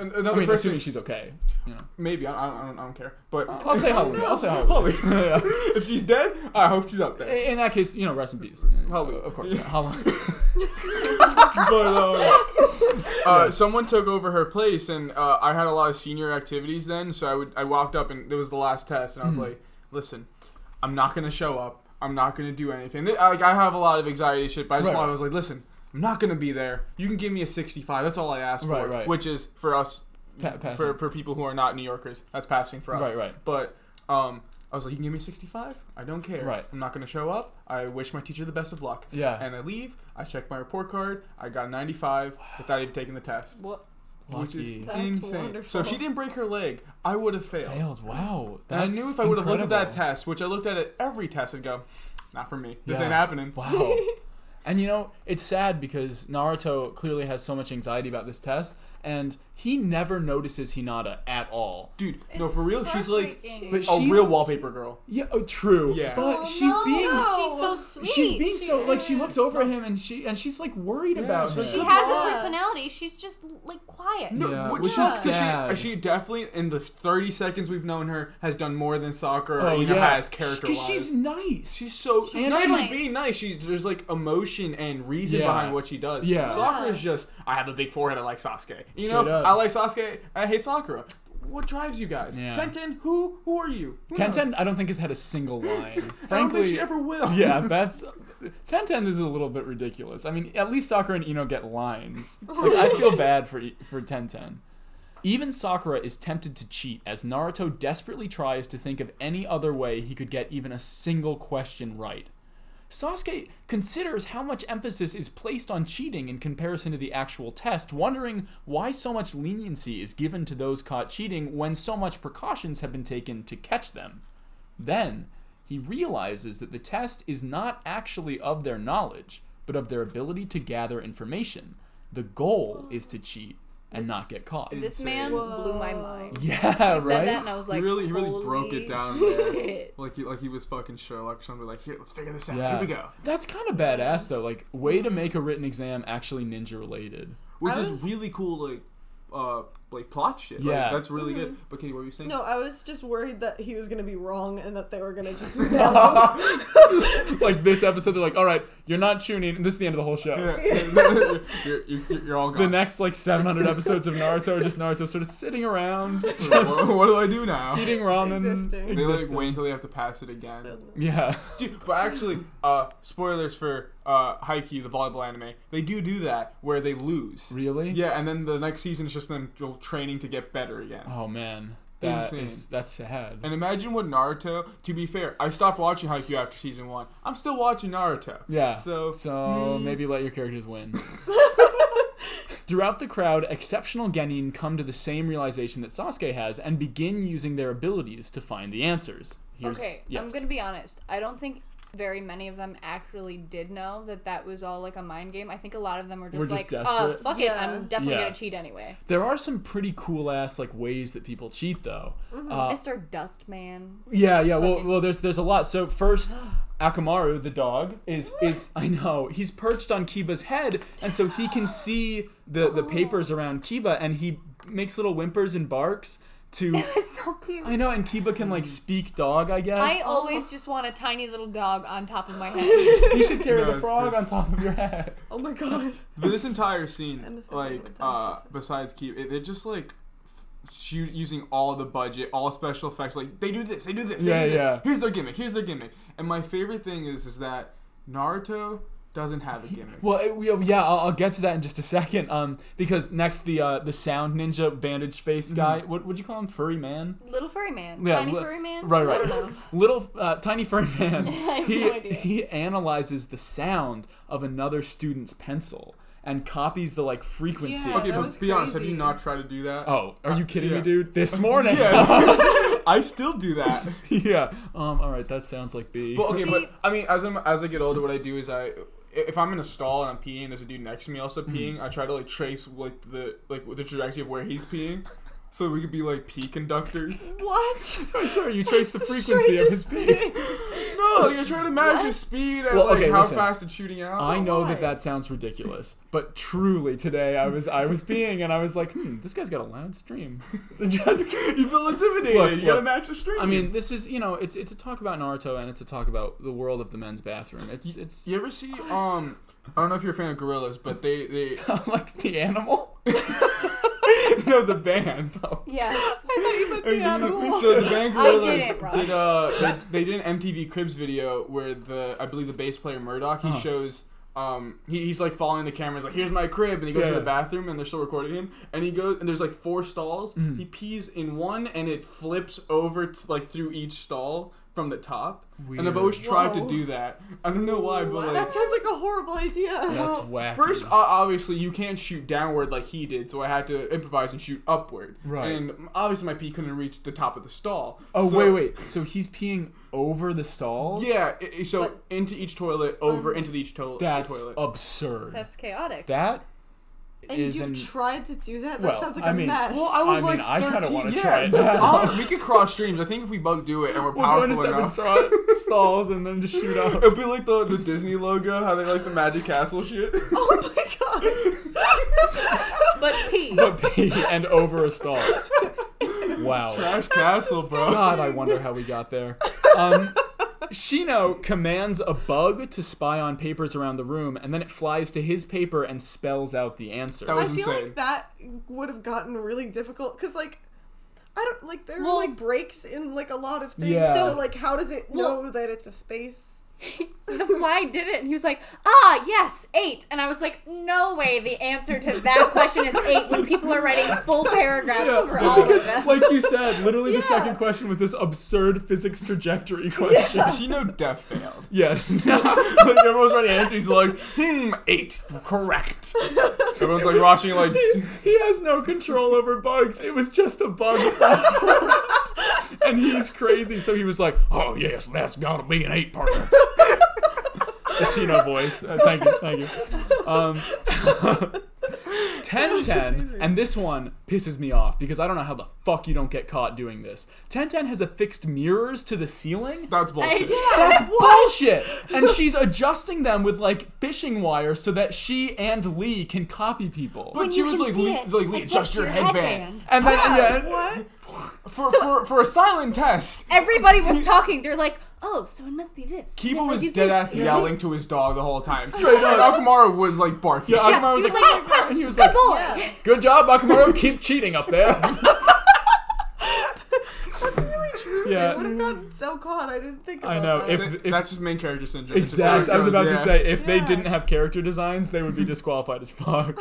Speaker 5: an- Another
Speaker 1: I mean,
Speaker 5: person,
Speaker 1: assuming she's okay. You know.
Speaker 5: maybe I, I, don't, I don't care, but
Speaker 1: I'll say hallelujah. I'll say hallelujah.
Speaker 5: Holly, if she's dead, I hope she's up there.
Speaker 1: In that case, you know, rest in peace.
Speaker 5: Hallelujah.
Speaker 1: Of course. Yeah. Hallelujah.
Speaker 5: but um, uh, someone took over her place, and uh, I had a lot of senior activities then, so I would I walked up and it was the last test, and I was
Speaker 1: Hmm.
Speaker 5: like, "Listen, I'm not gonna show up. I'm not gonna do anything. Th- Like I have a lot of anxiety shit, but I just
Speaker 1: Right,
Speaker 5: wanted.
Speaker 1: right.
Speaker 5: I was like, listen, I'm not gonna be there. You can give me a 65. That's all I asked
Speaker 1: Right,
Speaker 5: for,
Speaker 1: right.
Speaker 5: which is for us,
Speaker 1: Pa- passing.
Speaker 5: for for people who are not New Yorkers, that's passing for us.
Speaker 1: Right, right.
Speaker 5: But um. I was like, you can give me 65? I don't care.
Speaker 1: Right.
Speaker 5: I'm not going to show up. I wish my teacher the best of luck.
Speaker 1: Yeah.
Speaker 5: And I leave. I check my report card. I got a 95 without even taking the test.
Speaker 4: What?
Speaker 5: Which is
Speaker 1: Lucky.
Speaker 4: That's
Speaker 5: insane. So
Speaker 4: wonderful.
Speaker 5: if she didn't break her leg, I would have failed.
Speaker 1: Failed. Wow.
Speaker 5: And I
Speaker 1: That's
Speaker 5: knew if I would have looked at that
Speaker 1: incredible.
Speaker 5: test, which I looked at at every test, I'd go, not for me. This
Speaker 1: Yeah.
Speaker 5: ain't happening.
Speaker 1: Wow. and you know, it's sad because Naruto clearly has so much anxiety about this test, and he never notices Hinata at all.
Speaker 5: Dude, no, for real, she's like
Speaker 6: heartbreaking.
Speaker 1: But
Speaker 5: a
Speaker 1: she's,
Speaker 5: real wallpaper girl.
Speaker 1: Yeah, oh, true.
Speaker 5: Yeah.
Speaker 1: But
Speaker 6: Oh,
Speaker 1: she's
Speaker 6: no,
Speaker 1: being.
Speaker 6: She's so sweet.
Speaker 1: She's being so like she looks over at him and she and she's like worried about him.
Speaker 5: she's
Speaker 6: She
Speaker 5: Good
Speaker 6: has
Speaker 4: luck.
Speaker 6: a personality. She's just like quiet.
Speaker 5: No,
Speaker 1: Yeah,
Speaker 5: which
Speaker 1: which
Speaker 5: is
Speaker 1: is
Speaker 5: so
Speaker 1: sad.
Speaker 5: She, she definitely, in the 30 seconds we've known her, has done more than soccer or
Speaker 1: oh
Speaker 5: you know,
Speaker 1: yeah,
Speaker 5: has character
Speaker 1: because she's nice.
Speaker 5: She's so she's
Speaker 1: And
Speaker 5: not
Speaker 1: she's-
Speaker 5: just being nice. She's there's like emotion and reason
Speaker 1: Yeah.
Speaker 5: behind what she does.
Speaker 1: Yeah.
Speaker 5: Sakura is just I have a big forehead. I like Sasuke. You
Speaker 1: Straight
Speaker 5: know,
Speaker 1: up.
Speaker 5: I like Sasuke. I hate Sakura. What drives you guys?
Speaker 1: Yeah.
Speaker 5: Tenten, who who are you? Who knows?
Speaker 1: Tenten, I don't think has had a single line.
Speaker 5: I don't
Speaker 1: Frankly,
Speaker 5: think she ever will.
Speaker 1: yeah, that's. 1010 is a little bit ridiculous. I mean, at least Sakura and Ino get lines. Like, I feel bad for e, for 1010. Even Sakura is tempted to cheat as Naruto desperately tries to think of any other way he could get even a single question right. Sasuke considers how much emphasis is placed on cheating in comparison to the actual test, wondering why so much leniency is given to those caught cheating when so much precautions have been taken to catch them. Then, he realizes that the test is not actually of their knowledge, but of their ability to gather information. The goal is to cheat and not get caught.
Speaker 6: This man blew my mind.
Speaker 1: yeah,
Speaker 6: I
Speaker 1: right.
Speaker 6: said that and I was like,
Speaker 5: he really, he really broke
Speaker 6: "Holy
Speaker 5: it down there.
Speaker 6: shit."
Speaker 5: Like he, like he was fucking Sherlock. Somebody like, here, let's figure this out.
Speaker 1: yeah.
Speaker 5: Here we go.
Speaker 1: That's kind of badass though. Like way
Speaker 6: Mm-hmm.
Speaker 1: to make a written exam actually ninja related.
Speaker 5: Which
Speaker 4: I
Speaker 5: is
Speaker 4: was-
Speaker 5: really cool, like, uh, like plot shit. Like,
Speaker 1: Yeah.
Speaker 5: that's really good. But Katie, what were you saying?
Speaker 4: Mm-hmm. No, I was just worried that he was gonna be wrong and that they were gonna just nail him.
Speaker 1: like this episode, they're like, all right, you're not tuning. And this is the end of the whole show.
Speaker 5: Yeah. you're, you're, you're all gone.
Speaker 1: The next like 700 episodes of Naruto are just Naruto sort of sitting around,
Speaker 5: what, what do I do now?
Speaker 1: eating ramen,
Speaker 4: Existing. They,
Speaker 5: They like
Speaker 1: existing.
Speaker 5: wait until they have to pass it again.
Speaker 1: yeah.
Speaker 5: Dude, but actually, uh, spoilers for uh, Haikyuu, the volleyball anime. They do do that where they lose.
Speaker 1: Really?
Speaker 5: Yeah, and then the next season is just them training to get better again.
Speaker 1: Oh man, that is
Speaker 5: Insane.
Speaker 1: that's sad.
Speaker 5: And imagine what Naruto. To be fair, I stopped watching Haikyuu after season one. I'm still watching Naruto.
Speaker 1: Yeah.
Speaker 5: So
Speaker 1: so
Speaker 6: hmm.
Speaker 1: maybe let your characters win. Throughout the crowd, exceptional genin come to the same realization that Sasuke has and begin using their abilities to find the answers. Here's,
Speaker 6: Okay,
Speaker 1: yes.
Speaker 6: I'm gonna be honest. I don't think very many of them actually did know that that was all like a mind game. I think a lot of them were just,
Speaker 1: We're just
Speaker 6: like, "Oh,
Speaker 1: desperate."
Speaker 6: fuck
Speaker 4: Yeah.
Speaker 6: it, I'm definitely
Speaker 1: Yeah.
Speaker 6: gonna cheat anyway."
Speaker 1: There are some pretty cool ass like ways that people cheat though. Uh,
Speaker 6: Mr. Dustman.
Speaker 1: yeah, yeah. Well,
Speaker 6: Mm-hmm. fucking-
Speaker 1: well, there's there's a lot. So first, Akamaru the dog is is I know he's perched on Kiba's head, and so he can see the the papers around Kiba, and he makes little whimpers and barks to
Speaker 6: It's so cute. Oh.
Speaker 1: I know, and Kiba can like speak dog, I guess.
Speaker 6: I always just want a tiny little dog on top of my head.
Speaker 1: you should carry
Speaker 5: No,
Speaker 1: the
Speaker 5: it's
Speaker 1: frog
Speaker 5: pretty-
Speaker 1: on top of your head.
Speaker 4: Oh my god.
Speaker 5: but this entire
Speaker 4: I'm
Speaker 5: scene,
Speaker 4: offended
Speaker 5: like,
Speaker 4: with
Speaker 5: uh,
Speaker 4: myself.
Speaker 5: besides keep, it, they're just like f- shoot using all the budget, all special effects. Like they do this, they do this, they
Speaker 1: Yeah,
Speaker 5: do this.
Speaker 1: yeah.
Speaker 5: Here's their gimmick. Here's their gimmick. And my favorite thing is, is that Naruto doesn't have a gimmick.
Speaker 1: Well, it, we, yeah, I'll, I'll get to that in just a second. Um, because next the uh, the sound ninja bandage face guy, what would you call him? Furry man?
Speaker 6: little furry man.
Speaker 1: Yeah,
Speaker 6: tiny
Speaker 1: li-
Speaker 6: furry man.
Speaker 1: Right,
Speaker 6: I don't
Speaker 1: right.
Speaker 6: know.
Speaker 1: Little uh, tiny furry man.
Speaker 6: have
Speaker 1: he,
Speaker 6: no idea.
Speaker 1: he analyzes the sound of another student's pencil and copies the like frequency.
Speaker 4: Yeah,
Speaker 5: Okay,
Speaker 4: that
Speaker 5: but
Speaker 4: was
Speaker 5: be honest. Have you
Speaker 4: crazy.
Speaker 5: not tried to do that?
Speaker 1: Oh, are you kidding me,
Speaker 5: yeah.
Speaker 1: dude? This morning.
Speaker 5: Yeah, I still do that.
Speaker 1: yeah. Um. All right. That sounds like B.
Speaker 5: Well, okay,
Speaker 6: See-
Speaker 5: but I mean, as I'm as I get older, what I do is I, if I'm in a stall and I'm peeing, there's a dude next to me also
Speaker 1: Mm-hmm.
Speaker 5: peeing. I try to like trace like the like the trajectory of where he's peeing, so we could be like pee conductors.
Speaker 4: What?
Speaker 1: sure. You trace the frequency of his
Speaker 4: Strangest
Speaker 1: pee.
Speaker 4: thing.
Speaker 5: no, like, you're trying to match his speed and
Speaker 1: Well,
Speaker 5: like
Speaker 1: okay,
Speaker 5: how
Speaker 1: listen.
Speaker 5: fast it's shooting out.
Speaker 1: I know
Speaker 4: why?
Speaker 1: that that sounds ridiculous, but truly today I was I was being and I was like, hmm, this guy's got a loud stream. Just
Speaker 5: you feel intimidated.
Speaker 1: Look,
Speaker 5: you
Speaker 1: look.
Speaker 5: gotta match the stream.
Speaker 1: I mean, this is you know, it's it's a talk about Naruto and it's a talk about the world of the men's bathroom. It's it's
Speaker 5: you ever see um. I don't know if you're a fan of gorillas, but they they
Speaker 1: like the animal.
Speaker 5: no the band.
Speaker 6: Yes.
Speaker 5: So the Band Gorillas
Speaker 6: didn't, Ross.
Speaker 5: did uh they, they did an MTV Cribs video where the I believe the bass player Murdoch he shows um he, he's like following the camera he's like here's my crib and he goes
Speaker 1: Yeah.
Speaker 5: to the bathroom and they're still recording him and he goes and there's like four stalls he pees in one and it flips over to, like through each stall from the top and I've always
Speaker 1: Weird.
Speaker 5: tried
Speaker 4: Whoa.
Speaker 5: to do that I don't know why but
Speaker 4: That
Speaker 5: like
Speaker 4: sounds like a horrible idea.
Speaker 1: That's wacky.
Speaker 5: First, o- obviously, you can't shoot downward like he did, so I had to improvise and shoot upward.
Speaker 1: Right.
Speaker 5: And obviously, my pee couldn't reach the top of the stall.
Speaker 1: oh
Speaker 5: So-
Speaker 1: wait, wait. So he's peeing over the stalls.
Speaker 5: Yeah, i- i- so
Speaker 6: But-
Speaker 5: into each toilet, over into each to-
Speaker 1: That's
Speaker 5: toilet.
Speaker 1: absurd.
Speaker 6: That's chaotic.
Speaker 1: that
Speaker 4: And
Speaker 1: is
Speaker 4: you've
Speaker 1: an
Speaker 4: tried to do that? That
Speaker 1: Well,
Speaker 4: sounds like
Speaker 1: I
Speaker 4: a
Speaker 1: mean-
Speaker 4: mess.
Speaker 5: well, I was
Speaker 1: I mean,
Speaker 5: like
Speaker 1: I kinda
Speaker 5: 13.
Speaker 1: wanna
Speaker 5: yeah,
Speaker 1: try it now.
Speaker 5: honestly, we could cross streams. I think if we both do it and we're
Speaker 1: we're going
Speaker 5: powerful
Speaker 1: to seven
Speaker 5: enough,
Speaker 1: stra- stalls and then just shoot up.
Speaker 5: it'd be like the, the Disney logo, how they like the Magic Castle shit.
Speaker 4: oh my god.
Speaker 6: But P.
Speaker 1: But pee and over a stall. Wow.
Speaker 5: Trash Castle, bro.
Speaker 1: God, I wonder how we got there. Um, Shino commands a bug to spy on papers around the room, and then it flies to his paper and spells out the answer.
Speaker 5: That
Speaker 4: I
Speaker 5: was
Speaker 4: feel
Speaker 5: insane.
Speaker 4: like that would have gotten really difficult because, like, I don't like there
Speaker 6: Well-
Speaker 4: are like breaks in like a lot of things.
Speaker 1: Yeah.
Speaker 4: So like, how does it
Speaker 6: Well-
Speaker 4: know that it's a space?
Speaker 6: the fly did it and he was like ah yes eight and i was like no way the answer to that question is eight when people are writing full paragraphs for all of them
Speaker 1: because, like you said, literally the
Speaker 4: Yeah.
Speaker 1: second question was this absurd physics trajectory question.
Speaker 5: She know death failed.
Speaker 1: Yeah.
Speaker 5: like everyone's trying to answer. He's like, hmm, eight, correct. Everyone's like watching, like,
Speaker 1: he has no control over bugs. It was just a bug. fly. and he's crazy, so he was like, oh, yes, that's gotta be an eight partner. The Shino voice. Uh, thank you, thank you. Um, 1010, and this one pisses me off because I don't know how the fuck you don't get caught doing this. 1010 has affixed mirrors to the ceiling.
Speaker 5: That's bullshit.
Speaker 1: That's bullshit. And she's adjusting them with like fishing wire so that she and Lee can copy people.
Speaker 5: But she was like,
Speaker 6: see
Speaker 5: Lee,
Speaker 6: it,
Speaker 5: like, Lee, adjust your headband.
Speaker 1: and then yeah,
Speaker 4: What?
Speaker 5: For, for, for a silent test,
Speaker 6: Everybody was talking. They're like, oh, so it must be this. And
Speaker 5: Kiba
Speaker 6: if I
Speaker 5: was
Speaker 6: do
Speaker 5: dead
Speaker 6: this-
Speaker 5: ass yelling to his dog the whole time. Straight up. Akumara was like barking.
Speaker 1: Yeah, Akamara was
Speaker 6: he
Speaker 1: like,
Speaker 6: was
Speaker 1: "Huh,
Speaker 6: like,
Speaker 1: huh," and he was like,
Speaker 6: Boy.
Speaker 1: good job, Akamaro, keep cheating up there.
Speaker 4: That's really true.
Speaker 1: Yeah.
Speaker 4: I would have gotten so caught. I didn't think about
Speaker 1: I know.
Speaker 4: that.
Speaker 1: If,
Speaker 5: Th-
Speaker 1: if
Speaker 5: That's just main character syndrome. It's just how
Speaker 1: Exactly.
Speaker 5: it
Speaker 1: I was
Speaker 5: goes,
Speaker 1: about to
Speaker 5: yeah.
Speaker 1: say if they
Speaker 4: Yeah.
Speaker 1: didn't have character designs, they would be disqualified as fuck.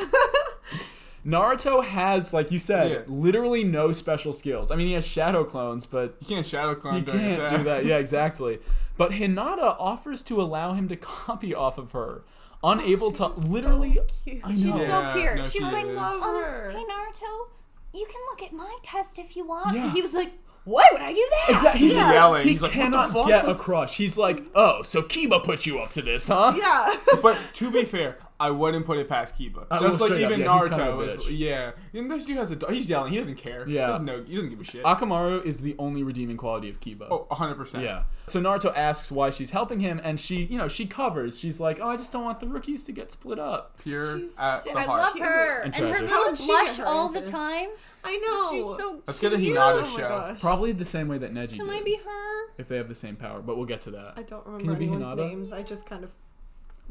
Speaker 1: Naruto has, like you said,
Speaker 5: Yeah.
Speaker 1: literally no special skills. I mean, he has shadow clones, but
Speaker 5: You can't shadow clone
Speaker 1: you
Speaker 5: during
Speaker 1: can't
Speaker 5: attack.
Speaker 1: do that. Yeah, exactly. But Hinata offers to allow him to copy off of her, unable to literally.
Speaker 4: Cute.
Speaker 1: I
Speaker 6: She's
Speaker 1: know.
Speaker 5: Yeah,
Speaker 6: so pure.
Speaker 5: no,
Speaker 6: she was
Speaker 5: she
Speaker 6: like,
Speaker 5: is.
Speaker 6: um,
Speaker 4: Sure.
Speaker 6: hey, Naruto, you can look at my test if you want.
Speaker 1: Yeah.
Speaker 6: And he was like, why would I do that?
Speaker 1: Exactly. He's just
Speaker 5: yelling.
Speaker 1: He
Speaker 5: He's like, "What the
Speaker 1: cannot
Speaker 5: fuck?"
Speaker 1: get across. He's like, oh, so Kiba put you up to this, huh?
Speaker 4: Yeah.
Speaker 5: But to be fair, I wouldn't put it past Kiba.
Speaker 1: I
Speaker 5: Just
Speaker 1: will
Speaker 5: like
Speaker 1: Uh, straight up,
Speaker 5: even
Speaker 1: yeah, he's
Speaker 5: Naruto
Speaker 1: kind of a
Speaker 5: is-
Speaker 1: bitch.
Speaker 5: yeah. And this dude has a. do- He's yelling. He doesn't care.
Speaker 1: Yeah.
Speaker 5: He doesn't know. He doesn't give a shit.
Speaker 1: Akamaru is the only redeeming quality of Kiba.
Speaker 5: Oh, 100 percent.
Speaker 1: Yeah. So Naruto asks why she's helping him, and she, you know, she covers. She's like, "Oh, I just don't want the rookies to get split up."
Speaker 5: Pure
Speaker 4: She's-
Speaker 5: at the
Speaker 6: I
Speaker 5: heart.
Speaker 6: love her.
Speaker 1: And
Speaker 6: And,
Speaker 1: tragic.
Speaker 6: her
Speaker 1: How
Speaker 4: did she
Speaker 6: little
Speaker 4: get
Speaker 6: blush
Speaker 4: her
Speaker 6: all the
Speaker 4: answers?
Speaker 6: time.
Speaker 4: I know.
Speaker 6: She's so
Speaker 5: Let's get a
Speaker 6: cute.
Speaker 5: Hinata
Speaker 4: oh my
Speaker 5: show.
Speaker 4: gosh.
Speaker 1: Probably the same way that Neji
Speaker 6: Can I
Speaker 1: did,
Speaker 6: be her?
Speaker 1: if they have the same power. But we'll get to that.
Speaker 4: I don't
Speaker 1: you
Speaker 4: remember
Speaker 1: be
Speaker 4: anyone's
Speaker 1: Hinata?
Speaker 4: names. I just kind of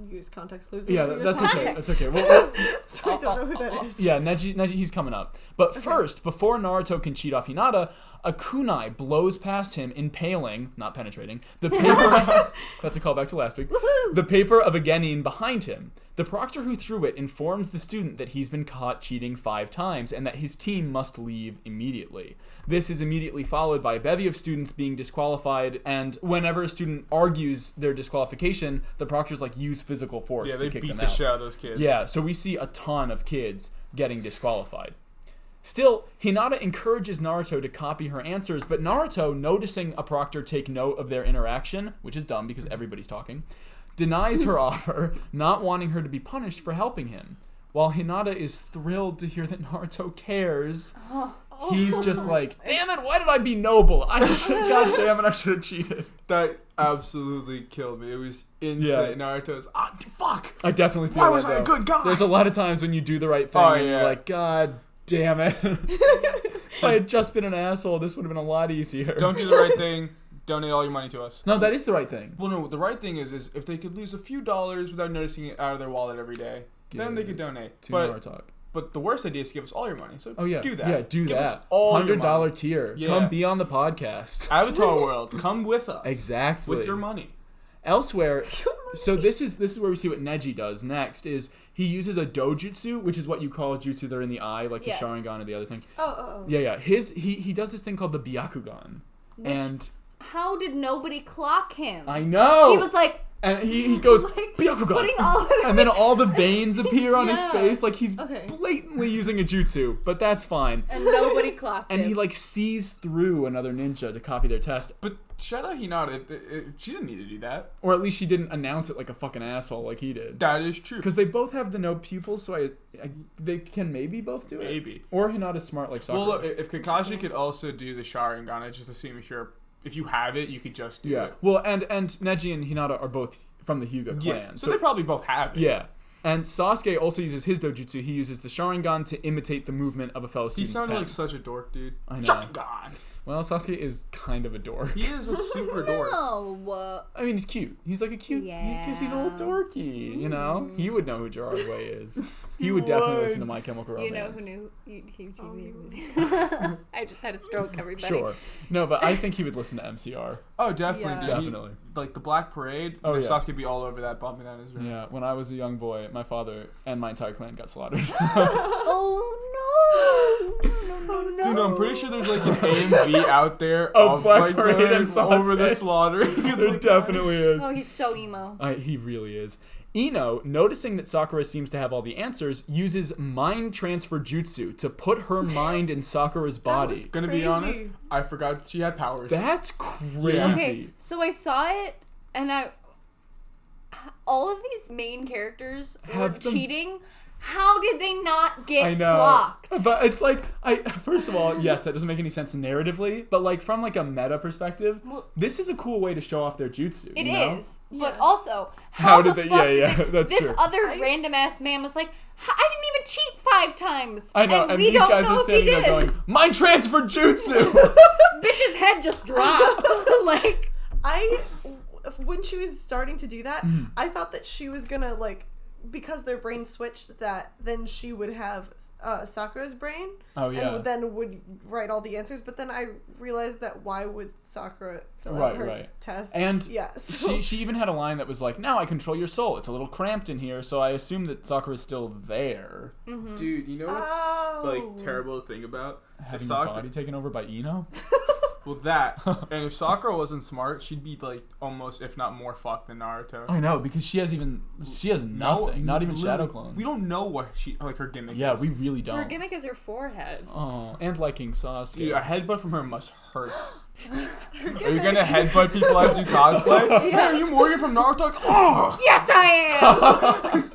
Speaker 4: use context clues.
Speaker 1: yeah,
Speaker 4: whenever you're
Speaker 1: that's
Speaker 4: talking.
Speaker 1: okay. That's okay. Well, well,
Speaker 4: So I don't know who that is.
Speaker 1: yeah, Neji, Neji, he's coming up. But first, before Naruto can cheat off Hinata, a kunai blows past him, impaling, not penetrating, the paper. that's a callback to last week. The paper of a genin behind him. The proctor who threw it informs the student that he's been caught cheating five times and that his team must leave immediately. This is immediately followed by a bevy of students being disqualified, and whenever a student argues their disqualification, the proctor's like, use physical force
Speaker 5: Yeah,
Speaker 1: to
Speaker 5: they
Speaker 1: kick
Speaker 5: beat
Speaker 1: them
Speaker 5: the
Speaker 1: out.
Speaker 5: shit out of those kids.
Speaker 1: Yeah, so we see a ton of kids getting disqualified. Still, Hinata encourages Naruto to copy her answers, but Naruto, noticing a proctor take note of their interaction, which is dumb because everybody's talking, denies her offer, not wanting her to be punished for helping him. While Hinata is thrilled to hear that Naruto cares, he's just like, "Damn it! Why did I be noble? I should, God damn it! I should have cheated."
Speaker 5: That absolutely killed me. It was insane.
Speaker 1: Yeah.
Speaker 5: Naruto's ah d- fuck.
Speaker 1: I definitely feel
Speaker 5: Why
Speaker 1: that,
Speaker 5: was I a
Speaker 1: though.
Speaker 5: good guy?
Speaker 1: There's a lot of times when you do the right thing
Speaker 5: Oh,
Speaker 1: and you're
Speaker 5: yeah.
Speaker 1: like, God damn it. if I had just been an asshole, this would have been a lot easier.
Speaker 5: Don't do the right thing. Donate all your money to us.
Speaker 1: no, that is the right thing.
Speaker 5: Well, no. The right thing is, is if they could lose a few dollars without noticing it out of their wallet every day, then they
Speaker 1: Give
Speaker 5: could donate.
Speaker 1: To our
Speaker 5: But
Speaker 1: talk.
Speaker 5: but the worst idea is to give us all your money. So
Speaker 1: Oh yeah.
Speaker 5: do that.
Speaker 1: Yeah, do
Speaker 5: give
Speaker 1: that.
Speaker 5: Us all your
Speaker 1: Hundred dollar
Speaker 5: money.
Speaker 1: tier.
Speaker 5: Yeah.
Speaker 1: Come be on the podcast.
Speaker 5: Avatar World. Come with us.
Speaker 1: Exactly.
Speaker 5: With your money.
Speaker 1: Elsewhere,
Speaker 4: Oh,
Speaker 1: so this is this is where we see what Neji does next. Is he uses a dojutsu, which is what you call jutsu. They're in the eye, like
Speaker 6: Yes.
Speaker 1: the Sharingan or the other thing.
Speaker 4: Oh, oh, oh.
Speaker 1: Yeah, yeah. His he he does this thing called the Byakugan, and
Speaker 6: How did nobody clock him?
Speaker 1: I know
Speaker 6: he was like,
Speaker 1: And he, he goes,
Speaker 6: Like,
Speaker 1: "Byakugan."
Speaker 6: putting all of it-
Speaker 1: And then all the veins appear on his
Speaker 6: Yeah.
Speaker 1: face. Like he's
Speaker 4: Okay.
Speaker 1: blatantly using a jutsu, but that's fine.
Speaker 6: and nobody clocked
Speaker 1: And
Speaker 6: him.
Speaker 1: he like sees through another ninja to copy their test.
Speaker 5: But shout out Hinata. It, it, she didn't need to do that.
Speaker 1: Or at least she didn't announce it like a fucking asshole like he did.
Speaker 5: That is true.
Speaker 1: Because they both have the no pupils, so I, I they can maybe both do it.
Speaker 5: Maybe.
Speaker 1: Or Hinata's smart like Sakura.
Speaker 5: Well, look, if Kakashi could also do the Sharingan, I just assume if you're if you have it, you could just do
Speaker 1: yeah.
Speaker 5: it.
Speaker 1: Well, and and Neji and Hinata are both from the Hyuga clan.
Speaker 5: Yeah. so, they probably both have it.
Speaker 1: yeah. And Sasuke also uses his dojutsu. He uses the Sharingan to imitate the movement of a fellow
Speaker 5: He
Speaker 1: student's
Speaker 5: sounded
Speaker 1: pen.
Speaker 5: like such a dork, dude.
Speaker 1: I know.
Speaker 5: Sharingan.
Speaker 1: Well, Sasuke is kind of a dork.
Speaker 5: He is a super dork.
Speaker 6: oh, uh,
Speaker 1: I mean, he's cute. He's like a cute. Yeah. Because he's a little dorky, you know. He would know who Gerard Way is. He would definitely
Speaker 5: would.
Speaker 1: listen to My Chemical Romance.
Speaker 6: you know who knew? You, you, you, I just had a stroke, everybody.
Speaker 1: Sure. No, but I think he would listen to MCR.
Speaker 5: Oh, definitely,
Speaker 4: Yeah.
Speaker 5: dude. He-
Speaker 1: Definitely.
Speaker 5: like the Black Parade.
Speaker 1: Oh,
Speaker 5: Oh,
Speaker 1: yeah.
Speaker 5: Sasuke be all over that, bumping down his room.
Speaker 1: Yeah. When I was a young boy, my father and my entire clan got slaughtered.
Speaker 6: Oh no!
Speaker 5: Dude, no, I'm pretty sure there's like an AMV out there
Speaker 1: Of
Speaker 5: of
Speaker 1: Black
Speaker 5: like,
Speaker 1: Parade
Speaker 5: going
Speaker 1: and Sasuke.
Speaker 5: over the slaughter. It's
Speaker 1: there
Speaker 5: like,
Speaker 1: definitely is.
Speaker 6: Oh, he's so emo.
Speaker 1: I, he really is. Ino, noticing that Sakura seems to have all the answers, uses mind transfer jutsu to put her mind in Sakura's body.
Speaker 4: was-
Speaker 5: Gonna be honest,
Speaker 4: Crazy.
Speaker 5: I forgot she had powers.
Speaker 1: That's crazy.
Speaker 6: Okay, so I saw it, and I all of these main characters
Speaker 1: Have
Speaker 6: were
Speaker 1: some-
Speaker 6: cheating, How did they not get
Speaker 1: I know.
Speaker 6: clocked?
Speaker 1: But it's like I first of all, yes, that doesn't make any sense narratively, but like from like a meta perspective, this is a cool way to show off their jutsu.
Speaker 6: It
Speaker 1: you know?
Speaker 6: is, but
Speaker 4: Yeah.
Speaker 6: also
Speaker 1: How
Speaker 6: how,
Speaker 1: did
Speaker 6: the
Speaker 1: they-
Speaker 6: Fuck
Speaker 1: yeah, yeah,
Speaker 6: did
Speaker 1: that's
Speaker 6: this
Speaker 1: true.
Speaker 6: other random ass man was like, "H- I didn't even cheat five times.
Speaker 1: I know, and,
Speaker 6: and, we
Speaker 1: these
Speaker 6: don't
Speaker 1: guys
Speaker 6: know
Speaker 1: are
Speaker 6: if he
Speaker 1: standing there
Speaker 6: did.
Speaker 1: going, "Mind transfer jutsu."
Speaker 6: Bitch's head just dropped. like
Speaker 4: I when she was starting to do that,
Speaker 1: Mm-hmm.
Speaker 4: I thought that she was gonna like because their brain switched that then she would have uh, Sakura's brain.
Speaker 1: Oh, yeah.
Speaker 4: And then would write all the answers, but then I realized that why would Sakura fill out
Speaker 1: Right,
Speaker 4: her
Speaker 1: right.
Speaker 4: test?
Speaker 1: and
Speaker 4: yeah, so
Speaker 1: she she even had a line that was like, "Now I control your soul." It's a little cramped in here, so I assume that Sakura's still there.
Speaker 6: Mm-hmm.
Speaker 5: Dude, you know what's
Speaker 4: Mm-hmm. Oh.
Speaker 5: like terrible to think about? If
Speaker 1: Having her
Speaker 5: Sakura,
Speaker 1: body taken over by Ino.
Speaker 5: well, that
Speaker 1: Oh.
Speaker 5: and if Sakura wasn't smart, she'd be like almost, if not more, fucked than Naruto.
Speaker 1: I know because she has even she has
Speaker 5: No,
Speaker 1: Oh, nothing, not even
Speaker 5: really-
Speaker 1: shadow clones.
Speaker 5: We don't know what she like her gimmick.
Speaker 1: Yeah,
Speaker 5: is.
Speaker 1: we really don't.
Speaker 6: her gimmick is her forehead.
Speaker 1: oh, and liking Sasuke.
Speaker 5: Dude, a headbutt from her must hurt. Are you gonna headbutt people as you cosplay? Hey, are you Morgan from Naruto? Oh!
Speaker 6: Yes, I am.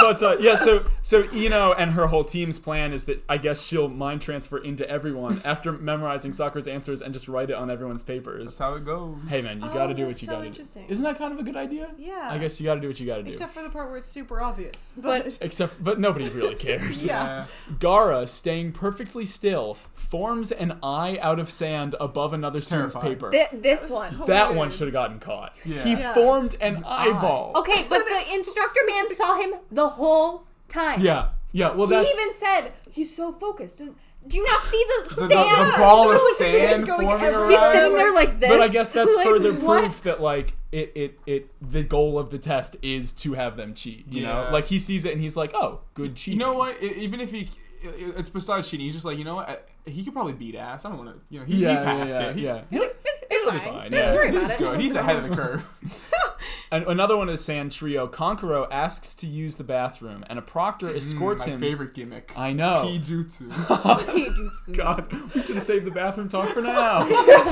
Speaker 1: but uh, yeah, so so Ino and her whole team's plan is that I guess she'll mind transfer into everyone after memorizing Sakura's answers and just write it on everyone's
Speaker 5: That's
Speaker 1: papers.
Speaker 5: how it goes.
Speaker 1: Hey man, you gotta do what
Speaker 4: Oh, that's
Speaker 1: you
Speaker 4: so
Speaker 1: gotta
Speaker 4: interesting.
Speaker 1: do. Isn't that kind of a good idea?
Speaker 4: Yeah.
Speaker 1: I guess you gotta do what you gotta do. Except,
Speaker 4: except for the part where it's super obvious.
Speaker 6: but
Speaker 1: but nobody really cares.
Speaker 4: yeah.
Speaker 1: Gara, staying perfectly still, forms an eye out of sand above another student's
Speaker 5: Terrifying.
Speaker 1: paper.
Speaker 6: thi- this one.
Speaker 1: that one should have gotten caught.
Speaker 5: Yeah.
Speaker 1: He
Speaker 5: Yeah.
Speaker 1: formed an eyeball.
Speaker 6: Okay, but the instructor man saw him the whole time.
Speaker 1: Yeah. Yeah. Well,
Speaker 6: He
Speaker 1: that's
Speaker 6: even said he's so focused. Do you not see the,
Speaker 5: The, the,
Speaker 6: sand?
Speaker 5: the ball of
Speaker 4: Through sand
Speaker 5: sand
Speaker 4: going
Speaker 5: forming
Speaker 4: everywhere.
Speaker 6: He's
Speaker 5: around.
Speaker 6: sitting there like this.
Speaker 1: But I guess that's
Speaker 6: Like,
Speaker 1: further
Speaker 6: what?
Speaker 1: proof that like it, it it the goal of the test is to have them cheat. You know,
Speaker 5: Yeah.
Speaker 1: like he sees it and he's like, "Oh, good cheat."
Speaker 5: You know what? E- Even if he, i- i- it's besides cheating. He's just like, you know what? I- He could probably beat ass. I don't want to. You know, he,
Speaker 1: Yeah,
Speaker 5: he
Speaker 1: yeah,
Speaker 5: passed
Speaker 1: yeah,
Speaker 5: it. He-
Speaker 1: yeah.
Speaker 6: It's
Speaker 1: be
Speaker 6: fine.
Speaker 1: fine,
Speaker 6: Don't
Speaker 1: yeah.
Speaker 6: worry
Speaker 5: He's
Speaker 6: about it.
Speaker 5: good. He's ahead of the curve.
Speaker 1: And another one is San Trio. Konkoro asks to use the bathroom, and a proctor escorts
Speaker 5: My
Speaker 1: him.
Speaker 5: favorite gimmick.
Speaker 1: I know.
Speaker 5: Kijutsu.
Speaker 6: Mm.
Speaker 1: God, we should have saved the bathroom talk for now.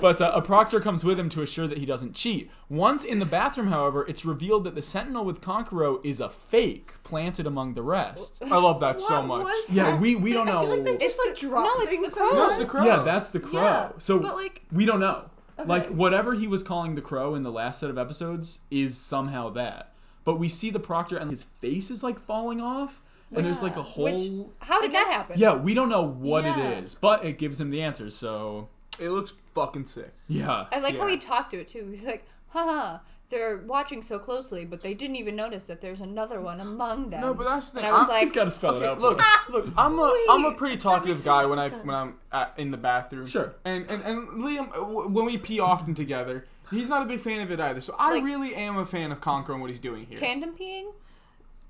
Speaker 1: but uh, a proctor comes with him to assure that he doesn't cheat. Once in the bathroom, however, it's revealed that the sentinel with Konkoro is a fake planted among the rest.
Speaker 5: I love that so
Speaker 4: What
Speaker 5: much.
Speaker 4: was
Speaker 1: Yeah,
Speaker 4: that?
Speaker 1: we- we don't
Speaker 4: I feel
Speaker 1: know.
Speaker 4: like they just
Speaker 6: It's
Speaker 4: like
Speaker 6: the-
Speaker 4: drop
Speaker 6: no, it's the
Speaker 4: things.
Speaker 6: crow.
Speaker 5: No,
Speaker 4: sometimes.
Speaker 5: it's the crow.
Speaker 1: Yeah, that's the crow.
Speaker 4: Yeah,
Speaker 1: so
Speaker 4: but, like-
Speaker 1: we don't know. Like
Speaker 4: Okay.
Speaker 1: whatever he was calling the crow in the last set of episodes is somehow that. But we see the proctor and his face is like falling off, and there's like a whole.
Speaker 6: Which, how did
Speaker 4: I
Speaker 6: that
Speaker 4: guess-
Speaker 6: happen?
Speaker 1: yeah, we don't know what
Speaker 4: Yeah.
Speaker 1: it is, but it gives him the answer. So
Speaker 5: It looks fucking sick.
Speaker 1: yeah,
Speaker 6: I like how
Speaker 5: Yeah.
Speaker 6: he talked to it too. He's like, haha, they're watching so closely, but they didn't even notice that there's another one among them.
Speaker 5: No, but that's the thing.
Speaker 6: And I was
Speaker 5: I'm-
Speaker 6: like,
Speaker 1: he's got to spell it
Speaker 5: Okay,
Speaker 1: out.
Speaker 5: look,
Speaker 1: for us.
Speaker 5: look. I'm a am a
Speaker 4: Wait,
Speaker 5: pretty
Speaker 4: that
Speaker 5: talkative
Speaker 4: makes
Speaker 5: guy
Speaker 4: so
Speaker 5: when I
Speaker 4: much
Speaker 5: when I'm at, in the bathroom.
Speaker 1: Sure.
Speaker 5: And and and Liam, uh, w- when we pee often together, he's not a big fan of it either. So I
Speaker 6: Like-
Speaker 5: really am a fan of Conquer and what he's doing here.
Speaker 6: tandem peeing?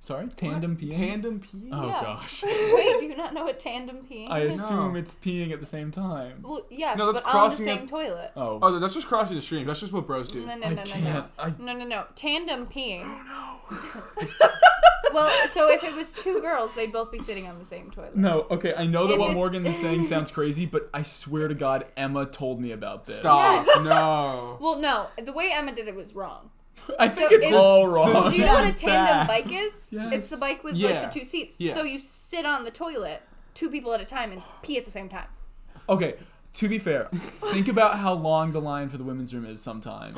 Speaker 1: Sorry, tandem peeing.
Speaker 5: Tandem pee.
Speaker 1: oh
Speaker 6: Yeah.
Speaker 1: gosh,
Speaker 6: Wait, do you not know what tandem peeing
Speaker 1: I
Speaker 6: is?
Speaker 1: assume it's peeing at the same time.
Speaker 6: Well, yes,
Speaker 5: No, that's
Speaker 6: but on the
Speaker 5: crossing
Speaker 6: same
Speaker 5: a-
Speaker 6: toilet.
Speaker 1: Oh,
Speaker 5: Oh, that's just crossing the stream. That's just what bros do.
Speaker 6: No, no,
Speaker 1: I
Speaker 6: no, no, no.
Speaker 1: can't. I
Speaker 6: No, no, no. Tandem peeing. Oh, no. well, so if it was two girls, they'd both be sitting on the same toilet.
Speaker 1: no. Okay, I know that
Speaker 6: If
Speaker 1: what
Speaker 6: it's-
Speaker 1: Morgan is saying sounds crazy, but I swear to God, Emma told me about this.
Speaker 5: Stop. No.
Speaker 6: Well, no. The way Emma did it was wrong.
Speaker 1: I think
Speaker 6: So
Speaker 1: it's
Speaker 6: is-
Speaker 1: all wrong.
Speaker 6: Well, do you know what a
Speaker 5: This is
Speaker 6: tandem
Speaker 5: Oh, bad.
Speaker 6: bike is? It's the
Speaker 1: Yes.
Speaker 6: bike with
Speaker 5: Yeah.
Speaker 6: like the two seats.
Speaker 5: Yeah.
Speaker 6: So you sit on the toilet, two people at a time, and pee at the same time.
Speaker 1: Okay, to be fair, think about how long the line for the women's room is sometimes.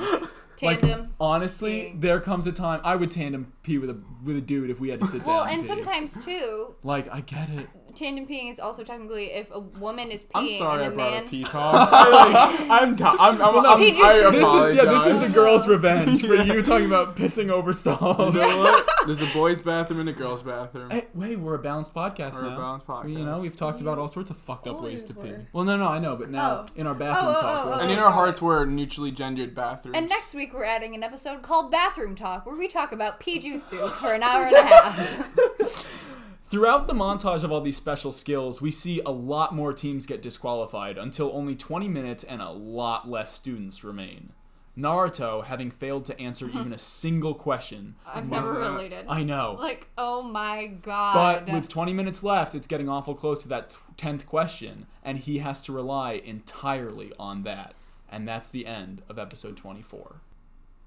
Speaker 1: Like,
Speaker 6: Tandem.
Speaker 1: honestly,
Speaker 6: peeing.
Speaker 1: there comes a time I would tandem pee with a with a dude if we had to sit down.
Speaker 6: well, and
Speaker 1: pee.
Speaker 6: sometimes too,
Speaker 1: like I get it.
Speaker 6: tandem peeing is also technically if a woman is peeing
Speaker 5: I'm sorry I
Speaker 6: and a
Speaker 5: brought
Speaker 6: man.
Speaker 5: up pee talk. I, like, I'm di- I'm I'm, I'm,
Speaker 6: PG-13.
Speaker 5: I
Speaker 6: This
Speaker 1: This is yeah, this is the
Speaker 5: apologize.
Speaker 1: girl's revenge for you talking about pissing over stalls.
Speaker 5: You know what? There's a boys' bathroom and a girls' bathroom.
Speaker 1: Hey, wait, we're a balanced podcast
Speaker 5: We're a
Speaker 1: now.
Speaker 5: balanced
Speaker 1: We, you know,
Speaker 5: podcast.
Speaker 1: we've talked about all sorts of fucked up ways to pee.
Speaker 4: Always were.
Speaker 1: Well, no, no, I know, but now
Speaker 4: Oh.
Speaker 1: in our bathroom
Speaker 4: Oh, oh,
Speaker 1: talk,
Speaker 4: oh,
Speaker 1: we're-
Speaker 4: oh.
Speaker 5: And in our hearts, we're mutually gendered bathrooms.
Speaker 6: And next week we're adding an episode called Bathroom Talk, where we talk about pee jutsu for an hour and a half.
Speaker 1: Throughout the montage of all these special skills, we see a lot more teams get disqualified until only 20 minutes and a lot less students remain. Naruto, having failed to answer even a single question,
Speaker 6: I've never related.
Speaker 1: I know.
Speaker 6: Like, oh my god.
Speaker 1: but with 20 minutes left, it's getting awful close to that t- 10th question, and he has to rely entirely on that. And that's the end of episode 24.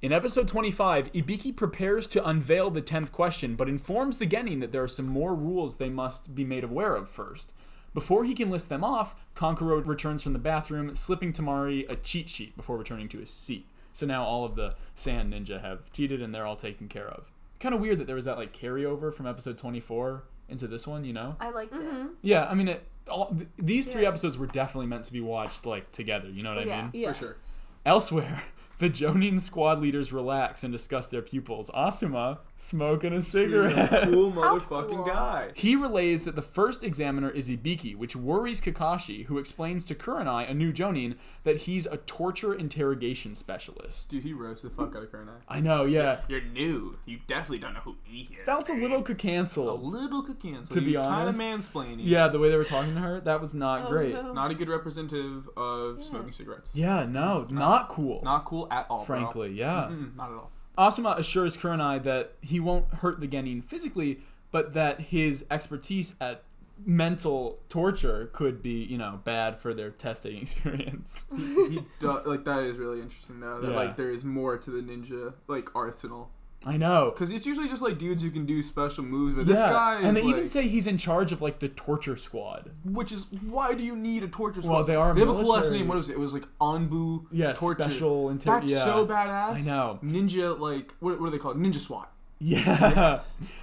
Speaker 1: In episode 25, Ibiki prepares to unveil the 10th question, but informs the Genin that there are some more rules they must be made aware of first. Before he can list them off, Konkoro returns from the bathroom, slipping Tamari a cheat sheet before returning to his seat. So now all of the Sand Ninja have cheated and they're all taken care of. Kind of weird that there was that like carryover from episode 24 into this one, you know?
Speaker 6: I liked it.
Speaker 1: Yeah, I mean, it, all, th- these three episodes were definitely meant to be watched like together. You know what I
Speaker 6: Yeah.
Speaker 1: mean?
Speaker 4: Yeah.
Speaker 5: for sure.
Speaker 1: Elsewhere, the Jonin squad leaders relax and discuss their pupils. Asuma smoking a cigarette.
Speaker 5: Cool motherfucking
Speaker 6: cool.
Speaker 5: guy.
Speaker 1: He relays that the first examiner is Ibiki, which worries Kakashi, who explains to Kurenai, a new Jonin, that he's a torture interrogation specialist.
Speaker 5: Dude, he roasted the fuck out of Kurenai.
Speaker 1: I know, yeah.
Speaker 5: You're new. You definitely don't know who he is.
Speaker 1: Felt a little
Speaker 5: a
Speaker 1: canceled.
Speaker 5: little Kakan. So
Speaker 1: To be
Speaker 5: kind of
Speaker 1: honest.
Speaker 5: mansplaining.
Speaker 1: Yeah, the way they were talking to her, that was not great.
Speaker 5: Not a good representative of smoking cigarettes.
Speaker 1: Yeah, no, not cool.
Speaker 5: Not cool at all. bro.
Speaker 1: frankly, yeah.
Speaker 5: Mm, not at all.
Speaker 1: Asuma assures Kurenai that he won't hurt the Genin physically, but that his expertise at mental torture could be, you know, bad for their test taking experience.
Speaker 5: He do- like that is really interesting though. That
Speaker 1: Yeah.
Speaker 5: like there is more to the ninja like arsenal
Speaker 1: I know.
Speaker 5: because it's usually just like dudes who can do special moves, but
Speaker 1: Yeah,
Speaker 5: this guy is
Speaker 1: and they even
Speaker 5: like-
Speaker 1: say he's in charge of like the torture squad.
Speaker 5: which is why do you need a torture squad?
Speaker 1: Well, they are
Speaker 5: They have a cool last
Speaker 1: military.
Speaker 5: name. What was it? It was like Anbu.
Speaker 1: Yeah,
Speaker 5: torture.
Speaker 1: special inter-
Speaker 5: That's
Speaker 1: yeah.
Speaker 5: so badass.
Speaker 1: I know.
Speaker 5: Ninja like what, what are they called? Ninja SWAT.
Speaker 1: Yeah.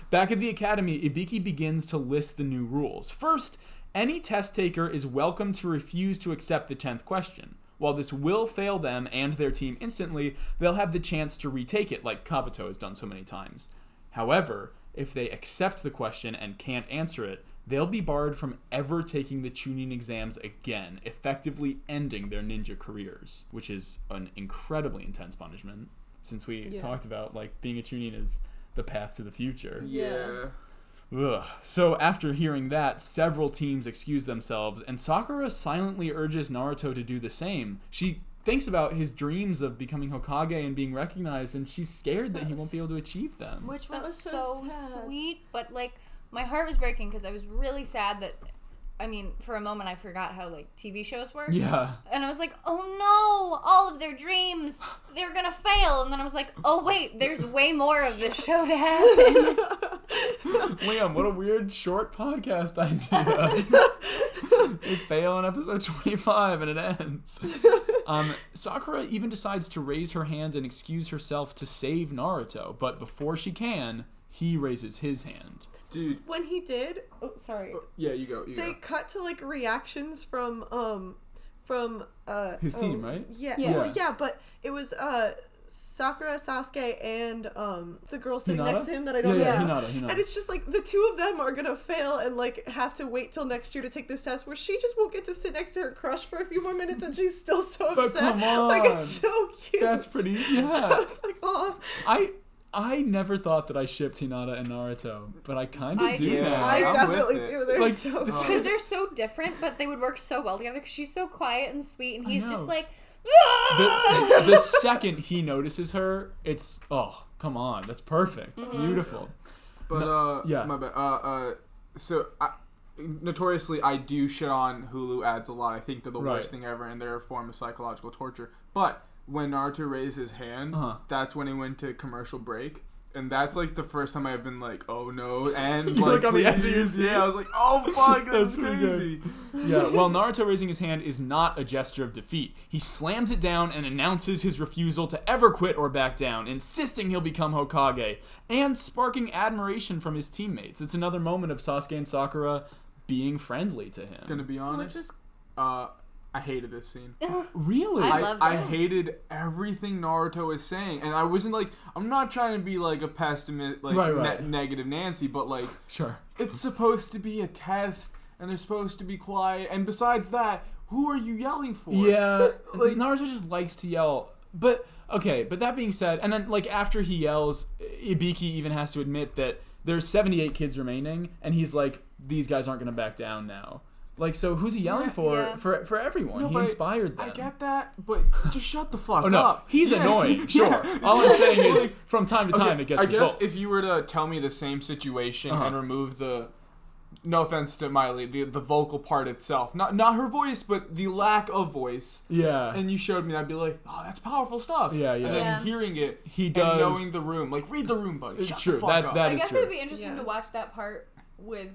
Speaker 1: Back at the academy, Ibiki begins to list the new rules. First, any test taker is welcome to refuse to accept the 10th question. While this will fail them and their team instantly, they'll have the chance to retake it, like Kabuto has done so many times. However, if they accept the question and can't answer it, they'll be barred from ever taking the tuning exams again, effectively ending their ninja careers, which is an incredibly intense punishment. Since we talked about like being a tuning is the path to the future.
Speaker 5: Yeah.
Speaker 1: Ugh. So after hearing that, several teams excuse themselves, and Sakura silently urges Naruto to do the same. She thinks about his dreams of becoming Hokage and being recognized, and she's scared that he won't be able to achieve them.
Speaker 6: Which was,
Speaker 4: was so
Speaker 6: so,
Speaker 4: sad.
Speaker 6: sweet, but like my heart was breaking because I was really sad that. I mean, for a moment, I forgot how like TV shows work.
Speaker 1: Yeah.
Speaker 6: And I was like, oh no, all of their dreams, they're gonna fail. And then I was like, oh wait, there's way more of this show to happen.
Speaker 1: Liam, what a weird short podcast idea. they fail in episode 25 and it ends. Um, Sakura even decides to raise her hand and excuse herself to save Naruto, but before she can, he raises his hand.
Speaker 5: Dude.
Speaker 4: When he did, oh sorry.
Speaker 5: Yeah, you go. You
Speaker 4: They
Speaker 5: go.
Speaker 4: cut to like reactions from um from uh
Speaker 1: His team,
Speaker 4: oh,
Speaker 1: right?
Speaker 4: Yeah.
Speaker 6: Yeah.
Speaker 4: Well, yeah, but it was uh Sakura, Sasuke, and um the girl sitting
Speaker 1: Hinata?
Speaker 4: next to him that I don't
Speaker 1: Yeah, yeah,
Speaker 4: know.
Speaker 1: Hinata, Hinata.
Speaker 4: And it's just like the two of them are gonna fail and like have to wait till next year to take this test where she just won't get to sit next to her crush for a few more minutes and she's still so upset.
Speaker 1: But come
Speaker 4: Like
Speaker 1: on.
Speaker 4: it's so cute.
Speaker 1: That's pretty.
Speaker 4: I
Speaker 1: Yeah.
Speaker 4: was like, oh,
Speaker 1: I I never thought that I shipped Hinata and Naruto, but I kind
Speaker 6: I
Speaker 1: of do
Speaker 6: do.
Speaker 1: now.
Speaker 4: I
Speaker 5: I'm with
Speaker 4: definitely
Speaker 5: it.
Speaker 4: do. They're
Speaker 1: Like,
Speaker 4: so
Speaker 1: this
Speaker 6: Because they're so different, but they would work so well together. 'cause she's so quiet and sweet, and he's
Speaker 1: know.
Speaker 6: just like,
Speaker 1: the, the second he notices her, it's oh come on, that's perfect,
Speaker 4: Mm-hmm.
Speaker 1: beautiful.
Speaker 5: But uh,
Speaker 1: yeah.
Speaker 5: my bad. Uh, uh, so I, notoriously, I do shit on Hulu ads a lot. I think they're the
Speaker 1: Right.
Speaker 5: worst thing ever, and they're a form of psychological torture. But when Naruto raised his hand,
Speaker 1: Uh-huh.
Speaker 5: that's when it went to commercial break. And that's like the first time I've been like, oh no, and
Speaker 1: You're, like, on the edge of your
Speaker 5: please. Yeah, I was like, oh fuck,
Speaker 1: That's
Speaker 5: this is
Speaker 1: pretty good.
Speaker 5: crazy.
Speaker 1: Yeah, well, Naruto raising his hand is not a gesture of defeat. He slams it down and announces his refusal to ever quit or back down, insisting he'll become Hokage, and sparking admiration from his teammates. It's another moment of Sasuke and Sakura being friendly to him.
Speaker 5: Gonna be honest,
Speaker 6: is-
Speaker 5: uh, I hated this scene.
Speaker 1: Really?
Speaker 6: I
Speaker 5: I,
Speaker 6: love
Speaker 5: I
Speaker 6: that.
Speaker 5: hated everything Naruto was saying, and I wasn't like I'm not trying to be like a pessimist, like
Speaker 1: Right, right.
Speaker 5: ne- negative Nancy, but like
Speaker 1: sure.
Speaker 5: it's supposed to be a test, and they're supposed to be quiet. And besides that, who are you yelling for?
Speaker 1: Yeah,
Speaker 5: Like-
Speaker 1: Naruto just likes to yell. But okay, but that being said, and then like after he yells, Ibiki even has to admit that there's 78 kids remaining, and he's like, these guys aren't gonna back down now. Like, so who's he yelling for?
Speaker 6: Yeah.
Speaker 1: For for everyone,
Speaker 5: No,
Speaker 1: he
Speaker 5: but I-
Speaker 1: inspired them.
Speaker 5: I get that, but just shut the fuck
Speaker 1: Oh no,
Speaker 5: up.
Speaker 1: he's
Speaker 5: Yeah.
Speaker 1: annoying. Sure.
Speaker 5: Yeah.
Speaker 1: All I'm saying is,
Speaker 5: Like,
Speaker 1: from time to time, it gets
Speaker 5: I guess
Speaker 1: results. Uh-huh.
Speaker 5: if you were to tell me the same situation and remove the no offense to Miley, the the vocal part itself, not not her voice, but the lack of voice.
Speaker 1: Yeah.
Speaker 5: And you showed me, I'd be like, oh, that's powerful stuff.
Speaker 1: Yeah, yeah.
Speaker 5: And then
Speaker 6: Yeah.
Speaker 5: hearing it,
Speaker 1: He
Speaker 5: and
Speaker 1: does-
Speaker 5: knowing the room, like read the room, buddy.
Speaker 1: It's
Speaker 5: Shut
Speaker 1: true.
Speaker 5: The fuck
Speaker 1: That-
Speaker 5: up.
Speaker 1: that
Speaker 6: I
Speaker 1: is
Speaker 6: guess it
Speaker 1: true.
Speaker 6: would be interesting
Speaker 4: Yeah.
Speaker 6: to watch that part with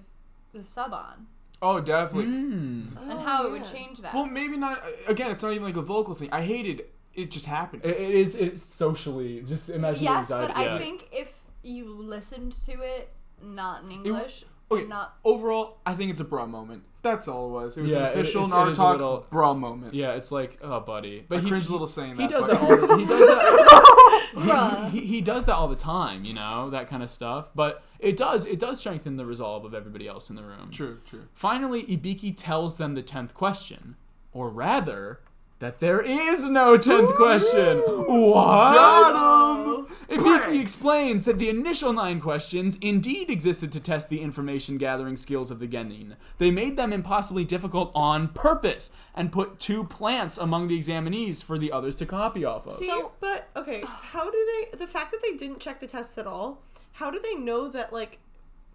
Speaker 6: the sub on
Speaker 5: Oh, definitely.
Speaker 1: Mm.
Speaker 4: Oh,
Speaker 6: and how it would change that.
Speaker 5: Well, maybe not. uh, Again, it's not even like a vocal thing. I hated it. Just happened.
Speaker 1: It, it is it's socially just imagine the
Speaker 6: yes,
Speaker 1: anxiety.
Speaker 6: but I
Speaker 1: yeah.
Speaker 6: think if you listened to it not in English,
Speaker 5: okay.
Speaker 1: oh,
Speaker 6: and not
Speaker 5: Overall, I think it's a bra moment. That's all it was. It was
Speaker 1: Yeah,
Speaker 5: an
Speaker 1: it-
Speaker 5: official
Speaker 1: it's- it
Speaker 5: Naruto
Speaker 1: is a little-
Speaker 5: bra moment.
Speaker 1: yeah, it's like oh, buddy. But
Speaker 5: I
Speaker 1: he
Speaker 5: cringe a
Speaker 1: he-
Speaker 5: little saying
Speaker 1: He
Speaker 5: that,
Speaker 1: does
Speaker 5: but-
Speaker 1: that. All the, he does that. he, he, he does that all the time. You know that kind of stuff. But it does it does strengthen the resolve of everybody else in the room.
Speaker 5: True, true.
Speaker 1: Finally, Ibiki tells them the tenth question, or rather, that there is no tenth question. What?
Speaker 5: Got
Speaker 1: Ibiki explains that the initial nine questions indeed existed to test the information gathering skills of the Genin. They made them impossibly difficult on purpose and put two plants among the examinees for the others to copy off of.
Speaker 4: See, but okay, how do they? The fact that they didn't check the tests at all, how do they know that like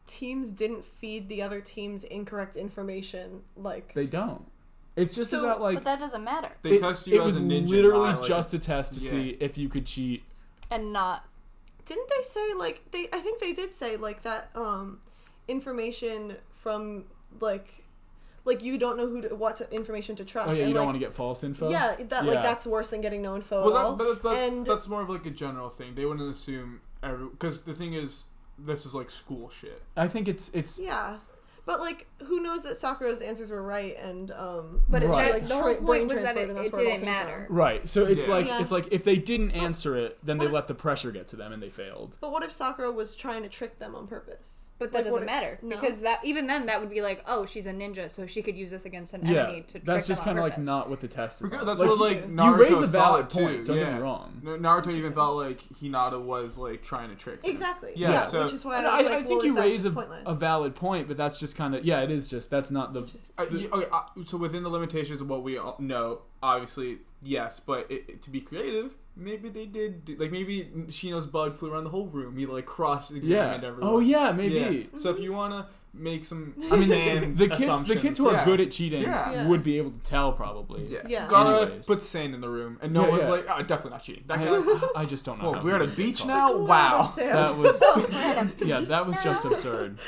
Speaker 4: teams didn't feed the other teams incorrect information? Like,
Speaker 1: They don't. It's just
Speaker 4: So-
Speaker 1: about like
Speaker 6: but that doesn't matter.
Speaker 5: They
Speaker 1: it,
Speaker 5: test you
Speaker 1: it
Speaker 5: as
Speaker 1: was
Speaker 5: a ninja.
Speaker 1: literally
Speaker 5: not like-
Speaker 1: just a test to
Speaker 5: Yeah.
Speaker 1: see if you could cheat.
Speaker 6: And not
Speaker 4: didn't they say like they? I think they did say like that um information from like like you don't know who to, what to, information to trust.
Speaker 1: Oh yeah, you
Speaker 4: and,
Speaker 1: don't
Speaker 4: like,
Speaker 1: want to get false info.
Speaker 4: Yeah, that
Speaker 1: Yeah.
Speaker 4: like that's worse than getting no info at
Speaker 5: Well,
Speaker 4: all.
Speaker 5: that, but that,
Speaker 4: and
Speaker 5: that's more of like a general thing. They wouldn't assume every because the thing is, this is like school shit.
Speaker 1: I think it's it's
Speaker 4: yeah. But like, who knows that Sakura's answers were right and um,
Speaker 3: But
Speaker 1: Right.
Speaker 4: she,
Speaker 1: that-
Speaker 4: like
Speaker 3: the
Speaker 4: tra-
Speaker 3: whole
Speaker 4: brain
Speaker 3: point was that
Speaker 4: transferred
Speaker 3: it,
Speaker 4: and that's
Speaker 3: it
Speaker 4: where it all
Speaker 3: didn't
Speaker 4: came
Speaker 3: matter.
Speaker 4: from.
Speaker 1: Right. So it's
Speaker 5: Yeah.
Speaker 1: like
Speaker 4: Yeah.
Speaker 1: it's like if they didn't answer it, then they let the pressure get to them and they failed.
Speaker 4: But what if Sakura was trying to trick them on purpose?
Speaker 6: But
Speaker 4: Like,
Speaker 6: that
Speaker 4: what
Speaker 6: doesn't
Speaker 4: if-
Speaker 6: matter
Speaker 4: No.
Speaker 6: because that even then that would be like, oh, she's a ninja, so she could use this against an
Speaker 1: Yeah.
Speaker 6: enemy to trick
Speaker 1: That's just
Speaker 6: kind of
Speaker 1: like not what the test is.
Speaker 5: Because
Speaker 1: on.
Speaker 5: That's what like Naruto
Speaker 1: you raise a valid
Speaker 5: thought,
Speaker 1: point.
Speaker 5: Too.
Speaker 1: Don't
Speaker 5: yeah.
Speaker 1: get me wrong.
Speaker 5: N- Naruto even thought like Hinata was like trying to trick. Him.
Speaker 4: Exactly.
Speaker 5: Yeah,
Speaker 4: Yeah,
Speaker 5: so-
Speaker 4: which is why I,
Speaker 1: And
Speaker 4: was
Speaker 1: I,
Speaker 4: like,
Speaker 1: I think
Speaker 4: well,
Speaker 1: you
Speaker 4: is that
Speaker 1: raise
Speaker 4: just
Speaker 1: a,
Speaker 4: pointless?
Speaker 1: a valid point, but that's just kind of yeah. It is just that's not the
Speaker 4: Just-
Speaker 5: Uh, yeah, okay, uh, so within the limitations of what we all know, obviously yes, but it, it- to be creative, maybe they did do, like maybe Shino's bug flew around the whole room. He like cross
Speaker 1: yeah.
Speaker 5: examined everyone.
Speaker 1: Oh yeah, maybe.
Speaker 5: Yeah. So
Speaker 4: Mm-hmm.
Speaker 5: if you wanna make some,
Speaker 1: I mean, the kids, the kids who are good at cheating
Speaker 5: Yeah.
Speaker 4: Yeah.
Speaker 1: would be able to tell probably.
Speaker 5: yeah,
Speaker 4: Yeah.
Speaker 5: Gara
Speaker 1: Anyways.
Speaker 5: puts sand in the room, and no
Speaker 1: Yeah,
Speaker 5: one's
Speaker 1: yeah.
Speaker 5: like, oh, definitely not cheating. That guy.
Speaker 1: I, I just don't know.
Speaker 5: Whoa,
Speaker 1: how
Speaker 5: we're at a
Speaker 1: people get
Speaker 5: beach
Speaker 1: caught.
Speaker 5: now.
Speaker 4: Lot of
Speaker 5: Wow.
Speaker 4: sand.
Speaker 1: That was
Speaker 6: like
Speaker 1: yeah, that was just absurd.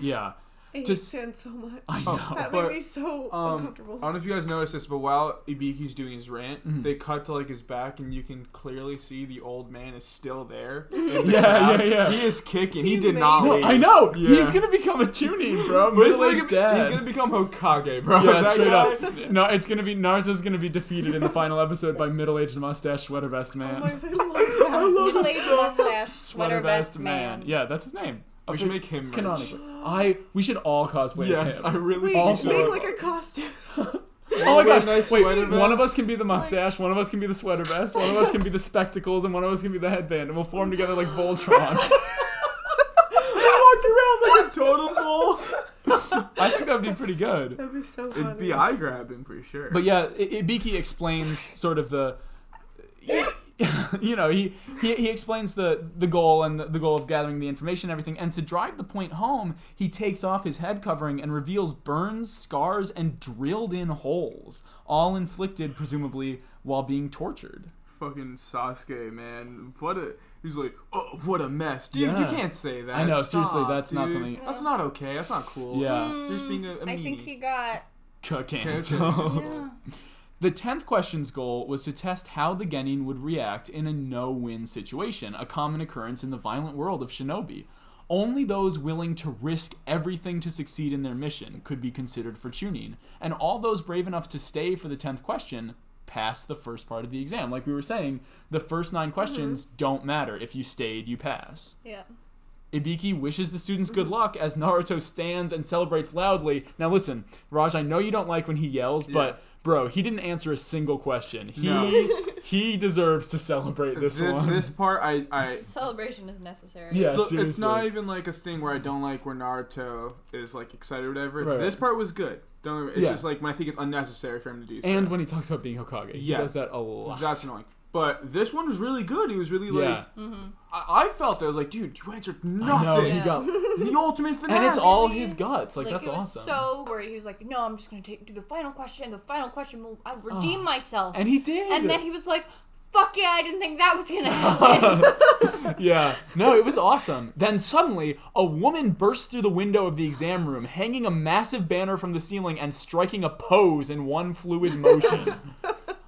Speaker 1: Yeah,
Speaker 4: I hate
Speaker 1: just-
Speaker 4: sand so much.
Speaker 1: I
Speaker 5: Oh,
Speaker 1: know.
Speaker 4: that
Speaker 5: but,
Speaker 4: made me so
Speaker 5: Um, I
Speaker 4: uncomfortable.
Speaker 5: don't know if you guys noticed this, but while Ibiki's doing his rant,
Speaker 1: Mm-hmm.
Speaker 5: they cut to like his back, and you can clearly see the old man is still there. in the
Speaker 1: Yeah,
Speaker 5: crowd.
Speaker 1: yeah, yeah.
Speaker 5: He is kicking. He,
Speaker 4: He
Speaker 5: did
Speaker 4: made
Speaker 5: not.
Speaker 4: it.
Speaker 5: leave.
Speaker 1: I know.
Speaker 5: Yeah.
Speaker 1: He's gonna become a chunin, bro.
Speaker 5: But
Speaker 1: Middle
Speaker 5: he's gonna,
Speaker 1: aged
Speaker 5: be- he's
Speaker 1: dad.
Speaker 5: gonna become Hokage, bro.
Speaker 1: yeah,
Speaker 5: That
Speaker 1: straight
Speaker 5: guy-
Speaker 1: up. No, it's gonna be Naruto's gonna be defeated in the final episode by middle-aged mustache sweater vest
Speaker 4: Oh
Speaker 1: man.
Speaker 4: my, I love that.
Speaker 6: mustache, sweater vest man.
Speaker 1: Yeah, that's his name.
Speaker 5: We should make him merch.
Speaker 1: canonically. I we should all cosplay as
Speaker 5: Yes,
Speaker 1: him.
Speaker 5: I really
Speaker 4: Wait,
Speaker 5: think we
Speaker 1: All
Speaker 5: should.
Speaker 4: make like a costume.
Speaker 1: Oh my
Speaker 5: Wear
Speaker 1: gosh!
Speaker 5: nice
Speaker 1: Wait,
Speaker 5: sweater
Speaker 1: one of us
Speaker 5: vests.
Speaker 1: can be the mustache, one of us can be the sweater vest, one of us can be the spectacles, and one of us can be the headband, and we'll form together like Voltron.
Speaker 5: I walked around like a totem pole.
Speaker 1: I think that'd be pretty good.
Speaker 4: That'd be so funny.
Speaker 5: It'd be eye grabbing for sure.
Speaker 1: But yeah, I- Ibiki explains sort of the. You know, he, he, he explains the, the goal and the, the goal of gathering the information and everything. And to drive the point home, he takes off his head covering and reveals burns, scars, and drilled in holes, all inflicted, presumably, while being tortured.
Speaker 5: fucking Sasuke, man. What a he's like, oh, what a mess, dude. You
Speaker 1: Yeah.
Speaker 5: can't say that.
Speaker 1: I know,
Speaker 5: Stop,
Speaker 1: seriously, that's not
Speaker 5: dude.
Speaker 1: something-
Speaker 5: That's not okay. That's not cool.
Speaker 1: Yeah.
Speaker 5: You're just being a, a
Speaker 6: Mm, I
Speaker 5: meanie.
Speaker 6: think he got
Speaker 1: Ca-
Speaker 5: Cancelled.
Speaker 1: Canceled. The 10th question's goal was to test how the Genin would react in a no win situation, a common occurrence in the violent world of shinobi. Only those willing to risk everything to succeed in their mission could be considered for tuning, and all those brave enough to stay for the 10th question passed the first part of the exam. Like we were saying, the first nine questions don't matter. If you stayed, you pass.
Speaker 6: yeah.
Speaker 1: Ibiki wishes the students
Speaker 5: Mm-hmm.
Speaker 1: good luck as Naruto stands and celebrates loudly. Now listen, Raj, I know you don't like when he yells, but bro, he didn't answer a single question. He
Speaker 5: No.
Speaker 1: he deserves to celebrate this,
Speaker 5: This
Speaker 1: one.
Speaker 5: this part, I I.
Speaker 6: Celebration is necessary.
Speaker 1: yeah,
Speaker 5: Look,
Speaker 1: seriously.
Speaker 5: it's not even like a thing where I don't like where Naruto is like excited or whatever.
Speaker 1: Right,
Speaker 5: This
Speaker 1: right.
Speaker 5: part was good. Don't. It's
Speaker 1: Yeah.
Speaker 5: just like when I think it's unnecessary for him to do. So.
Speaker 1: and when he talks about being Hokage, he
Speaker 5: Yeah.
Speaker 1: does that a lot.
Speaker 5: that's annoying. But this one was really good. He was really
Speaker 1: Yeah.
Speaker 5: like,
Speaker 6: Mm-hmm.
Speaker 5: I-, I felt that I was like, dude, you answered
Speaker 1: I know,
Speaker 5: nothing.
Speaker 1: you got,
Speaker 5: The ultimate finale.
Speaker 1: and it's all his guts. Like,
Speaker 6: Like
Speaker 1: that's
Speaker 6: he was
Speaker 1: awesome.
Speaker 6: so worried. He was like, "No, I'm just gonna take do the final question. The final question will I redeem myself."
Speaker 1: Ah. and he did.
Speaker 6: And then he was like, "Fuck yeah, I didn't think that was gonna happen."
Speaker 1: yeah. No, it was awesome. Then suddenly, a woman bursts through the window of the exam room, hanging a massive banner from the ceiling and striking a pose in one fluid motion.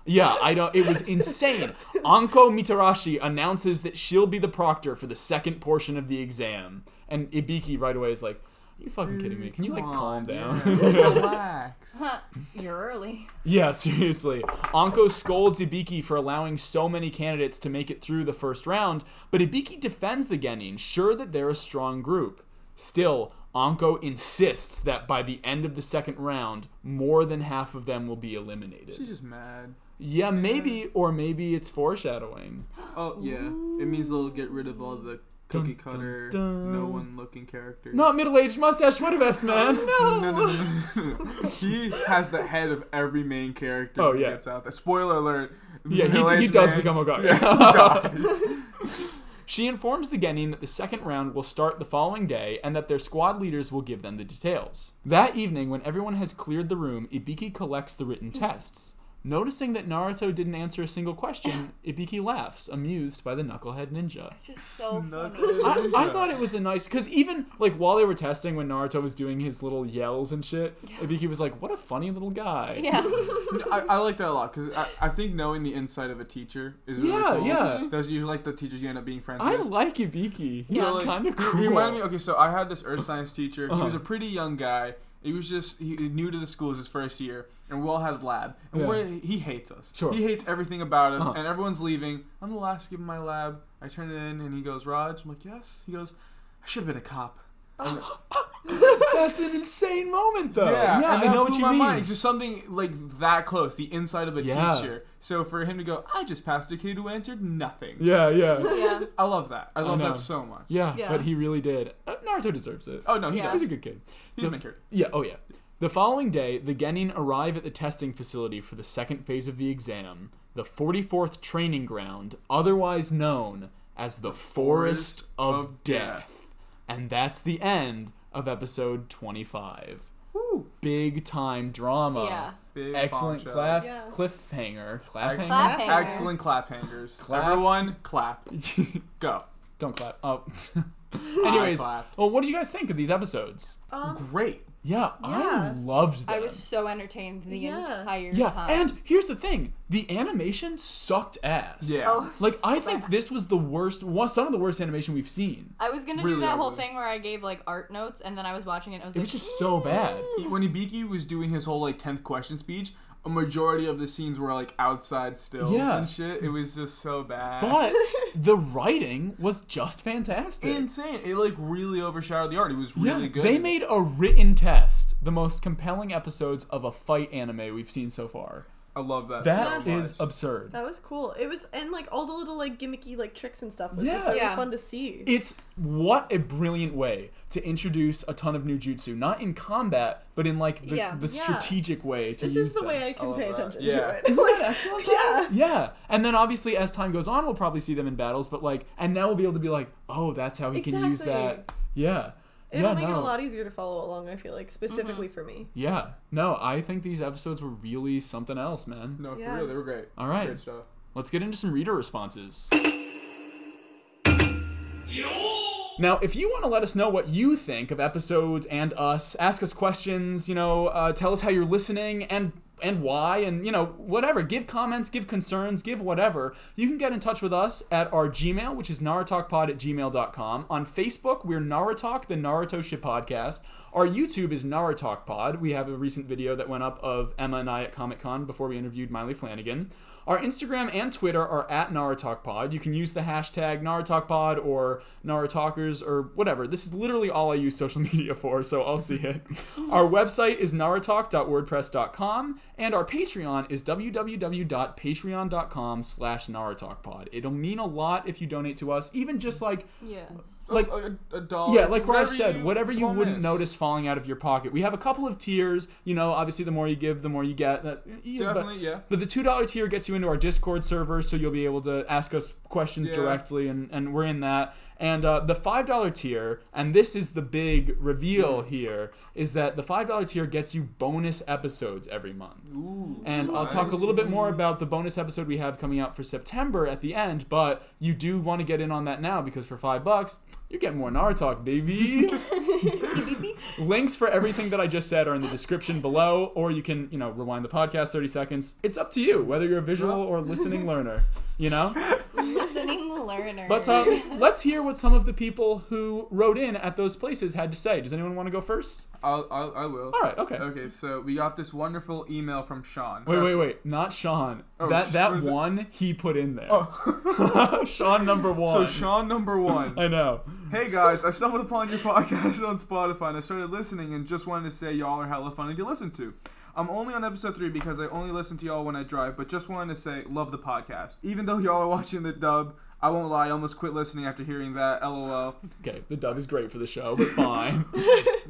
Speaker 1: Yeah, I don't. It was insane. Anko Mitarashi announces that she'll be the proctor for the second portion of the exam, and Ibiki right away is like, "Are you fucking kidding me? Can you like calm down?"
Speaker 5: Relax.
Speaker 6: You're early.
Speaker 1: Yeah, seriously. Anko scolds Ibiki for allowing so many candidates to make it through the first round, but Ibiki defends the Genin, sure that they're a strong group. Still, Anko insists that by the end of the second round, more than half of them will be
Speaker 5: She's
Speaker 1: eliminated.
Speaker 5: just mad.
Speaker 1: Yeah, maybe, or maybe it's foreshadowing.
Speaker 5: Oh yeah, it means they'll get rid of all the cookie
Speaker 1: dun,
Speaker 5: cutter,
Speaker 1: dun.
Speaker 5: no one looking characters.
Speaker 1: Not middle aged mustache sweater vest, man!
Speaker 5: No, no, no, no, no. he has the head of every main character.
Speaker 1: Oh,
Speaker 5: who
Speaker 1: yeah.
Speaker 5: Gets out there. Spoiler alert.
Speaker 1: Yeah, he-
Speaker 5: Middle-aged
Speaker 1: he does
Speaker 5: man.
Speaker 1: become a god.
Speaker 5: Yeah, he dies.
Speaker 1: She informs the Genin that the second round will start the following day and that their squad leaders will give them the details. That evening, when everyone has cleared the room, Ibiki collects the written tests. Noticing that Naruto didn't answer a single question, Ibiki laughs, amused by the knucklehead ninja.
Speaker 6: Just so funny.
Speaker 1: I, I thought it was a nice because even like while they were testing when Naruto was doing his little yells and shit, Ibiki was like, "What a funny little guy."
Speaker 6: Yeah.
Speaker 5: I, I like that a lot because I, I think knowing the inside of a teacher is really
Speaker 1: Yeah,
Speaker 5: cool.
Speaker 1: yeah.
Speaker 5: That's usually like the teachers you end up being friends
Speaker 1: I
Speaker 5: with.
Speaker 1: like Ibiki. He's
Speaker 5: So, like,
Speaker 1: kind of
Speaker 5: he-
Speaker 1: cool.
Speaker 5: He reminded me. Okay, so I had this earth science teacher. He was
Speaker 1: Uh-huh.
Speaker 5: a pretty young guy. He was just he, he new to the school. It was his first year, and we all had lab. And
Speaker 1: Yeah.
Speaker 5: we're, he hates us.
Speaker 1: Sure.
Speaker 5: He hates everything about us.
Speaker 1: Uh-huh.
Speaker 5: And everyone's leaving. I'm the last to give him my lab. I turn it in, and he goes, "Raj." I'm like, "Yes." He goes, "I should have been a cop."
Speaker 1: That's an insane moment, though.
Speaker 5: Yeah, and
Speaker 1: Oh, I
Speaker 5: that
Speaker 1: know
Speaker 5: blew
Speaker 1: what you
Speaker 5: my
Speaker 1: mean.
Speaker 5: Mind. It's just something like that close, the inside of a
Speaker 1: Yeah.
Speaker 5: teacher. So for him to go, I just passed a kid who answered nothing.
Speaker 1: Yeah, yeah.
Speaker 6: Yeah.
Speaker 5: I love that. I love
Speaker 1: know.
Speaker 5: that so much.
Speaker 1: Yeah,
Speaker 4: Yeah.
Speaker 1: but he really did. Uh, Naruto deserves it.
Speaker 5: Oh no, he
Speaker 6: Yeah.
Speaker 5: does.
Speaker 1: He's a good kid.
Speaker 5: He's my character.
Speaker 1: Yeah, oh yeah. The following day, the Genin arrive at the testing facility for the second phase of the exam, the 44th training ground, otherwise known as the Forest
Speaker 5: Forest
Speaker 1: of,
Speaker 5: of
Speaker 1: Death. And that's the end of episode 25.
Speaker 5: Woo.
Speaker 1: Big time drama.
Speaker 6: Yeah.
Speaker 5: Big
Speaker 1: Excellent
Speaker 5: bombshells.
Speaker 1: clap,
Speaker 4: Yeah.
Speaker 1: cliffhanger. Claphanger?
Speaker 6: Clap. Claphanger.
Speaker 5: Excellent clap hangers. Everyone clap. Go.
Speaker 1: Don't clap. Oh. Anyways,
Speaker 5: clapped.
Speaker 1: well, what did you guys think of these episodes?
Speaker 4: Um,
Speaker 5: Great.
Speaker 1: Yeah, I
Speaker 4: Yeah.
Speaker 1: loved them.
Speaker 6: I was so entertained the
Speaker 4: Yeah.
Speaker 6: entire
Speaker 1: yeah,
Speaker 6: time.
Speaker 1: and here's the thing: the animation sucked ass.
Speaker 5: Yeah.
Speaker 6: oh,
Speaker 1: like I
Speaker 6: so
Speaker 1: think
Speaker 6: bad.
Speaker 1: this was the worst, one, some of the worst animation we've seen.
Speaker 6: I was gonna
Speaker 5: really
Speaker 6: do that whole
Speaker 5: ugly.
Speaker 6: thing where I gave like art notes, and then I was watching it. And I was
Speaker 1: It
Speaker 6: like,
Speaker 1: was just so bad.
Speaker 5: When Ibiki was doing his whole like tenth question speech, a majority of the scenes were like outside stills
Speaker 1: Yeah.
Speaker 5: and shit. It was just so bad.
Speaker 1: But the writing was just fantastic.
Speaker 5: insane. It like really overshadowed the art. It was
Speaker 1: yeah,
Speaker 5: really good.
Speaker 1: they made a written test the most compelling episodes of a fight anime we've seen so far.
Speaker 5: I love that.
Speaker 1: That is
Speaker 5: so much.
Speaker 1: absurd.
Speaker 4: that was cool. It was and like all the little like gimmicky like tricks and stuff was just
Speaker 1: Yeah.
Speaker 4: really
Speaker 6: Yeah.
Speaker 4: fun to see.
Speaker 1: It's what a brilliant way to introduce a ton of new jutsu, not in combat, but in like the,
Speaker 6: Yeah.
Speaker 1: the
Speaker 4: Yeah.
Speaker 1: strategic way to
Speaker 4: this
Speaker 1: use
Speaker 4: is the
Speaker 1: them.
Speaker 4: way I can
Speaker 5: love
Speaker 4: pay
Speaker 5: that.
Speaker 4: attention
Speaker 5: Yeah.
Speaker 4: to it. It's
Speaker 1: Isn't that
Speaker 4: like,
Speaker 1: excellent?
Speaker 4: yeah.
Speaker 1: Yeah, and then obviously as time goes on, we'll probably see them in battles. But like, and now we'll be able to be like, oh, that's how he can use
Speaker 4: Exactly.
Speaker 1: that. Yeah,
Speaker 4: It'll
Speaker 1: yeah,
Speaker 4: make
Speaker 1: no,
Speaker 4: it a lot easier to follow along, I feel like, specifically
Speaker 6: Mm-hmm.
Speaker 4: for me.
Speaker 1: yeah, no. I think these episodes were really something else, man.
Speaker 5: no, for
Speaker 4: Yeah.
Speaker 5: real, they were great.
Speaker 1: All right.
Speaker 5: Great stuff.
Speaker 1: Let's get into some reader responses. Now, if you want to let us know what you think of episodes and us, ask us questions, you know, uh, tell us how you're listening and and why, and you know, whatever. Give comments, give concerns, give whatever. You can get in touch with us at our Gmail, which is narutalkpod at gmail.com. On Facebook, we're Narutalk, the Naruto Ship Podcast. Our YouTube is Narutalk Pod. We have a recent video that went up of Emma and I at Comic Con before we interviewed Miley Flanagan. Our Instagram and Twitter are at NaratalkPod. You can use the hashtag NaratalkPod or NaraTalkers or whatever. This is literally all I use social media for, so I'll see it. Our website is naratalk.wordpress.com, And our Patreon is www.patreon.com slash NaraTalkPod. It'll mean a lot if you donate to us, even just like
Speaker 6: Yeah.
Speaker 1: like
Speaker 5: a, Oh, a dollar.
Speaker 1: yeah, like Raj
Speaker 5: whatever
Speaker 1: said, whatever you
Speaker 5: want
Speaker 1: wouldn't
Speaker 5: is.
Speaker 1: notice falling out of your pocket. We have a couple of tiers. You know, obviously, the more you give, the more you get. That- yeah, but-
Speaker 5: Definitely, yeah.
Speaker 1: But the two dollar tier gets you into our Discord server, so you'll be able to ask us questions
Speaker 5: Yeah.
Speaker 1: directly, and, and we're in that. And uh, the five dollar tier, and this is the big
Speaker 5: Hmm.
Speaker 1: reveal here, is that the five dollar tier gets you bonus episodes every month. And I'll talk a little bit more about the bonus episode we have coming out for September at the end, but you do want to get in on that now because for five bucks, you get more Nara Talk, baby. Links for everything that I just said are in the description below, or you can, you know, rewind the podcast 30 seconds. It's up to you whether you're a visual or listening learner, you know?
Speaker 6: Listening learner.
Speaker 1: But uh, let's hear what some of the people who wrote in at those places had to say. Does anyone want to go first?
Speaker 5: I'll, I'll, I will.
Speaker 1: All right, okay.
Speaker 5: Okay, so we got this wonderful email from Sean.
Speaker 1: Wait, wait, wait! Not Sean.
Speaker 5: Oh,
Speaker 1: that
Speaker 5: sh- what
Speaker 1: that
Speaker 5: is it?
Speaker 1: one he put in there.
Speaker 5: Oh.
Speaker 1: Sean number
Speaker 5: so
Speaker 1: one.
Speaker 5: Sean number one.
Speaker 1: I know.
Speaker 5: Hey guys, I stumbled upon your podcast on Spotify and I started listening and just wanted to say y'all are hella funny to listen to. I'm only on episode three because I only listen to y'all when I drive, but just wanted to say love the podcast. Even though y'all are watching the dub, I won't lie, I almost quit listening after hearing that. LOL.
Speaker 1: Okay, the dub is great for the show, but fine.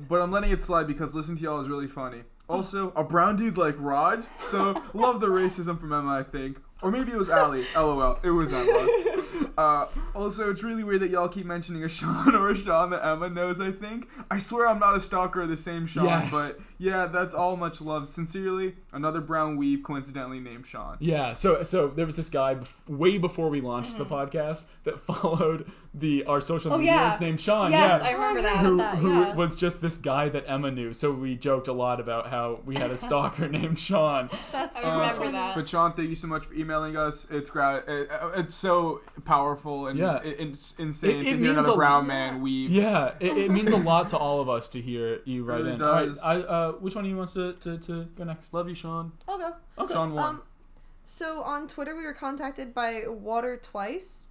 Speaker 5: But I'm letting it slide because listening to y'all is really funny. Also, a brown dude like Raj, so love the racism from Emma, I think. Or maybe it was Ali. LOL. It was Emma. Uh, also, it's really weird that y'all keep mentioning a Sean or a Sean that Emma knows, I think. I swear I'm not a stalker of the same Sean,
Speaker 1: Yes.
Speaker 5: but yeah, that's all much love. Sincerely, another brown weeb coincidentally named Sean.
Speaker 1: yeah. So so there was this guy bef- way before we launched the podcast that followed the our social
Speaker 6: Mm. Oh,
Speaker 1: medias
Speaker 6: yeah.
Speaker 1: named Sean.
Speaker 6: yes,
Speaker 1: yeah.
Speaker 6: I remember
Speaker 4: I
Speaker 6: that.
Speaker 1: who,
Speaker 4: that,
Speaker 1: who
Speaker 4: yeah.
Speaker 1: was just this guy that Emma knew? So we joked a lot about how we had a stalker named Sean.
Speaker 4: That's
Speaker 6: I remember
Speaker 4: so
Speaker 6: that.
Speaker 5: But Sean, thank you so much for emailing us. It's gra- it, it's so powerful and
Speaker 1: Yeah.
Speaker 5: it, it's insane
Speaker 1: It- it
Speaker 5: to hear
Speaker 1: means
Speaker 5: another
Speaker 1: a-
Speaker 5: brown man weeb.
Speaker 1: Yeah, it, it means a lot to all of us to hear you write
Speaker 5: really
Speaker 1: in. All right,
Speaker 5: does.
Speaker 1: I, uh, which one of you wants to, to, to go next? Love you, Sean.
Speaker 4: I'll go.
Speaker 5: Sean won.
Speaker 4: Um, so on Twitter, we were contacted by Water Twice,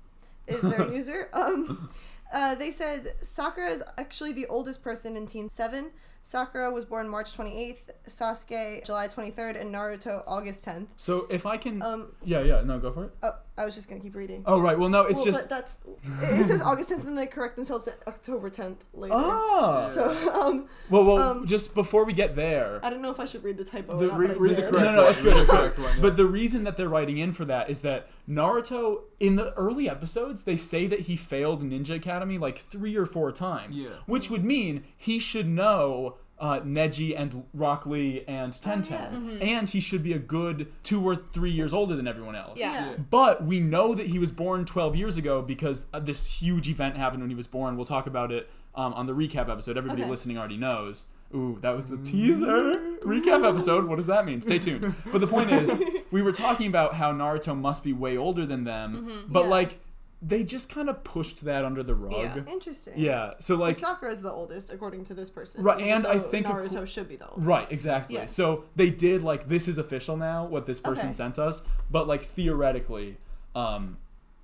Speaker 4: is their user. Um, uh, they said Sakura is actually the oldest person in Teen Seven. Sakura was born March 28th, Sasuke July 23rd, and Naruto August 10th.
Speaker 1: So if I can,
Speaker 4: Um,
Speaker 1: yeah, yeah, no, go for it.
Speaker 4: Oh, I was just gonna keep reading.
Speaker 1: Oh right, well no, it's
Speaker 4: well,
Speaker 1: just
Speaker 4: but that's it it says August 10th, and then they correct themselves to October 10th later.
Speaker 1: ah.
Speaker 4: So um,
Speaker 1: Well, well,
Speaker 4: Um,
Speaker 1: just before we get there,
Speaker 4: I don't know if I should read the typo.
Speaker 1: The-
Speaker 4: or not,
Speaker 5: read-
Speaker 4: but I
Speaker 5: read the
Speaker 4: did.
Speaker 1: no,
Speaker 5: correct
Speaker 1: no, no,
Speaker 5: one.
Speaker 1: it's good, it's
Speaker 5: Read the
Speaker 1: good.
Speaker 5: correct one, yeah.
Speaker 1: But the reason that they're writing in for that is that Naruto, in the early episodes, they say that he failed Ninja Academy like three or four times,
Speaker 5: Yeah.
Speaker 1: which would mean he should know. Uh, Neji and Rock Lee and
Speaker 4: Oh,
Speaker 1: Ten Ten, and he should be a good two or three years older than everyone else.
Speaker 6: yeah.
Speaker 4: Yeah.
Speaker 1: But we know that he was born 12 years ago because uh, this huge event happened when he was born. We'll talk about it um, on the recap episode. Everybody
Speaker 4: Okay. Mm-hmm.
Speaker 1: listening already knows. Ooh, that was the teaser. Recap episode. What does that mean? Stay tuned. But the point is, we were talking about how Naruto must be way older than them, but
Speaker 4: Mm-hmm. Yeah.
Speaker 1: like they just kind of pushed that under the rug. Yeah.
Speaker 4: Interesting.
Speaker 1: So like
Speaker 4: so Sakura is the oldest, according to this person.
Speaker 1: Right,
Speaker 4: even
Speaker 1: and I
Speaker 4: though
Speaker 1: think-
Speaker 4: Naruto should be the oldest.
Speaker 1: Right, exactly.
Speaker 4: Yeah.
Speaker 1: So they did like this is official now what this person
Speaker 4: Okay.
Speaker 1: sent us, but like theoretically, um,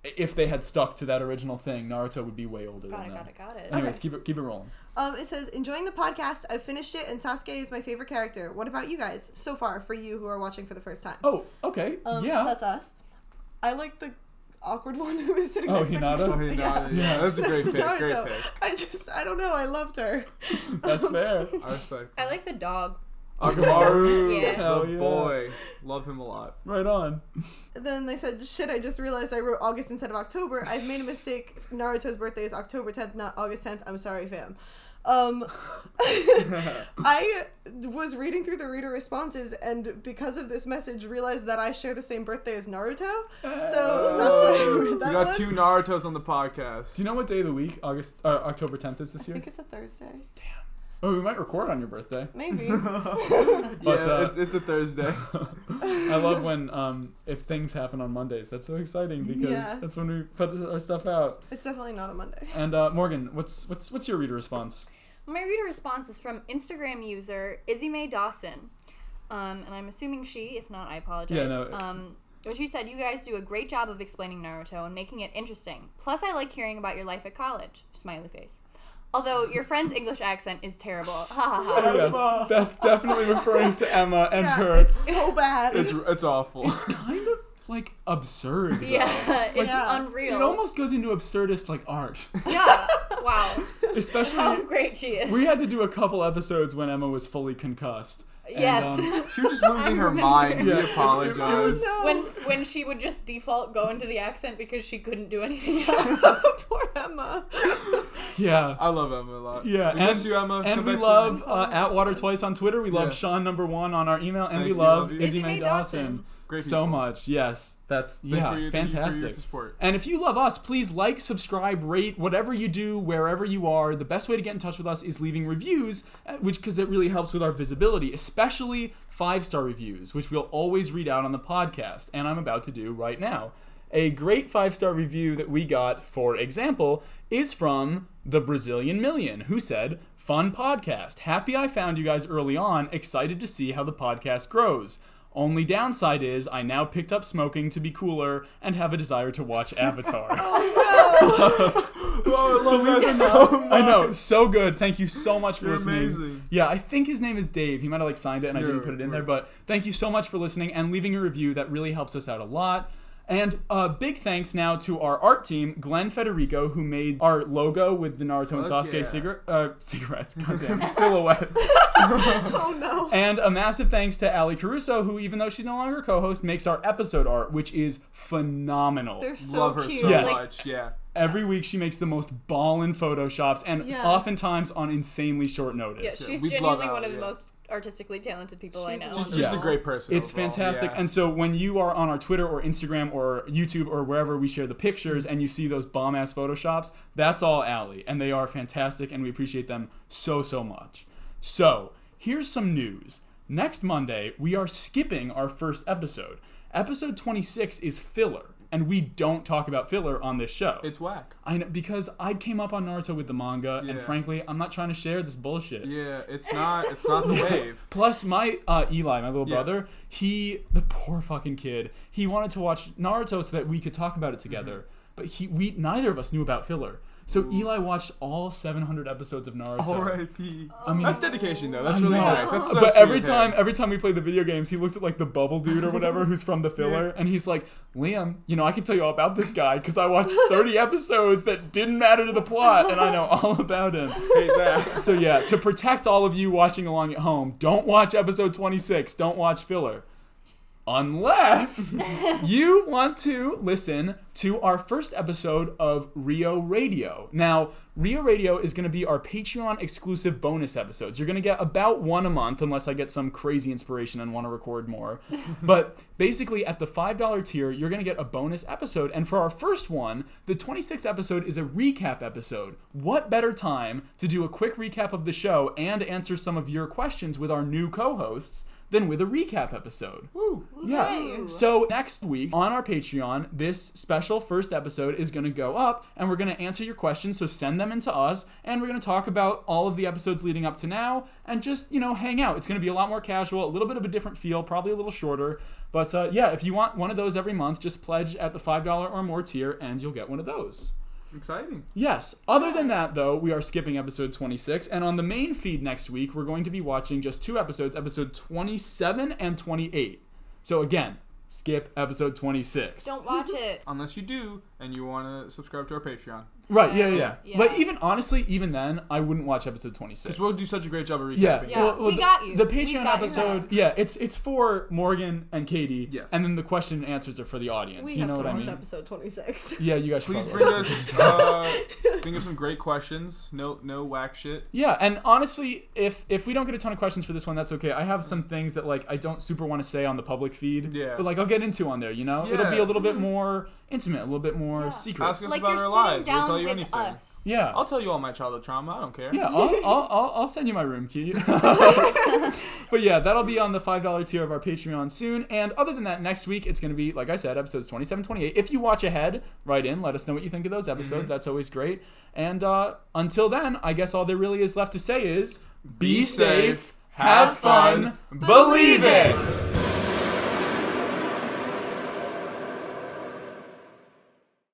Speaker 1: i- if they had stuck to that original thing, Naruto would be way older
Speaker 6: Got
Speaker 1: than
Speaker 6: it,
Speaker 1: that.
Speaker 6: got it, got it.
Speaker 1: Anyways, keep it keep it rolling.
Speaker 4: Um, it says, enjoying the podcast. I finished it, and Sasuke is my favorite character. What about you guys so far? For you who are watching for the first time.
Speaker 1: Oh, okay,
Speaker 4: um,
Speaker 1: yeah.
Speaker 4: so that's us. I like the awkward one who was sitting
Speaker 1: Oh,
Speaker 4: next to
Speaker 1: Hinata?
Speaker 5: Oh,
Speaker 4: me.
Speaker 5: hey, Donna, yeah. that's a great
Speaker 4: That's
Speaker 5: pick. Great
Speaker 4: Naruto.
Speaker 5: pick.
Speaker 4: I just, I don't know. I loved her.
Speaker 1: That's fair.
Speaker 5: I respect.
Speaker 6: I like the dog.
Speaker 5: Akamaru,
Speaker 6: Yeah.
Speaker 1: Hell
Speaker 5: the
Speaker 1: yeah.
Speaker 5: boy, love him a lot.
Speaker 1: right on.
Speaker 4: Then they said, shit, I just realized I wrote August instead of October. I've made a mistake. Naruto's birthday is October 10th, not August 10th. I'm sorry, fam. Um, I was reading through the reader responses and because of this message realized that I share the same birthday as Naruto. So that's why I
Speaker 5: Uh, we
Speaker 4: read that
Speaker 5: got
Speaker 4: one.
Speaker 5: two Naruto's on the podcast.
Speaker 1: Do you know what day of the week August uh, October 10th is this
Speaker 4: I
Speaker 1: year?
Speaker 4: think it's a Thursday.
Speaker 1: Oh, we might record on your birthday.
Speaker 4: Maybe.
Speaker 1: But,
Speaker 5: yeah,
Speaker 1: uh,
Speaker 5: it's, it's a Thursday.
Speaker 1: I love when um, if things happen on Mondays. That's so exciting because
Speaker 4: Yeah.
Speaker 1: that's when we put our stuff out.
Speaker 4: it's definitely not a Monday.
Speaker 1: And uh, Morgan, what's what's what's your reader response?
Speaker 6: My reader response is from Instagram user Izzy Mae Dawson. Um, and I'm assuming she, if not, I apologize.
Speaker 1: Yeah, no.
Speaker 6: Um, but she said, You guys do a great job of explaining Naruto and making it interesting. Plus, I like hearing about your life at college. Smiley face. Although your friend's English accent is terrible. Ha ha ha.
Speaker 1: Yes, that's definitely referring to Emma and
Speaker 4: Yeah,
Speaker 1: her.
Speaker 4: it's so bad.
Speaker 5: It's it's awful.
Speaker 1: It's kind of like absurd. though.
Speaker 6: Yeah, it's
Speaker 4: Yeah.
Speaker 6: unreal.
Speaker 1: It almost goes into absurdist like art,
Speaker 6: yeah. Wow. How
Speaker 1: especially.
Speaker 6: great she is.
Speaker 1: We had to do a couple episodes when Emma was fully concussed. and,
Speaker 6: yes.
Speaker 1: um,
Speaker 5: She was just losing her
Speaker 6: remember.
Speaker 5: mind.
Speaker 1: Yeah.
Speaker 5: We apologize.
Speaker 4: no.
Speaker 6: when when she would just default go into the accent because she couldn't do anything else.
Speaker 4: Poor Emma.
Speaker 1: yeah.
Speaker 5: I love Emma a lot.
Speaker 1: Yeah,
Speaker 5: we
Speaker 1: and-
Speaker 5: miss you, Emma.
Speaker 1: And
Speaker 5: Come
Speaker 1: we
Speaker 5: back
Speaker 1: love
Speaker 5: soon.
Speaker 1: uh, Atwater Twice on Twitter. We love
Speaker 5: Yeah.
Speaker 1: Sean number one on our email, and
Speaker 5: Thank
Speaker 1: we
Speaker 5: you.
Speaker 1: love
Speaker 5: Love you.
Speaker 1: Izzy
Speaker 6: Izzy
Speaker 1: Mae
Speaker 6: Mae Dawson.
Speaker 1: Dawson.
Speaker 5: Great
Speaker 1: So
Speaker 5: people.
Speaker 1: much, yes. That's
Speaker 5: Thank
Speaker 1: yeah,
Speaker 5: you, Ethan,
Speaker 1: fantastic.
Speaker 5: For your support.
Speaker 1: And if you love us, please like, subscribe, rate, whatever you do, wherever you are. The best way to get in touch with us is leaving reviews, uh, which because it really helps with our visibility, especially five star reviews, which we'll always read out on the podcast. And I'm about to do right now. A great five star review that we got, for example, is from the Brazilian Million, who said, Fun podcast. Happy I found you guys early on. Excited to see how the podcast grows. Only downside is I now picked up smoking to be cooler and have a desire to watch Avatar.
Speaker 5: Oh, I love that so much.
Speaker 1: I know, so good. Thank you so much for
Speaker 5: You're
Speaker 1: listening.
Speaker 5: amazing.
Speaker 1: Yeah, I think his name is Dave. He might have like signed it and I didn't
Speaker 5: Yeah,
Speaker 1: put it in
Speaker 5: right.
Speaker 1: there, but thank you so much for listening and leaving a review. That really helps us out a lot. And uh, big thanks now to our art team, Glenn Federico, who made our logo with the Naruto and
Speaker 5: Fuck
Speaker 1: Sasuke
Speaker 5: yeah.
Speaker 1: cigar- uh, cigarettes, goddamn silhouettes.
Speaker 4: Oh no.
Speaker 1: And a massive thanks to Ali Caruso, who, even though she's no longer co-host, makes our episode art, which is phenomenal.
Speaker 4: They're so
Speaker 5: love her
Speaker 4: cute.
Speaker 5: so
Speaker 1: Yes.
Speaker 5: much. Yeah.
Speaker 1: Every week, she makes the most ballin' photoshops, and
Speaker 4: Yeah.
Speaker 1: oftentimes on insanely short notice.
Speaker 6: Yeah, she's
Speaker 5: we'd love
Speaker 6: genuinely
Speaker 5: out,
Speaker 6: one of the
Speaker 5: yeah.
Speaker 6: most artistically talented people I
Speaker 4: She's
Speaker 6: know.
Speaker 4: wonderful.
Speaker 5: She's just
Speaker 1: Yeah.
Speaker 5: a great person.
Speaker 1: It's
Speaker 5: overall.
Speaker 1: fantastic.
Speaker 5: Yeah.
Speaker 1: And so when you are on our Twitter or Instagram or YouTube or wherever we share the pictures and you see those bomb ass photoshops, that's all Allie. And they are fantastic and we appreciate them so, so much. So here's some news. Next Monday, we are skipping our first episode. Episode 26 is filler, and we don't talk about filler on this show.
Speaker 5: it's whack.
Speaker 1: I know, because I came up on Naruto with the manga, and
Speaker 5: Yeah.
Speaker 1: frankly, I'm not trying to share this bullshit.
Speaker 5: Yeah, it's not. It's not the wave.
Speaker 1: Plus, my uh, Eli, my little
Speaker 5: Yeah.
Speaker 1: brother, he, the poor fucking kid, he wanted to watch Naruto so that we could talk
Speaker 5: Mm-hmm.
Speaker 1: about it together. But he, we, neither of us knew about filler. So Eli watched all 700 episodes of Naruto.
Speaker 5: R.I.P.
Speaker 1: I mean,
Speaker 5: That's dedication, though. That's
Speaker 1: I
Speaker 5: really
Speaker 1: know.
Speaker 5: nice. That's so
Speaker 1: but
Speaker 5: sweet
Speaker 1: every
Speaker 5: of him.
Speaker 1: time, every time we play the video games, he looks at like the bubble dude or whatever who's from the filler, and he's like, "Liam, you know, I can tell you all about this guy because I watched 30 episodes that didn't matter to the plot, and I know all about him."
Speaker 5: Hate that.
Speaker 1: So yeah, to protect all of you watching along at home, don't watch episode 26. Don't watch filler. Unless you want to listen to our first episode of Rio Radio. Now, Rio Radio is going to be our Patreon exclusive bonus episodes. You're going to get about one a month, unless I get some crazy inspiration and want to record more. but basically, at the $5 tier, you're going to get a bonus episode. And for our first one, the 26th episode is a recap episode. What better time to do a quick recap of the show and answer some of your questions with our new co hosts than with a recap episode?
Speaker 5: Woo.
Speaker 1: Yeah.
Speaker 6: Ooh.
Speaker 1: So next week on our Patreon, this special first episode is going to go up and we're going to answer your questions. So send them in to us and we're going to talk about all of the episodes leading up to now and just, you know, hang out. It's going to be a lot more casual, a little bit of a different feel, probably a little shorter. But uh, yeah, if you want one of those every month, just pledge at the $5 or more tier and you'll get one of those.
Speaker 5: Exciting.
Speaker 1: Yes. Other than that, though, we are skipping episode 26. And on the main feed next week, we're going to be watching just two episodes episode 27 and 28. So, again, skip episode 26.
Speaker 6: Don't watch it.
Speaker 5: Unless you do, and you want to subscribe to our Patreon,
Speaker 1: right, yeah, yeah,
Speaker 6: Yeah.
Speaker 1: But even honestly, even then, I wouldn't watch episode 26.
Speaker 5: because we'll do such a great job of recapping.
Speaker 1: yeah,
Speaker 6: Yeah.
Speaker 1: well, well,
Speaker 6: we
Speaker 1: the,
Speaker 6: got you.
Speaker 1: The
Speaker 6: We
Speaker 1: Patreon
Speaker 6: got you.
Speaker 1: episode, yeah, it's it's for Morgan and Katie,
Speaker 5: Yes.
Speaker 1: and then the question and answers are for the audience.
Speaker 4: We
Speaker 1: you
Speaker 4: have
Speaker 1: know
Speaker 4: to
Speaker 1: what I
Speaker 4: watch
Speaker 1: mean?
Speaker 4: episode 26.
Speaker 1: Yeah, you guys. should
Speaker 5: Please
Speaker 1: probably
Speaker 5: bring
Speaker 1: watch it.
Speaker 5: us uh, think of some great questions. No, no whack shit.
Speaker 1: Yeah, and honestly, if if we don't get a ton of questions for this one, that's okay. I have some things that like I don't super want to say on the public feed.
Speaker 5: Yeah.
Speaker 1: But like I'll get into on there, you know? It'll
Speaker 5: Yeah.
Speaker 1: be a little bit more intimate, a little bit more secret.
Speaker 5: Ask us
Speaker 6: Like
Speaker 5: about
Speaker 6: you're
Speaker 5: our
Speaker 6: sitting
Speaker 5: lives. We'll
Speaker 6: down
Speaker 5: tell you
Speaker 6: with
Speaker 5: anything.
Speaker 6: us.
Speaker 1: yeah.
Speaker 5: I'll tell you all my childhood trauma. I don't care.
Speaker 1: yeah, I'll, I'll, I'll, I'll send you my room key. but yeah, that'll be on the $5 tier of our Patreon soon. And other than that, next week it's going to be, like I said, episodes 27, 28. If you watch ahead, write in. Let us know what you think of those episodes. That's always great. And uh, until then, I guess all there really is left to say is
Speaker 5: Be safe, have fun, believe it!